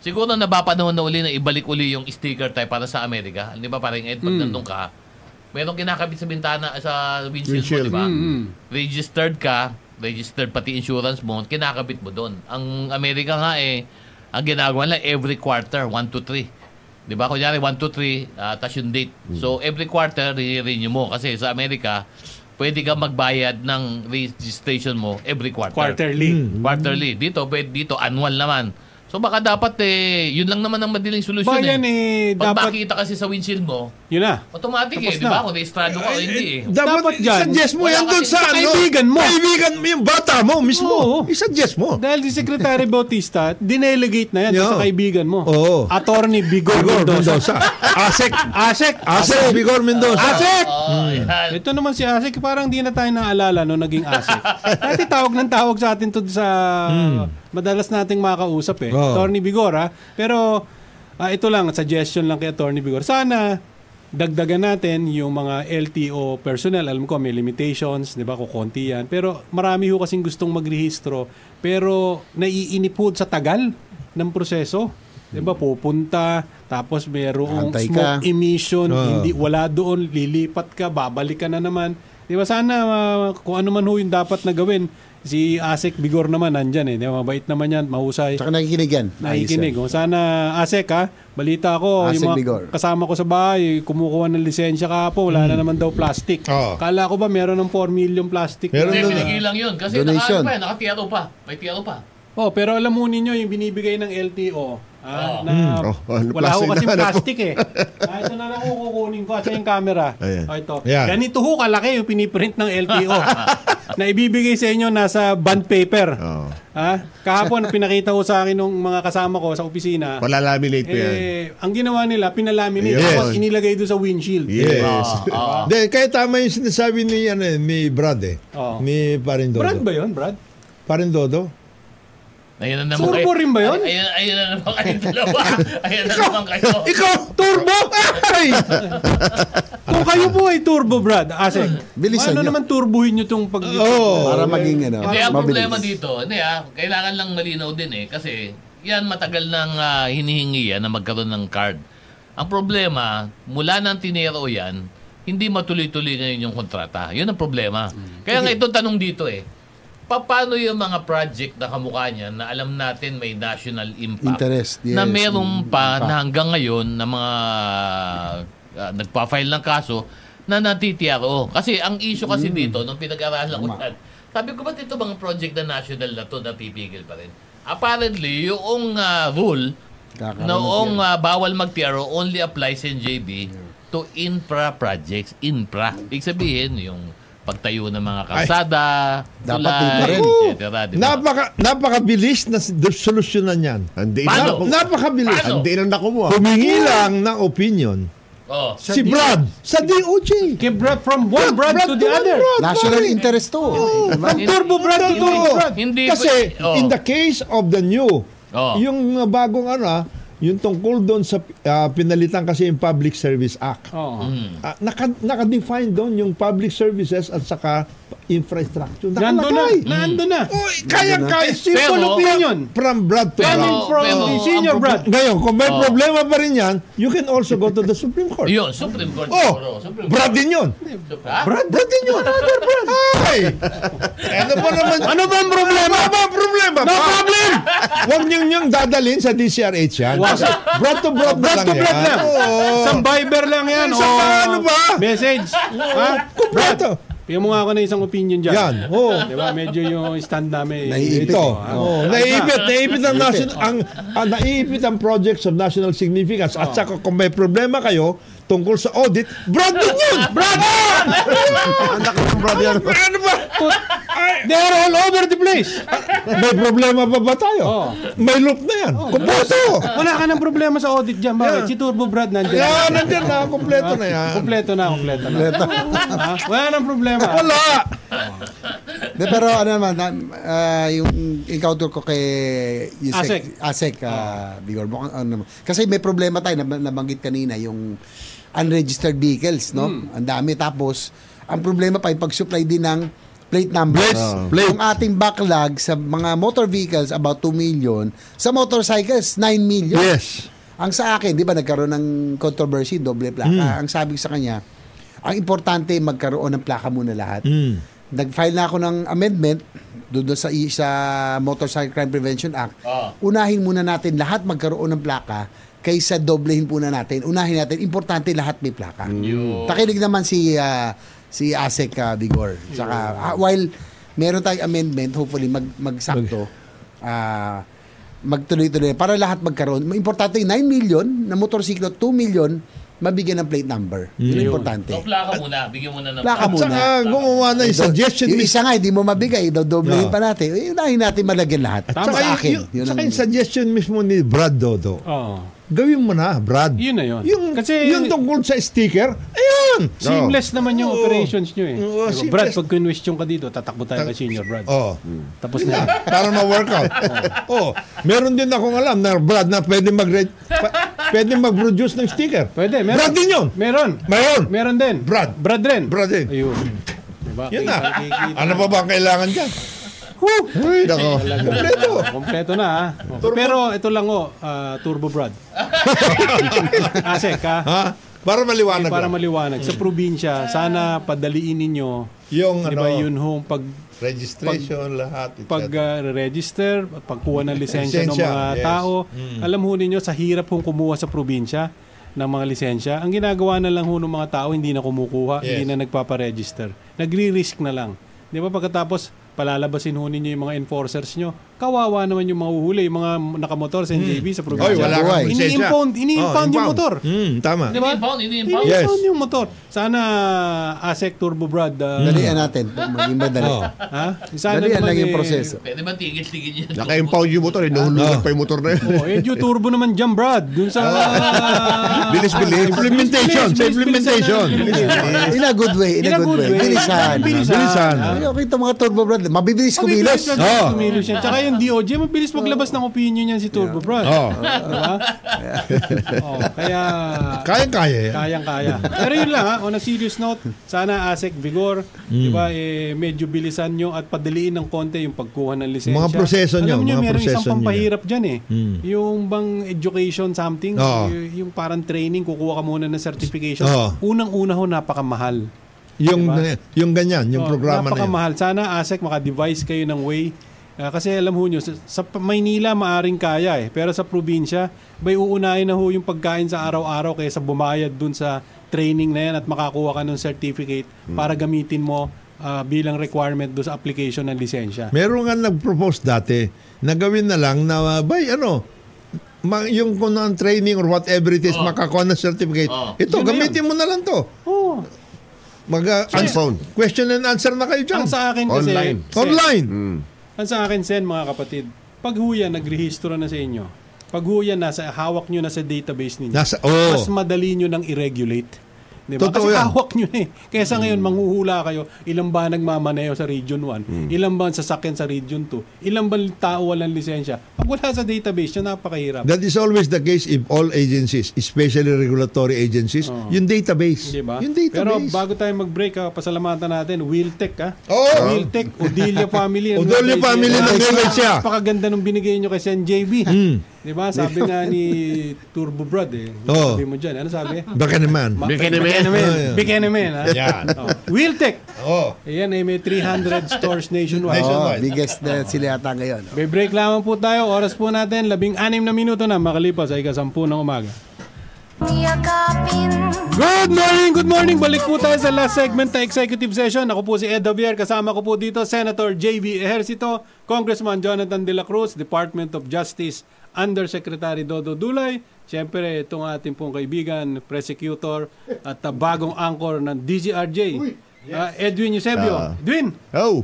[SPEAKER 6] Siguro napapanahon na uli na ibalik uli yung sticker type para sa Amerika. Di ba parang Ed, pag nandun ka, merong kinakabit sa bintana, sa windshield, mo,
[SPEAKER 3] Windshield.
[SPEAKER 6] di ba? Registered ka, registered pati insurance mo, kinakabit mo doon. Ang Amerika nga eh, ang ginagawa nila every quarter, 1, 2, 3. Di ba? Kunyari, 1, 2, 3, uh, tas yung date. So, every quarter, re-renew mo. Kasi sa Amerika, pwede ka magbayad ng registration mo every
[SPEAKER 1] Quarterly.
[SPEAKER 3] Hmm.
[SPEAKER 6] quarterly. Dito, pwede dito, annual naman. So baka dapat eh, yun lang naman ang madaling solusyon
[SPEAKER 1] Bayan eh,
[SPEAKER 6] eh. Pag
[SPEAKER 1] dapat,
[SPEAKER 6] makita kasi sa windshield mo,
[SPEAKER 1] yun na.
[SPEAKER 6] automatic
[SPEAKER 1] Tapos
[SPEAKER 6] eh, di ba?
[SPEAKER 1] na. mm.
[SPEAKER 6] Kung registrado ka o hindi eh.
[SPEAKER 1] Dapat dyan.
[SPEAKER 3] suggest mo
[SPEAKER 6] Wala
[SPEAKER 3] yan doon
[SPEAKER 6] kasi-
[SPEAKER 3] sa
[SPEAKER 6] sa
[SPEAKER 3] ano.
[SPEAKER 1] kaibigan mo.
[SPEAKER 3] Kaibigan mo, yung bata mo
[SPEAKER 1] Oo.
[SPEAKER 3] mismo. I-suggest mo.
[SPEAKER 1] Dahil si Secretary Bautista, dinelegate na yan
[SPEAKER 3] Yeah.
[SPEAKER 1] sa kaibigan mo.
[SPEAKER 3] Oo.
[SPEAKER 1] Attorney Bigor
[SPEAKER 3] Bigor
[SPEAKER 1] Mendoza.
[SPEAKER 3] Mendoza. Asek.
[SPEAKER 1] Asek!
[SPEAKER 3] Asek Bigor Mendoza.
[SPEAKER 1] Asek!
[SPEAKER 6] Oh, yan.
[SPEAKER 1] Ito naman si Asek, parang di na tayo naalala no naging Asek. Dati tawag ng tawag sa atin to sa
[SPEAKER 4] Hmm.
[SPEAKER 1] madalas nating makausap eh.
[SPEAKER 3] Oo.
[SPEAKER 1] Attorney Bigor ha. Pero ah, ito lang, suggestion lang kay Attorney Bigor. Sana dagdagan natin yung mga LTO personnel. Alam ko may limitations, di ba? Kukunti yan. Pero marami ho kasing gustong magrehistro. Pero naiinip ho sa tagal ng proseso. Di ba? Pupunta, tapos merong
[SPEAKER 4] Antay
[SPEAKER 1] smoke
[SPEAKER 4] ka.
[SPEAKER 1] emission,
[SPEAKER 3] Oo.
[SPEAKER 4] Ah.
[SPEAKER 1] hindi wala doon, lilipat ka, babalik ka na naman. Di ba sana ah, kung ano man ho yung dapat na gawin, si Asek Bigor naman nandyan eh. Di ba? Mabait naman yan, mahusay.
[SPEAKER 4] Tsaka nakikinig yan.
[SPEAKER 1] Nakikinig. Oh, sana Asek ha, balita ko,
[SPEAKER 4] Asek
[SPEAKER 1] yung mga
[SPEAKER 4] Bigor. Hmm.
[SPEAKER 1] kasama ko sa bahay, kumukuha ng lisensya ka po, wala na naman daw plastic.
[SPEAKER 3] Oo.
[SPEAKER 4] Oh.
[SPEAKER 1] Kala ko ba meron ng 4 million plastic?
[SPEAKER 3] Meron
[SPEAKER 6] Hindi,
[SPEAKER 3] doon na.
[SPEAKER 6] pinigilan yun. Kasi
[SPEAKER 4] Donation.
[SPEAKER 6] naka, ano pa, yan, naka-TRO pa. May TRO pa.
[SPEAKER 1] Oh, pero alam mo ninyo yung binibigay ng LTO. Ah, na
[SPEAKER 5] Oh, ano,
[SPEAKER 1] wala ho kasi
[SPEAKER 5] plastic na, ano po?
[SPEAKER 1] plastic eh. Ah, ito na lang ho, kukunin ko kasi yung camera.
[SPEAKER 5] Ayan.
[SPEAKER 1] Oh, ito.
[SPEAKER 3] Ayan.
[SPEAKER 1] Ganito ho kalaki yung piniprint ng LTO. na ibibigay sa inyo nasa bond paper.
[SPEAKER 5] Oo.
[SPEAKER 1] Ah, kahapon pinakita ho sa akin ng mga kasama ko sa opisina.
[SPEAKER 5] Palalaminate mo yan.
[SPEAKER 1] eh, ang ginawa nila, pinalaminate.
[SPEAKER 5] Yes.
[SPEAKER 1] Tapos inilagay doon sa windshield.
[SPEAKER 5] Yes.
[SPEAKER 6] Ah,
[SPEAKER 3] Then, kaya tama yung sinasabi ni, ano, eh, ni Brad eh.
[SPEAKER 1] Oo.
[SPEAKER 3] Ni Parin Dodo.
[SPEAKER 1] Brad ba yun, Brad?
[SPEAKER 3] Parin Dodo?
[SPEAKER 6] Ayun ah. na naman
[SPEAKER 1] Turbo
[SPEAKER 6] kayo.
[SPEAKER 1] rin ba yun?
[SPEAKER 6] Ay- Ayun, ayun na naman kayo dalawa. ayun na naman kayo.
[SPEAKER 1] Ikaw, turbo! Ay! Kung kayo po ay turbo, Brad, Asek.
[SPEAKER 4] Bilisan
[SPEAKER 1] Ano
[SPEAKER 4] nyo.
[SPEAKER 1] naman turbuhin nyo itong pag...
[SPEAKER 4] Para maging ano,
[SPEAKER 6] oh. Hindi, ang problema
[SPEAKER 4] mabilis.
[SPEAKER 6] dito, hindi ah, kailangan lang malinaw din eh. Kasi yan matagal nang ah, hinihingi yan na magkaroon ng card. Ang problema, mula nang tinero yan, hindi matuloy-tuloy na yun yung kontrata. Yun ang problema.
[SPEAKER 4] Mm.
[SPEAKER 6] Kaya nga itong tanong dito eh, pa- paano yung mga project na kamukha niya na alam natin may national impact
[SPEAKER 4] Interest, yes. mm,
[SPEAKER 6] na merong pa
[SPEAKER 4] Impact.
[SPEAKER 6] na hanggang ngayon na mga ah, nagpa-file ng kaso na natitiyaro. Kasi ang issue kasi
[SPEAKER 4] Mm.
[SPEAKER 6] dito, nung pinag-aralan ko yan, sabi ko, ba't ito mga project na national na to napipigil pa rin? Apparently, yung ah, rule
[SPEAKER 4] Kakaroon ng
[SPEAKER 6] noong ah, bawal mag-TRO only applies in JB to infra projects. Infra. Ibig sabihin, yung pagtayo ng mga kalsada,
[SPEAKER 4] Dapat dito
[SPEAKER 6] tulay,
[SPEAKER 4] rin.
[SPEAKER 6] etc. di ba?
[SPEAKER 3] Napaka, napakabilis na s- de- solusyonan yan.
[SPEAKER 5] Hindi na
[SPEAKER 6] Paano?
[SPEAKER 5] ako.
[SPEAKER 3] Napakabilis.
[SPEAKER 6] Paano?
[SPEAKER 5] Hindi na ako mo. ah.
[SPEAKER 3] Humingi lang ng opinion
[SPEAKER 6] Oh.
[SPEAKER 3] si Brad sa DOJ.
[SPEAKER 1] Kay Brad from one Brad, to the
[SPEAKER 3] one
[SPEAKER 1] other.
[SPEAKER 3] Brad,
[SPEAKER 4] National
[SPEAKER 3] pare.
[SPEAKER 4] interest to. Diba?
[SPEAKER 3] Ang turbo Brad to
[SPEAKER 6] Hindi-
[SPEAKER 3] to.
[SPEAKER 6] hindi-
[SPEAKER 3] Kasi
[SPEAKER 6] oh.
[SPEAKER 3] in the case of the new,
[SPEAKER 6] Oh.
[SPEAKER 3] yung uh, bagong ano, ah, yung tungkol doon sa ah, pinalitan kasi yung Public Service Act.
[SPEAKER 1] Oo.
[SPEAKER 6] Hmm.
[SPEAKER 3] Ah, naka, naka-define doon yung public services at saka infrastructure.
[SPEAKER 1] Nandun na.
[SPEAKER 3] Nakalagay.
[SPEAKER 1] Nandun na.
[SPEAKER 3] Uy, kaya-kaya.
[SPEAKER 1] Simple
[SPEAKER 6] Pero-
[SPEAKER 1] opinion.
[SPEAKER 3] From Brad to Brad.
[SPEAKER 1] Coming from
[SPEAKER 6] pero-
[SPEAKER 1] the Oh, senior
[SPEAKER 6] ang Oh.
[SPEAKER 1] Brad.
[SPEAKER 3] Ngayon, kung may problema pa rin yan, you can also go to the Supreme Court.
[SPEAKER 6] Yun, Supreme Court. siguro.
[SPEAKER 3] Oh,
[SPEAKER 6] Supreme
[SPEAKER 3] Brad din yun.
[SPEAKER 6] Court. Ha?
[SPEAKER 3] Brad, Brad din yun. Another Brad. Ay! Ano ba naman? Ano ba ang problema? Ano ba ang problema? No problem! Huwag niyong niyang dadalhin sa DCRH yan.
[SPEAKER 1] Wag.
[SPEAKER 3] Brad to Brad na
[SPEAKER 1] Brad to
[SPEAKER 3] lang
[SPEAKER 1] Brad
[SPEAKER 3] yan.
[SPEAKER 1] lang.
[SPEAKER 3] Oo.
[SPEAKER 1] Isang Viber lang yan.
[SPEAKER 3] Isang
[SPEAKER 1] Oo.
[SPEAKER 3] ano ba?
[SPEAKER 1] Message. ha?
[SPEAKER 3] Kung Brad to.
[SPEAKER 1] Bigyan mo nga ako ng isang opinion dyan.
[SPEAKER 3] Yan. oh. Oo.
[SPEAKER 1] Di ba? Medyo yung stand namin.
[SPEAKER 4] Naiipit.
[SPEAKER 3] Ito.
[SPEAKER 1] ah.
[SPEAKER 3] Oh, naiipit, naiipit ang national ang, ang naiipit ang projects of national significance. At saka kung may problema kayo tungkol sa audit, Brad din yun. Brad.
[SPEAKER 5] Ang laki ng brother.
[SPEAKER 3] Ano ba?
[SPEAKER 1] They are all over the place.
[SPEAKER 3] May problema pa ba tayo?
[SPEAKER 1] Oo.
[SPEAKER 3] May loop na yan. Kumpleto.
[SPEAKER 1] Ah. Wala ka ng problema sa audit dyan. Bakit? Si Turbo Brad nandiyan.
[SPEAKER 3] Yan, nandiyan na. Kumpleto na yan.
[SPEAKER 1] Kompleto na, kompleto na. Ha? Wala nang problema.
[SPEAKER 3] Wala.
[SPEAKER 4] De, pero ano naman, ah, yung encounter ko kay
[SPEAKER 1] Asek.
[SPEAKER 4] Yusek, Asek, ah, Bigor. Mukhang ano naman. Kasi may problema tayo, nab- nabanggit kanina, yung unregistered vehicles, no? Ang dami. Tapos, ang problema pa, yung pag-supply din ng plate numbers.
[SPEAKER 5] Plates,
[SPEAKER 4] Yung ating backlog sa mga motor vehicles, about 2 million. Sa motorcycles, 9 million.
[SPEAKER 3] Yes.
[SPEAKER 4] Ang sa akin, di ba nagkaroon ng controversy, doble plaka. Ang sabi ko sa kanya, ang importante magkaroon ng plaka muna lahat. Nag-file na ako ng amendment doon doon sa, i- sa Motorcycle Crime Prevention Act.
[SPEAKER 6] Ah.
[SPEAKER 4] Unahin muna natin lahat magkaroon ng plaka kaysa doblehin muna natin. Unahin natin, importante lahat may plaka. Takinig naman si ah, si ASEC ah, Bigor. Saka, ah, while meron tayong amendment, hopefully mag, magsakto. ah, magtuloy-tuloy para lahat magkaroon. Importante yung 9 million na motorsiklo, 2 million mabigyan ng plate number. Yun ang importante.
[SPEAKER 6] So, plaka muna. Bigyan muna ng
[SPEAKER 4] Plaka
[SPEAKER 3] At
[SPEAKER 4] muna.
[SPEAKER 3] saka gumawa na yung suggestion
[SPEAKER 4] Yung
[SPEAKER 3] list.
[SPEAKER 4] isa nga, hindi mo mabigay. Dodoblehin
[SPEAKER 3] Oo.
[SPEAKER 4] pa natin. Eh, unahin natin malagyan lahat.
[SPEAKER 3] Saka
[SPEAKER 4] sa
[SPEAKER 3] yung-
[SPEAKER 4] akin.
[SPEAKER 3] yung-
[SPEAKER 4] Yun
[SPEAKER 3] saka
[SPEAKER 4] ang-
[SPEAKER 3] yung suggestion mismo ni Brad Dodo.
[SPEAKER 1] Oo.
[SPEAKER 3] Gawin mo na, Brad.
[SPEAKER 1] Yun na yun.
[SPEAKER 3] Yung,
[SPEAKER 1] Kasi-
[SPEAKER 3] yung tungkol sa sticker, ayun!
[SPEAKER 1] Seamless naman yung
[SPEAKER 3] Oo.
[SPEAKER 1] operations nyo eh.
[SPEAKER 3] Oo,
[SPEAKER 1] Diba,
[SPEAKER 3] seamless.
[SPEAKER 1] Brad, pag kinwestiyon ka dito, tatakbo tayo kay senior Brad.
[SPEAKER 3] Oh.
[SPEAKER 1] Tapos na.
[SPEAKER 3] para ma-workout. oh. Meron din akong alam na Brad na pwede mag pwede mag-produce ng sticker.
[SPEAKER 1] Pwede, meron.
[SPEAKER 3] Brad din yun.
[SPEAKER 1] Meron.
[SPEAKER 3] Meron.
[SPEAKER 1] Meron din.
[SPEAKER 3] Brad.
[SPEAKER 1] Brad rin.
[SPEAKER 3] Brad din.
[SPEAKER 1] Ayun. Diba?
[SPEAKER 3] Yun na.
[SPEAKER 1] Kita- kikita.
[SPEAKER 3] Ano pa ba ang kailangan dyan? Huh! Uy, nako. Kompleto.
[SPEAKER 1] Kompleto na ha.
[SPEAKER 3] Turbo.
[SPEAKER 1] Pero ito lang oh, ah, Turbo Brad. Asek ha.
[SPEAKER 3] Ha? Para maliwanag.
[SPEAKER 1] Para
[SPEAKER 3] lang.
[SPEAKER 1] maliwanag. Sa probinsya, sana padaliin ninyo
[SPEAKER 3] yung
[SPEAKER 1] Di ba
[SPEAKER 3] ano,
[SPEAKER 1] yun home pag
[SPEAKER 3] registration, lahat. et
[SPEAKER 1] pag
[SPEAKER 3] cetera.
[SPEAKER 1] uh, register, pagkuha ng lisensya ng
[SPEAKER 3] Lisensya,
[SPEAKER 1] mga
[SPEAKER 3] yes. Mm.
[SPEAKER 1] tao. Alam ho ninyo sa hirap hong kumuha sa probinsya ng mga lisensya. Ang ginagawa na lang ho ng mga tao hindi na kumukuha, hindi
[SPEAKER 3] Yes.
[SPEAKER 1] na nagpapa-register. Nagre-risk na lang. 'Di ba pagkatapos palalabasin ho ninyo yung mga enforcers nyo. Kawawa naman yung mahuhuli, yung mga nakamotor sa NJB sa probinsya.
[SPEAKER 3] Hmm. Oy, wala
[SPEAKER 4] Buhay.
[SPEAKER 3] kang lisensya.
[SPEAKER 1] Ini-impound, ini-impound
[SPEAKER 3] Oh,
[SPEAKER 1] yung motor.
[SPEAKER 3] Mm, tama.
[SPEAKER 1] Di ba?
[SPEAKER 6] Ini-impound, ini-impound.
[SPEAKER 1] Ini-impound
[SPEAKER 3] Yes.
[SPEAKER 1] yung motor. Sana ASEC Turbo Brad. uh,
[SPEAKER 4] Dalian natin. Maging madali.
[SPEAKER 3] Oh.
[SPEAKER 1] Ha? Sana naman,
[SPEAKER 4] Dalian lang yung
[SPEAKER 1] eh,
[SPEAKER 4] proseso.
[SPEAKER 6] Pwede ba tigil-tigil yun?
[SPEAKER 5] Naka-impound yung motor.
[SPEAKER 3] Ah.
[SPEAKER 5] Inuhulugan pa yung motor na yun.
[SPEAKER 1] Oh, eh, due turbo naman dyan, Brad. Dun sa...
[SPEAKER 5] Bilis, bilis.
[SPEAKER 3] Implementation. Sa implementation.
[SPEAKER 4] In a good way. In a good way. Bilisan.
[SPEAKER 1] Bilisan.
[SPEAKER 3] Bilisan.
[SPEAKER 1] Ah,
[SPEAKER 4] Ay, okay, itong mga turbo brand. Mabibilis
[SPEAKER 1] Mabibilis
[SPEAKER 4] kumilos.
[SPEAKER 1] na
[SPEAKER 3] Oh.
[SPEAKER 1] kumilos yan. Tsaka Tsaka yung DOJ, mabilis maglabas ng opinion niyan si Turbo Bros.
[SPEAKER 3] Oo.
[SPEAKER 1] Diba? oh, kaya
[SPEAKER 3] Kaya-kaya.
[SPEAKER 1] kayang-kaya. Pero yun lang ha, on a serious note, sana ASEC Vigor, di ba,
[SPEAKER 3] Mm.
[SPEAKER 1] eh, medyo bilisan nyo at padaliin ng konti yung pagkuha ng lisensya.
[SPEAKER 3] Mga proseso nyo,
[SPEAKER 1] Alam nyo,
[SPEAKER 3] mga
[SPEAKER 1] meron isang
[SPEAKER 3] proseso nyo.
[SPEAKER 1] pampahirap dyan eh.
[SPEAKER 3] Mm. Oh.
[SPEAKER 1] Yung bang education something,
[SPEAKER 3] Oo.
[SPEAKER 1] y- yung parang training, kukuha ka muna ng certification.
[SPEAKER 3] Oo.
[SPEAKER 1] Unang-una ho, napakamahal.
[SPEAKER 3] Yung,
[SPEAKER 1] Diba?
[SPEAKER 3] yung ganyan, yung
[SPEAKER 1] Oo,
[SPEAKER 3] programa na yun.
[SPEAKER 1] Napakamahal. Sana ASEC maka-device kayo ng way. Ah, kasi alam ho nyo, sa, sa Maynila maaring kaya eh. Pero sa probinsya, may uunahin na ho yung pagkain sa araw-araw kaysa bumayad dun sa training na yan at makakuha ka ng certificate
[SPEAKER 3] Hmm.
[SPEAKER 1] para gamitin mo ah, bilang requirement do sa application ng lisensya.
[SPEAKER 3] Meron nga nag-propose dati na gawin na lang na, bay, ano, ma- yung kung ang training or whatever it is, makakuha ng certificate.
[SPEAKER 6] Oo.
[SPEAKER 1] Oh. Yun Oh.
[SPEAKER 3] Ito,
[SPEAKER 1] na
[SPEAKER 3] gamitin mo na lang to.
[SPEAKER 1] Oo.
[SPEAKER 3] Mag, uh,
[SPEAKER 5] Sa phone.
[SPEAKER 3] Question and answer na kayo dyan.
[SPEAKER 1] Ang sa akin kasi... Hmm,
[SPEAKER 5] Online.
[SPEAKER 1] Sen,
[SPEAKER 3] Online.
[SPEAKER 1] Ang sa akin, Sen, mga kapatid, pag huya, nagrehistro na sa inyo. Pag huya, nasa hawak nyo na sa database ninyo.
[SPEAKER 3] Nasa, oh.
[SPEAKER 1] mas madali nyo nang i-regulate. Di ba?
[SPEAKER 3] Totoo
[SPEAKER 1] Kasi
[SPEAKER 3] yan. Hmm.
[SPEAKER 1] hawak nyo na eh. Kesa ngayon, manghuhula kayo, ilan ba nagmamaneho sa Region 1?
[SPEAKER 3] Hmm.
[SPEAKER 1] Ilan ba ang sasakyan sa Region 2? Ilan ba tao walang lisensya? Pag wala sa database, yun napakahirap.
[SPEAKER 3] That is always the case if all agencies, especially regulatory agencies, yung database.
[SPEAKER 1] Di ba?
[SPEAKER 3] Yung
[SPEAKER 1] Oh. Diba? Pero
[SPEAKER 3] database.
[SPEAKER 1] bago tayo mag-break, ha, pasalamatan natin, Wiltec. Ha?
[SPEAKER 3] Oo.
[SPEAKER 1] Wiltec, Odilia Family. and
[SPEAKER 3] Odilia
[SPEAKER 1] Wiltec.
[SPEAKER 3] family ng Nueva Ecija.
[SPEAKER 1] Napakaganda nung binigay nyo kay Sen JB.
[SPEAKER 3] Hmm.
[SPEAKER 1] Di ba? Sabi nga ni Turbo Brad eh.
[SPEAKER 3] Oo. Oh,
[SPEAKER 1] Sabi mo dyan. Ano sabi?
[SPEAKER 3] Baka naman.
[SPEAKER 1] Ma- Bikenemen. Bikenemen. ha?
[SPEAKER 3] Yan.
[SPEAKER 1] Oh. Wiltec.
[SPEAKER 3] Oh.
[SPEAKER 1] Ayan ay may 300 stores nationwide.
[SPEAKER 3] Nation-
[SPEAKER 4] Oh,
[SPEAKER 3] Nationwide.
[SPEAKER 4] biggest na sila yata ngayon.
[SPEAKER 1] May break lamang po tayo. Oras po natin, labing anim na minuto na makalipas ay kasampu ng umaga.
[SPEAKER 8] Yakapin
[SPEAKER 1] Good morning, good morning. Balik po tayo sa last segment na executive session. Ako po si Ed Javier. Kasama ko po dito, Senator J.B. Ejercito, Congressman Jonathan De La Cruz, Department of Justice, Undersecretary Dodo Dulay. Siyempre, itong ating pong kaibigan, prosecutor, at uh, bagong anchor ng DGRJ, uh, Edwin Eusebio.
[SPEAKER 5] Ah.
[SPEAKER 1] Edwin,
[SPEAKER 5] Oh,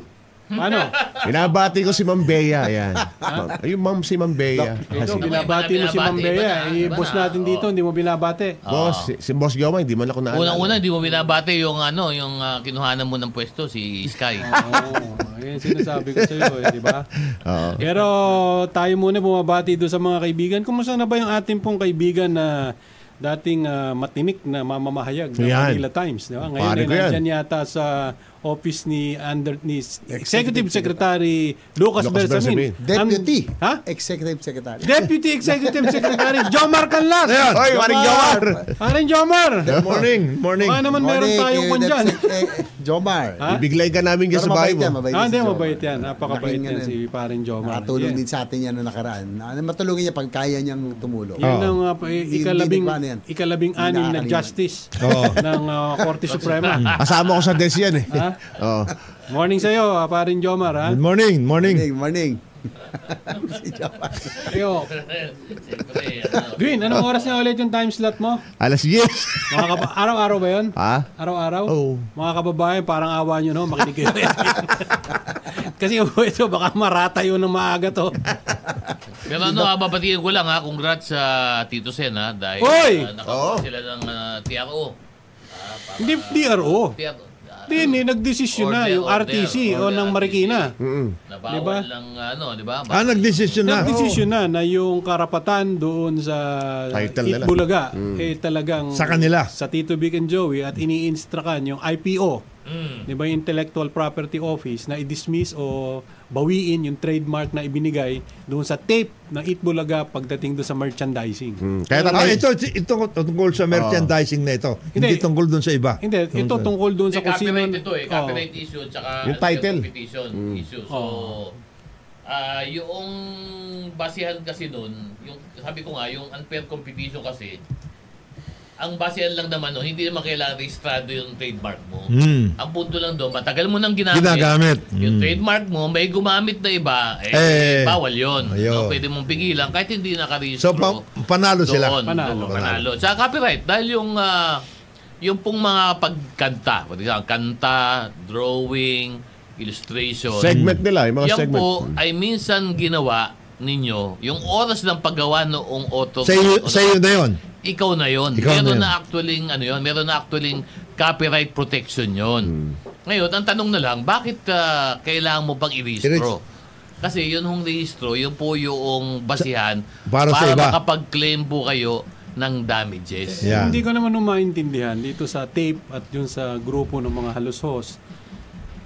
[SPEAKER 1] paano?
[SPEAKER 5] binabati ko si Ma'am Bea. Ayan. Ma- Yung ma'am si Ma'am Bea.
[SPEAKER 1] Ito,
[SPEAKER 5] Kasi-
[SPEAKER 1] binabati mo si Ma'am
[SPEAKER 6] Binabati,
[SPEAKER 1] Bea.
[SPEAKER 6] iba na,
[SPEAKER 1] Eh,
[SPEAKER 6] iba
[SPEAKER 1] boss
[SPEAKER 6] na.
[SPEAKER 1] natin dito,
[SPEAKER 6] Oo.
[SPEAKER 1] hindi mo binabati.
[SPEAKER 5] Boss, si, si Boss Yoma, hindi man ako naalala.
[SPEAKER 6] Unang-una, hindi mo binabate yung ano, yung ah, kinuhanan mo ng pwesto, si Sky.
[SPEAKER 1] Oo, yun sinasabi ko sa'yo, eh, di ba?
[SPEAKER 5] Oo.
[SPEAKER 1] Pero tayo muna bumabati doon sa mga kaibigan. Kumusta na ba yung ating pong kaibigan na dating ah, matinik na mamamahayag ng
[SPEAKER 5] Ayan.
[SPEAKER 1] Manila Times, di ba? Ngayon
[SPEAKER 5] Pare
[SPEAKER 1] ay
[SPEAKER 5] ko yan.
[SPEAKER 1] nandyan yata sa office ni under ni Executive Secretary Lucas,
[SPEAKER 5] Lucas
[SPEAKER 1] Bersamin.
[SPEAKER 5] Bersamin.
[SPEAKER 4] Deputy.
[SPEAKER 1] Ang- ha?
[SPEAKER 4] Executive Secretary.
[SPEAKER 1] Deputy Executive Secretary Jomar Canlas.
[SPEAKER 3] Ayan.
[SPEAKER 5] Hoy, maring Jomar!
[SPEAKER 1] Aring Jomar.
[SPEAKER 3] Morning. Morning.
[SPEAKER 1] Baka naman meron
[SPEAKER 4] Morning,
[SPEAKER 1] tayong
[SPEAKER 4] eh,
[SPEAKER 1] kwan dyan.
[SPEAKER 4] Dep- eh, Jomar.
[SPEAKER 1] Ha?
[SPEAKER 5] Ibiglay ka namin dyan
[SPEAKER 4] Pero
[SPEAKER 5] sa bahay
[SPEAKER 4] mabait
[SPEAKER 5] mo.
[SPEAKER 4] yan, mabait
[SPEAKER 1] Ah,
[SPEAKER 4] yan si
[SPEAKER 1] hindi,
[SPEAKER 4] Jomar.
[SPEAKER 1] mabait yan. Napakabait
[SPEAKER 4] Laking
[SPEAKER 1] yan
[SPEAKER 4] ano,
[SPEAKER 1] si paring Jomar.
[SPEAKER 4] Nakatulong
[SPEAKER 1] Yeah.
[SPEAKER 4] din sa atin yan noong nakaraan. Ano, matulungin niya pag kaya niyang tumulong.
[SPEAKER 1] Yun
[SPEAKER 3] Oo.
[SPEAKER 1] ang uh, pa-
[SPEAKER 4] Hindi-
[SPEAKER 1] ikalabing,
[SPEAKER 4] hindi nagbaano yan.
[SPEAKER 1] ikalabing
[SPEAKER 4] Hindi
[SPEAKER 1] anim na
[SPEAKER 4] nakakalimutan.
[SPEAKER 1] justice
[SPEAKER 3] Oo.
[SPEAKER 1] ng uh, Korte Suprema.
[SPEAKER 5] Kasama ko sa desk yan eh.
[SPEAKER 1] Ha?
[SPEAKER 5] Oo.
[SPEAKER 1] Morning sa'yo, uh, parin Jomar. Ha?
[SPEAKER 3] Good morning. Morning.
[SPEAKER 4] Morning, morning.
[SPEAKER 1] Ayo.
[SPEAKER 6] Siyempre, ano.
[SPEAKER 1] Dwin, anong oras na ulit yung time slot mo?
[SPEAKER 5] Alas 10.
[SPEAKER 1] Mga kaba- araw-araw ba yun?
[SPEAKER 5] Ha?
[SPEAKER 1] Araw-araw?
[SPEAKER 5] Oo.
[SPEAKER 1] Mga kababayan, parang awa nyo, no? Makinig kayo. Kasi ito, baka marata yun ng maaga to.
[SPEAKER 6] Pero ano, ah, babatiin ko lang ha, congrats sa Tito Sen ha, dahil
[SPEAKER 1] Oy!
[SPEAKER 6] ah, nakakuha sila ng ah, TRO.
[SPEAKER 1] Hindi DRO.
[SPEAKER 6] TRO. ah,
[SPEAKER 1] Hindi, hindi. Nagdesisyon na
[SPEAKER 6] Order,
[SPEAKER 1] yung
[SPEAKER 6] order,
[SPEAKER 1] RTC o
[SPEAKER 6] order,
[SPEAKER 1] ng
[SPEAKER 6] RTC.
[SPEAKER 1] Marikina.
[SPEAKER 6] Nabawal
[SPEAKER 1] Diba?
[SPEAKER 6] lang ano, di ba?
[SPEAKER 3] Ah, nagdesisyon na.
[SPEAKER 1] Nagdesisyon na na yung karapatan doon sa
[SPEAKER 5] Title nila.
[SPEAKER 1] Bulaga eh talagang
[SPEAKER 3] Mm. Sa kanila.
[SPEAKER 1] sa Tito Big and Joey at iniinstrakan yung IPO,
[SPEAKER 6] Mm.
[SPEAKER 1] 'di ba yung Intellectual Property Office na i-dismiss o bawiin yung trademark na ibinigay doon sa tape ng Eat Bulaga pagdating doon sa merchandising.
[SPEAKER 5] Kaya
[SPEAKER 3] Ah,
[SPEAKER 5] tatay.
[SPEAKER 3] ito, ito tungkol sa merchandising na ito. Hindi,
[SPEAKER 1] Ah. Hindi.
[SPEAKER 3] tungkol dun sa iba.
[SPEAKER 1] Hindi, ito
[SPEAKER 3] Ano
[SPEAKER 1] tungkol doon sa
[SPEAKER 6] Hindi, copyright
[SPEAKER 1] kusino.
[SPEAKER 6] ito eh. Copyright issue tsaka
[SPEAKER 5] Yung title.
[SPEAKER 6] competition
[SPEAKER 3] Mm.
[SPEAKER 6] issue. So, ah yung basihan kasi nun, yung, sabi ko nga, yung unfair competition kasi, ang basihan lang naman nun, hindi naman kailangan registrado yung trademark mo.
[SPEAKER 3] Hmm.
[SPEAKER 6] Ang punto lang doon, matagal mo nang ginamit.
[SPEAKER 3] Ginagamit.
[SPEAKER 6] Yung
[SPEAKER 3] Mm.
[SPEAKER 6] trademark mo, may gumamit na iba, eh,
[SPEAKER 3] Eh,
[SPEAKER 6] bawal yun. No,
[SPEAKER 3] ayun.
[SPEAKER 6] pwede mong pigilan kahit hindi naka-register.
[SPEAKER 3] So, pa- panalo sila.
[SPEAKER 6] Doon,
[SPEAKER 1] Panalo.
[SPEAKER 6] panalo. panalo. Sa copyright, dahil yung ah, yung pong mga pagkanta, pwede ka, kanta, drawing, illustration,
[SPEAKER 5] Segment nila, yung mga
[SPEAKER 6] yan
[SPEAKER 5] segment.
[SPEAKER 6] po ay minsan ginawa ninyo yung oras ng paggawa noong auto.
[SPEAKER 3] Sa iyo, sa iyo na yun.
[SPEAKER 6] Ikaw na yon.
[SPEAKER 3] Ikaw na
[SPEAKER 6] Meron
[SPEAKER 3] yun.
[SPEAKER 6] na, actually ano yon, meron na actually copyright
[SPEAKER 3] Hmm.
[SPEAKER 6] protection yon. Ngayon, ang tanong na lang, bakit ah, kailangan mo bang i-registro? Kasi yun hong rehistro, yun po yung basihan
[SPEAKER 3] Para sa iba.
[SPEAKER 6] makapag-claim po kayo ng damages.
[SPEAKER 3] Yeah.
[SPEAKER 1] Hindi ko naman maintindihan dito sa tape at yun sa grupo ng mga halos host.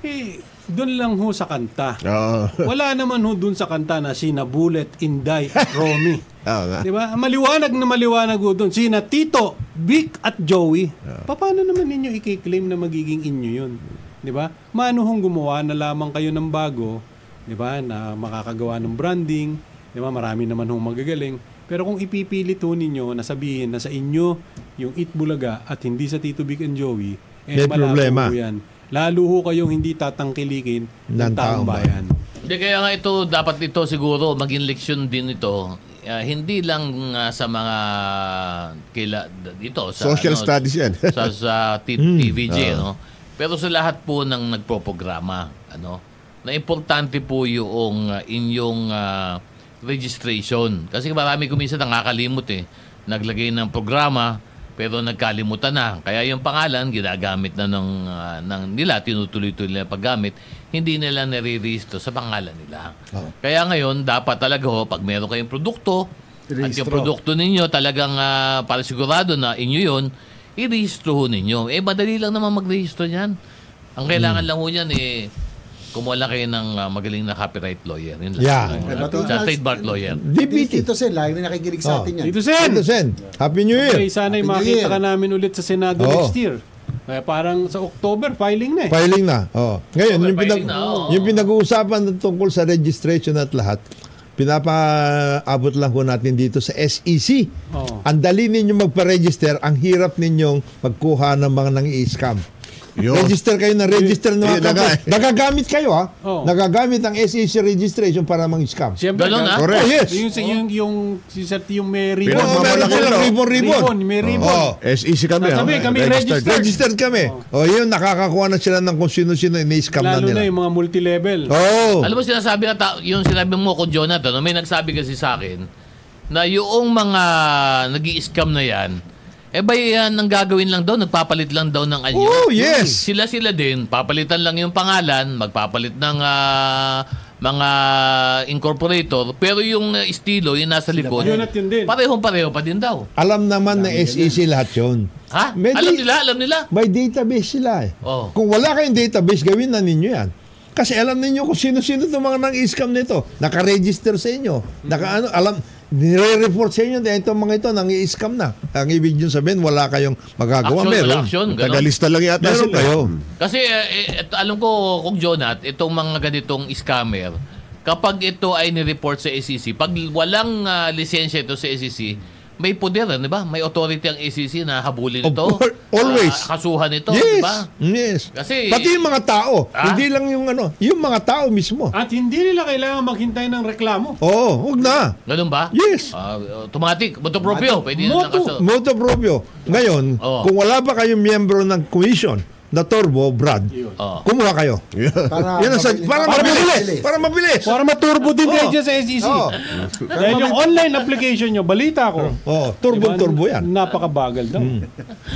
[SPEAKER 1] Eh, doon lang ho sa kanta.
[SPEAKER 5] Oo.
[SPEAKER 1] Wala naman ho doon sa kanta na sina Bullet, Inday, at Romy.
[SPEAKER 5] Oo nga.
[SPEAKER 1] Di ba? Maliwanag na maliwanag ho doon. Sina Tito, Vic, at Joey. Pa- Paano naman ninyo i-claim na magiging inyo yun? Di ba? Mano hong gumawa na lamang kayo ng bago, di ba? Na makakagawa ng branding, di ba? Marami naman hong magagaling. Pero kung ipipilit ho ninyo na sabihin na sa inyo yung Itbulaga at hindi sa Tito, Vic, and Joey, eh,
[SPEAKER 3] May
[SPEAKER 1] malabo
[SPEAKER 3] problema.
[SPEAKER 1] ho yan. Lalo ho kayong hindi tatangkilikin ng,
[SPEAKER 3] Ng
[SPEAKER 1] taong
[SPEAKER 3] taong
[SPEAKER 1] bayan.
[SPEAKER 6] Hindi kaya nga ito, dapat ito siguro maging leksyon din ito. Ah, hindi lang ah, sa mga kila dito sa
[SPEAKER 5] Social
[SPEAKER 6] ano,
[SPEAKER 5] studies yan.
[SPEAKER 6] sa sa uh, T- TVJ no. Pero sa lahat po ng nagpoprograma ano na importante po yung ah, inyong ah, registration kasi marami kuminsan nakakalimot eh naglagay ng programa pero nagkalimutan na kaya yung pangalan ginagamit na ng, ah, ng nila tinutuloy-tuloy nila paggamit hindi nila nare-register sa pangalan nila kaya ngayon dapat talaga ho pag meron kayong produkto at yung
[SPEAKER 4] Rehistro.
[SPEAKER 6] produkto produkto ninyo talagang ah, para sigurado na inyo yon, i-rehistro ho ninyo. Eh, madali lang naman mag-rehistro niyan. Ang kailangan lang ho niyan eh, kumuha lang kayo ng ah, magaling na copyright lawyer. Yun lang.
[SPEAKER 3] Yeah.
[SPEAKER 6] Ah, sa trademark lawyer.
[SPEAKER 3] DPT.
[SPEAKER 4] Tito Sen, lagi na nakikinig
[SPEAKER 3] Oh.
[SPEAKER 4] sa atin yan.
[SPEAKER 1] Tito
[SPEAKER 3] Sen,
[SPEAKER 1] Sen!
[SPEAKER 3] Sen, Happy New
[SPEAKER 1] Okay,
[SPEAKER 3] Year.
[SPEAKER 1] sana'y
[SPEAKER 4] Happy New
[SPEAKER 1] makita
[SPEAKER 4] Year.
[SPEAKER 1] ka namin ulit sa Senado
[SPEAKER 3] Oo.
[SPEAKER 1] next year. Kaya parang sa October, filing na eh.
[SPEAKER 3] Filing na. Oh. Ngayon,
[SPEAKER 6] Okay,
[SPEAKER 3] yung, pinag-
[SPEAKER 6] filing na, oo.
[SPEAKER 3] yung pinag-uusapan na tungkol sa registration at lahat, pinapaabot lang ko natin dito sa SEC.
[SPEAKER 1] Oo.
[SPEAKER 3] Ang dali ninyong magpa-register, ang hirap ninyong magkuha ng mga nang i-scam.
[SPEAKER 5] Yun.
[SPEAKER 3] Register kayo ng register ng mga
[SPEAKER 5] Yun na nga
[SPEAKER 3] company.
[SPEAKER 5] eh.
[SPEAKER 3] Nagagamit kayo ha.
[SPEAKER 1] Oo.
[SPEAKER 3] Nagagamit ang SEC registration para mang-scam.
[SPEAKER 1] Siyempre, gan-
[SPEAKER 6] Ganun, ah?
[SPEAKER 5] Correct.
[SPEAKER 3] Oh, yes.
[SPEAKER 1] Yung, yung, yung, yung, si Sir T, yung may ribbon. oh.
[SPEAKER 3] Oo, meron
[SPEAKER 5] Pinagmamalaki
[SPEAKER 3] silang
[SPEAKER 5] lang.
[SPEAKER 3] ribbon-ribbon.
[SPEAKER 1] Ribbon, may ribbon.
[SPEAKER 5] Oh,
[SPEAKER 3] Oo.
[SPEAKER 5] SEC kami.
[SPEAKER 1] Ah, kami,
[SPEAKER 5] ah.
[SPEAKER 1] kami registered.
[SPEAKER 3] Registered kami. O yun, nakakakuha na sila ng kung sino-sino ini-scam na
[SPEAKER 1] Lalo na
[SPEAKER 3] nila.
[SPEAKER 1] yung mga multi-level.
[SPEAKER 3] Oh.
[SPEAKER 6] Alam mo sinasabi na ta- yung sinabi mo ko Jonathan, no? may nagsabi kasi sa akin na yung mga nag scam na yan, eh ba yan ang gagawin lang daw, nagpapalit lang daw ng anyo. Hmm.
[SPEAKER 3] Oh, yes.
[SPEAKER 6] Sila-sila din, papalitan lang yung pangalan, magpapalit ng ah, mga incorporator, pero yung ah, estilo, yung nasa likod,
[SPEAKER 1] Yun at yun din.
[SPEAKER 6] parehong-pareho pa din daw.
[SPEAKER 3] Alam naman ng SEC lahat yun.
[SPEAKER 6] Ha?
[SPEAKER 3] May
[SPEAKER 6] alam
[SPEAKER 3] di-
[SPEAKER 6] nila, Oh. alam nila.
[SPEAKER 3] May database sila eh.
[SPEAKER 6] Oo.
[SPEAKER 3] Kung wala kayong database, gawin na ninyo yan. Kasi alam ninyo kung sino-sino itong mga nang-scam nito. Naka-register sa inyo. Naka, ano, alam, nire-report sa inyo na itong mga ito nang scam na. Ang ibig nyo sabihin, wala kayong
[SPEAKER 6] Action,
[SPEAKER 3] magagawa.
[SPEAKER 6] wala
[SPEAKER 3] Meron.
[SPEAKER 6] action. ganun.
[SPEAKER 5] Tagalista lang yata
[SPEAKER 3] Meron
[SPEAKER 5] sila.
[SPEAKER 3] kayo.
[SPEAKER 6] Kasi eh, eh, eto, alam ko kung Jonat, itong mga ganitong scammer, kapag ito ay nireport sa SEC, pag walang ah, lisensya ito sa SEC, may poder, di ba? May authority ang SEC na habulin
[SPEAKER 3] Of
[SPEAKER 6] ito.
[SPEAKER 3] course, always.
[SPEAKER 6] ah, kasuhan ito,
[SPEAKER 3] yes.
[SPEAKER 6] di ba?
[SPEAKER 3] Yes.
[SPEAKER 6] Kasi-
[SPEAKER 3] Pati yung mga tao.
[SPEAKER 6] Ah?
[SPEAKER 3] Hindi lang yung ano. Yung mga tao mismo.
[SPEAKER 1] At hindi nila kailangan maghintay ng reklamo.
[SPEAKER 3] Oo, huwag na.
[SPEAKER 6] Ganun ba?
[SPEAKER 3] Yes.
[SPEAKER 6] Ah, automatic. Moto proprio. Pwede na
[SPEAKER 3] Moto,
[SPEAKER 6] nakaso.
[SPEAKER 3] moto proprio. Ngayon,
[SPEAKER 6] Oo.
[SPEAKER 3] kung wala pa kayong miyembro ng commission na Turbo, Brad,
[SPEAKER 6] Oo.
[SPEAKER 3] kumuha kayo.
[SPEAKER 4] Para
[SPEAKER 3] Yan ang sa,
[SPEAKER 4] mabilis.
[SPEAKER 3] para, mabilis. Para mabilis.
[SPEAKER 1] Para maturbo din kayo
[SPEAKER 3] Oo.
[SPEAKER 1] dyan sa SEC.
[SPEAKER 3] Oo.
[SPEAKER 1] Dahil yung online application nyo, balita ko. diba,
[SPEAKER 3] Oh, turbo-turbo yan.
[SPEAKER 1] Napakabagal daw.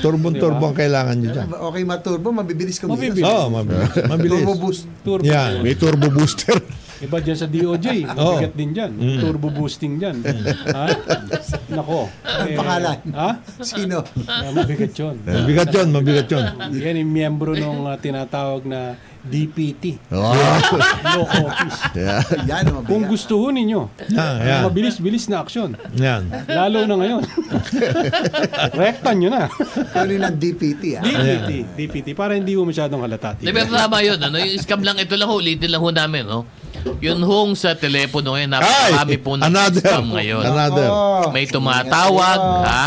[SPEAKER 3] Turbo-turbo ang kailangan nyo dyan.
[SPEAKER 4] Okay, maturbo, mabibilis kami.
[SPEAKER 1] Mabibilis.
[SPEAKER 3] Oo, mabilis. Oh, mabilis.
[SPEAKER 4] Turbo boost.
[SPEAKER 1] Turbo.
[SPEAKER 3] Yan.
[SPEAKER 5] May turbo booster.
[SPEAKER 1] Iba dyan sa DOJ, mabigat din dyan.
[SPEAKER 4] Mm.
[SPEAKER 1] Turbo boosting dyan. ha? Nako. Eh,
[SPEAKER 4] Ang pangalan.
[SPEAKER 1] Ha?
[SPEAKER 4] Sino?
[SPEAKER 1] Ah, Mabigat yun.
[SPEAKER 3] Mabigat yun, mabigat yun.
[SPEAKER 1] Yan yung miyembro nung ah, tinatawag na DPT,
[SPEAKER 5] Oh.
[SPEAKER 1] Law Office.
[SPEAKER 4] Yan, mabigat.
[SPEAKER 1] Kung gusto ho ninyo,
[SPEAKER 4] Ah,
[SPEAKER 3] Yan, yan.
[SPEAKER 1] mabilis-bilis na aksyon.
[SPEAKER 3] Yan.
[SPEAKER 1] Lalo na ngayon. Rektan nyo na.
[SPEAKER 4] Ano yun ang DPT, ah?
[SPEAKER 1] DPT, DPT, para hindi mo masyadong halata.
[SPEAKER 6] Di ba tama yun? Ano, yung scam lang, ito lang ho, ulitin lang ho namin. No? Yun hong sa telepono ngayon, napakarami
[SPEAKER 3] Ay!
[SPEAKER 6] po ng
[SPEAKER 3] Another.
[SPEAKER 6] scam ngayon.
[SPEAKER 3] Another.
[SPEAKER 4] Oh.
[SPEAKER 6] May tumatawag, ha?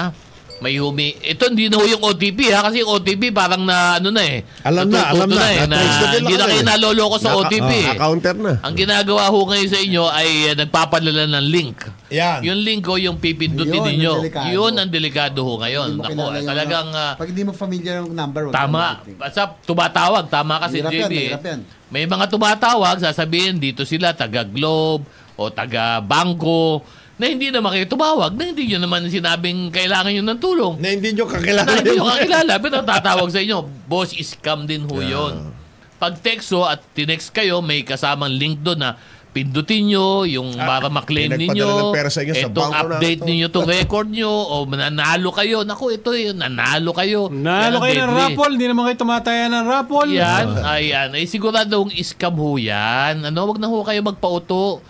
[SPEAKER 6] May humi... Ito, hindi na ho yung OTP, ha? Kasi yung OTP parang na, ano na eh.
[SPEAKER 3] Alam na, alam
[SPEAKER 6] natututo
[SPEAKER 3] na.
[SPEAKER 6] eh, na,
[SPEAKER 3] Natries na nila
[SPEAKER 6] hindi na
[SPEAKER 3] kami.
[SPEAKER 6] kayo naloloko sa OTP.
[SPEAKER 3] oh,
[SPEAKER 6] eh.
[SPEAKER 5] counter na.
[SPEAKER 6] Ang ginagawa ho ngayon sa inyo ay eh, nagpapadala ng link.
[SPEAKER 3] Yan.
[SPEAKER 6] Yung link ko, yung pipindutin
[SPEAKER 4] Yun, ang
[SPEAKER 6] ninyo.
[SPEAKER 4] delikado.
[SPEAKER 6] Yun ang delikado ho
[SPEAKER 4] Hindi
[SPEAKER 6] ngayon.
[SPEAKER 4] mo
[SPEAKER 6] Nako,
[SPEAKER 4] kilala yung
[SPEAKER 6] talagang...
[SPEAKER 4] ano.
[SPEAKER 6] ah,
[SPEAKER 4] Pag hindi mo familiar yung number, wag
[SPEAKER 6] Tama.
[SPEAKER 4] kang
[SPEAKER 6] Basta tumatawag. Tama kasi,
[SPEAKER 4] Hirap yan,
[SPEAKER 6] JB.
[SPEAKER 4] hirap yan.
[SPEAKER 6] May mga tumatawag, sasabihin dito sila taga Globe o taga Bangko na hindi naman kayo tumawag, na hindi nyo naman sinabing kailangan nyo ng tulong.
[SPEAKER 3] Na hindi nyo
[SPEAKER 6] Na
[SPEAKER 3] kakilala
[SPEAKER 6] hindi nyo
[SPEAKER 3] yun.
[SPEAKER 6] kakilala, pero tatawag sa inyo. Boss, scam din ho yun. Pag texto at tinext kayo, may kasamang link doon na pindutin nyo, yung para maklaim
[SPEAKER 5] Ah, pinagpadala
[SPEAKER 6] ninyo,
[SPEAKER 5] ng pera sa inyo sa
[SPEAKER 6] itong
[SPEAKER 5] bangko na
[SPEAKER 6] update
[SPEAKER 5] ito.
[SPEAKER 6] ninyo itong record nyo, o nanalo kayo. Naku, ito yun, nanalo kayo. Yan
[SPEAKER 1] Nalo
[SPEAKER 6] ang
[SPEAKER 1] kayo ng
[SPEAKER 6] deadly.
[SPEAKER 1] rapol, hindi naman kayo tumataya ng rapol.
[SPEAKER 6] Yan, ayan. Ay, siguradong iskam ho yan. Ano, wag na ho kayo magpauto.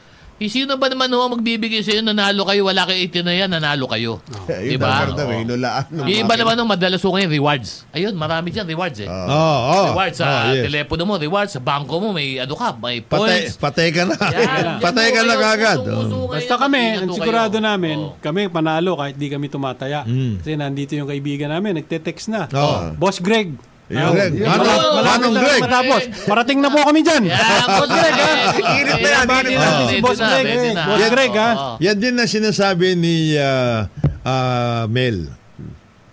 [SPEAKER 6] Eh, sino ba naman ho ang magbibigay sa'yo, nanalo kayo, wala kayo 18 na yan, nanalo kayo.
[SPEAKER 5] Yun
[SPEAKER 6] Diba?
[SPEAKER 5] ang verdad,
[SPEAKER 6] Oo.
[SPEAKER 5] eh, Inulaan.
[SPEAKER 6] Yung iba naman ho, madalas ho ngayon, rewards. Ayun, marami dyan, rewards eh.
[SPEAKER 5] Ah.
[SPEAKER 3] Oo, oo.
[SPEAKER 6] rewards sa
[SPEAKER 3] Oo, yes.
[SPEAKER 6] telepono mo, rewards sa bangko mo, may ano ka, may
[SPEAKER 3] Patay,
[SPEAKER 6] points.
[SPEAKER 3] patay ka na.
[SPEAKER 6] Yan,
[SPEAKER 3] patay
[SPEAKER 6] yan ho
[SPEAKER 3] ka na Oh.
[SPEAKER 6] kayo,
[SPEAKER 3] kagad.
[SPEAKER 5] Ah.
[SPEAKER 6] usong-uso
[SPEAKER 3] Oo.
[SPEAKER 6] ngayon,
[SPEAKER 1] Basta kami,
[SPEAKER 6] ingat
[SPEAKER 1] ang
[SPEAKER 6] ho kayo.
[SPEAKER 1] sigurado namin,
[SPEAKER 6] Oo.
[SPEAKER 1] kami panalo kahit di kami tumataya.
[SPEAKER 3] Mm.
[SPEAKER 1] Kasi nandito yung kaibigan namin, nagte-text na.
[SPEAKER 3] Oo.
[SPEAKER 1] Boss Greg.
[SPEAKER 5] Yun, Ah. Greg.
[SPEAKER 1] Yun.
[SPEAKER 3] Manong-
[SPEAKER 1] Malapit- malapit
[SPEAKER 3] Manong
[SPEAKER 1] na
[SPEAKER 3] Greg.
[SPEAKER 1] Matapos. Parating na po kami dyan.
[SPEAKER 6] Yan,
[SPEAKER 1] Boss Greg, ha?
[SPEAKER 5] Init na yan,
[SPEAKER 6] Ready
[SPEAKER 5] init
[SPEAKER 6] na,
[SPEAKER 5] na.
[SPEAKER 1] Si
[SPEAKER 6] ready
[SPEAKER 1] Boss
[SPEAKER 6] na,
[SPEAKER 1] Greg,
[SPEAKER 6] ready
[SPEAKER 1] eh.
[SPEAKER 6] na.
[SPEAKER 1] Boss Greg, ha?
[SPEAKER 6] Oo.
[SPEAKER 3] Oh. Yan din na sinasabi ni ah, ah, Mel.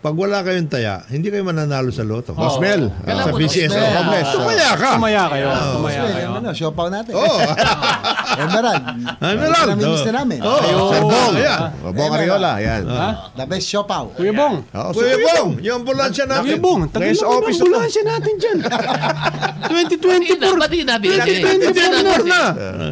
[SPEAKER 3] Pag wala kayong taya, hindi kayo mananalo sa loto.
[SPEAKER 5] Boss
[SPEAKER 6] Oh.
[SPEAKER 5] Mel.
[SPEAKER 6] Kailangan
[SPEAKER 5] Sa
[SPEAKER 6] mo,
[SPEAKER 5] PCSO.
[SPEAKER 4] Boss Mel.
[SPEAKER 5] Homeless.
[SPEAKER 3] Tumaya ka.
[SPEAKER 1] Tumaya kayo. Tumaya
[SPEAKER 4] Well,
[SPEAKER 1] kayo.
[SPEAKER 4] ano, show pa natin.
[SPEAKER 3] Oo.
[SPEAKER 4] Emerald.
[SPEAKER 3] Emerald,
[SPEAKER 4] Kami
[SPEAKER 3] oo.
[SPEAKER 4] miss na namin.
[SPEAKER 3] Oo.
[SPEAKER 1] Ayun.
[SPEAKER 5] Sir Bong.
[SPEAKER 3] Ah, Ayan. Ah.
[SPEAKER 5] Oh, Bong Ariola. Ah. Yan.
[SPEAKER 4] The best siopaw.
[SPEAKER 1] Kuya Bong.
[SPEAKER 5] Oh, so-
[SPEAKER 3] Kuya Bong, yung ambulansya natin.
[SPEAKER 1] Kuya Bong, tagal
[SPEAKER 5] Nasa
[SPEAKER 1] na ba ang
[SPEAKER 5] office na to.
[SPEAKER 1] bulansya natin dyan? 2024.
[SPEAKER 6] Pati na, pati na, pati na.
[SPEAKER 3] Hindi
[SPEAKER 6] Pati
[SPEAKER 3] na na.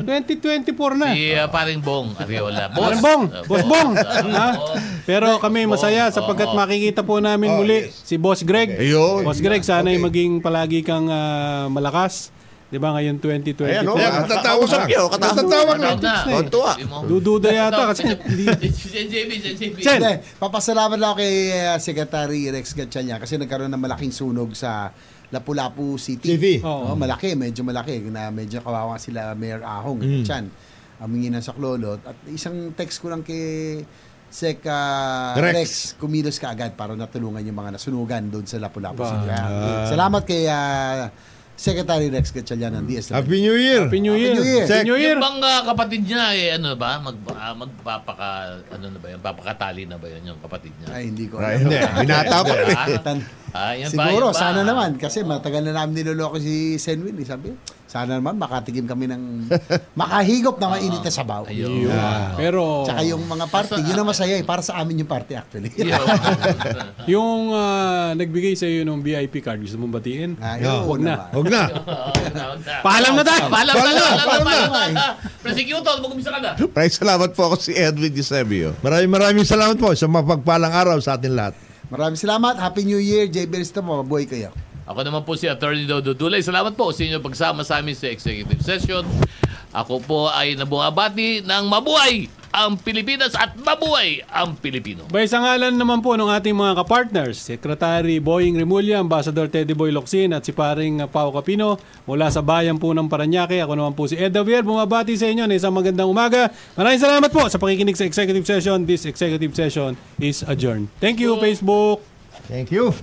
[SPEAKER 1] 2024 na.
[SPEAKER 6] Si uh, paring Bong Ariola.
[SPEAKER 1] Boss Bong,
[SPEAKER 6] Uh,
[SPEAKER 1] Boss Bong. Ah. Ha?
[SPEAKER 6] Boss.
[SPEAKER 1] Pero kami masaya
[SPEAKER 6] Bong,
[SPEAKER 1] sapagkat
[SPEAKER 6] oo.
[SPEAKER 1] makikita po namin muli si Boss Greg.
[SPEAKER 5] Ayun.
[SPEAKER 1] Boss Greg, sana ay maging palagi kang ah, malakas. 'Di ba ngayon 2024?
[SPEAKER 5] Ayan, oh.
[SPEAKER 3] Ayan, katatawag
[SPEAKER 5] Kausap
[SPEAKER 3] lang.
[SPEAKER 5] niyo, katatawag.
[SPEAKER 3] Katatawag
[SPEAKER 6] Ano
[SPEAKER 3] lang.
[SPEAKER 6] na?
[SPEAKER 1] Oh,
[SPEAKER 5] tuwa.
[SPEAKER 6] Sabi mo.
[SPEAKER 1] Dududa yata kasi hindi-
[SPEAKER 6] Si JB, si JB.
[SPEAKER 1] Sen.
[SPEAKER 4] Hindi, papasalamat lang kay uh, Secretary Rex Gatchalian kasi nagkaroon ng malaking sunog sa Lapu-Lapu City.
[SPEAKER 3] City.
[SPEAKER 4] Oo,
[SPEAKER 1] Oo.
[SPEAKER 4] malaki, medyo malaki. Na medyo kawawa sila Mayor Ahong at Chan. Amingi ng saklolot. At isang text ko lang kay Sec uh,
[SPEAKER 3] Rex.
[SPEAKER 4] Rex. kumilos ka agad para natulungan yung mga nasunugan doon sa Lapu-Lapu
[SPEAKER 1] Ba-
[SPEAKER 4] City. Kaya, salamat kay uh, Secretary Rex Gatchalian ng DSLR.
[SPEAKER 3] Happy New Year.
[SPEAKER 1] Happy New Year.
[SPEAKER 4] Happy New Year.
[SPEAKER 1] Happy New Year.
[SPEAKER 6] Yung bang ah, kapatid niya, eh, ano ba? Mag, ah, magpapaka, ano na ba yun? Papakatali na ba yun yung kapatid niya?
[SPEAKER 4] Ay, hindi ko alam.
[SPEAKER 5] Right. Hindi. Binatapon. eh.
[SPEAKER 4] Tan-
[SPEAKER 6] Ah, yan ba,
[SPEAKER 4] Siguro,
[SPEAKER 6] yan ba?
[SPEAKER 4] sana naman. Kasi matagal na namin niloloko si Senwin. eh. Sabi, sana naman makatikim kami ng makahigop na mainit na sabaw.
[SPEAKER 6] Ah, Ayun.
[SPEAKER 1] Pero
[SPEAKER 4] Tsaka yung mga party, yun ang masaya eh. Para sa amin yung party actually.
[SPEAKER 1] yung ah, nagbigay sa iyo ng VIP card, gusto mong batiin?
[SPEAKER 4] Ah,
[SPEAKER 3] Yeah.
[SPEAKER 4] yun,
[SPEAKER 1] Huwag na.
[SPEAKER 4] naman.
[SPEAKER 3] Huwag na.
[SPEAKER 6] Ah,
[SPEAKER 1] Paalam na tayo.
[SPEAKER 6] Paalam na, paalam
[SPEAKER 3] Paalam na,
[SPEAKER 6] na,
[SPEAKER 4] paalam na.
[SPEAKER 6] paalam na. Prosecutor, mag-umisa ka na.
[SPEAKER 5] Maraming salamat po ako si Edwin Eusebio.
[SPEAKER 3] Maraming maraming salamat po sa mapagpalang araw sa atin lahat.
[SPEAKER 4] Maraming salamat. Happy New Year. J. Beristomo. Mabuhay kayo.
[SPEAKER 6] Ako naman po si Attorney Dodo Dulay. Salamat po sa inyong pagsama sa amin sa Executive Session. Ako po ay nabungabati ng mabuhay ang Pilipinas at mabuhay ang Pilipino.
[SPEAKER 1] By sa ngalan naman po ng ating mga kapartners, Secretary Boying Remulla, Ambassador Teddy Boy Locsin at si paring uh, Pao Capino mula sa bayan po ng Paranaque. Ako naman po si Ed Davier, bumabati sa inyo na isang magandang umaga. Maraming salamat po sa pakikinig sa executive session. This executive session is adjourned. Thank you, Facebook!
[SPEAKER 3] Thank you.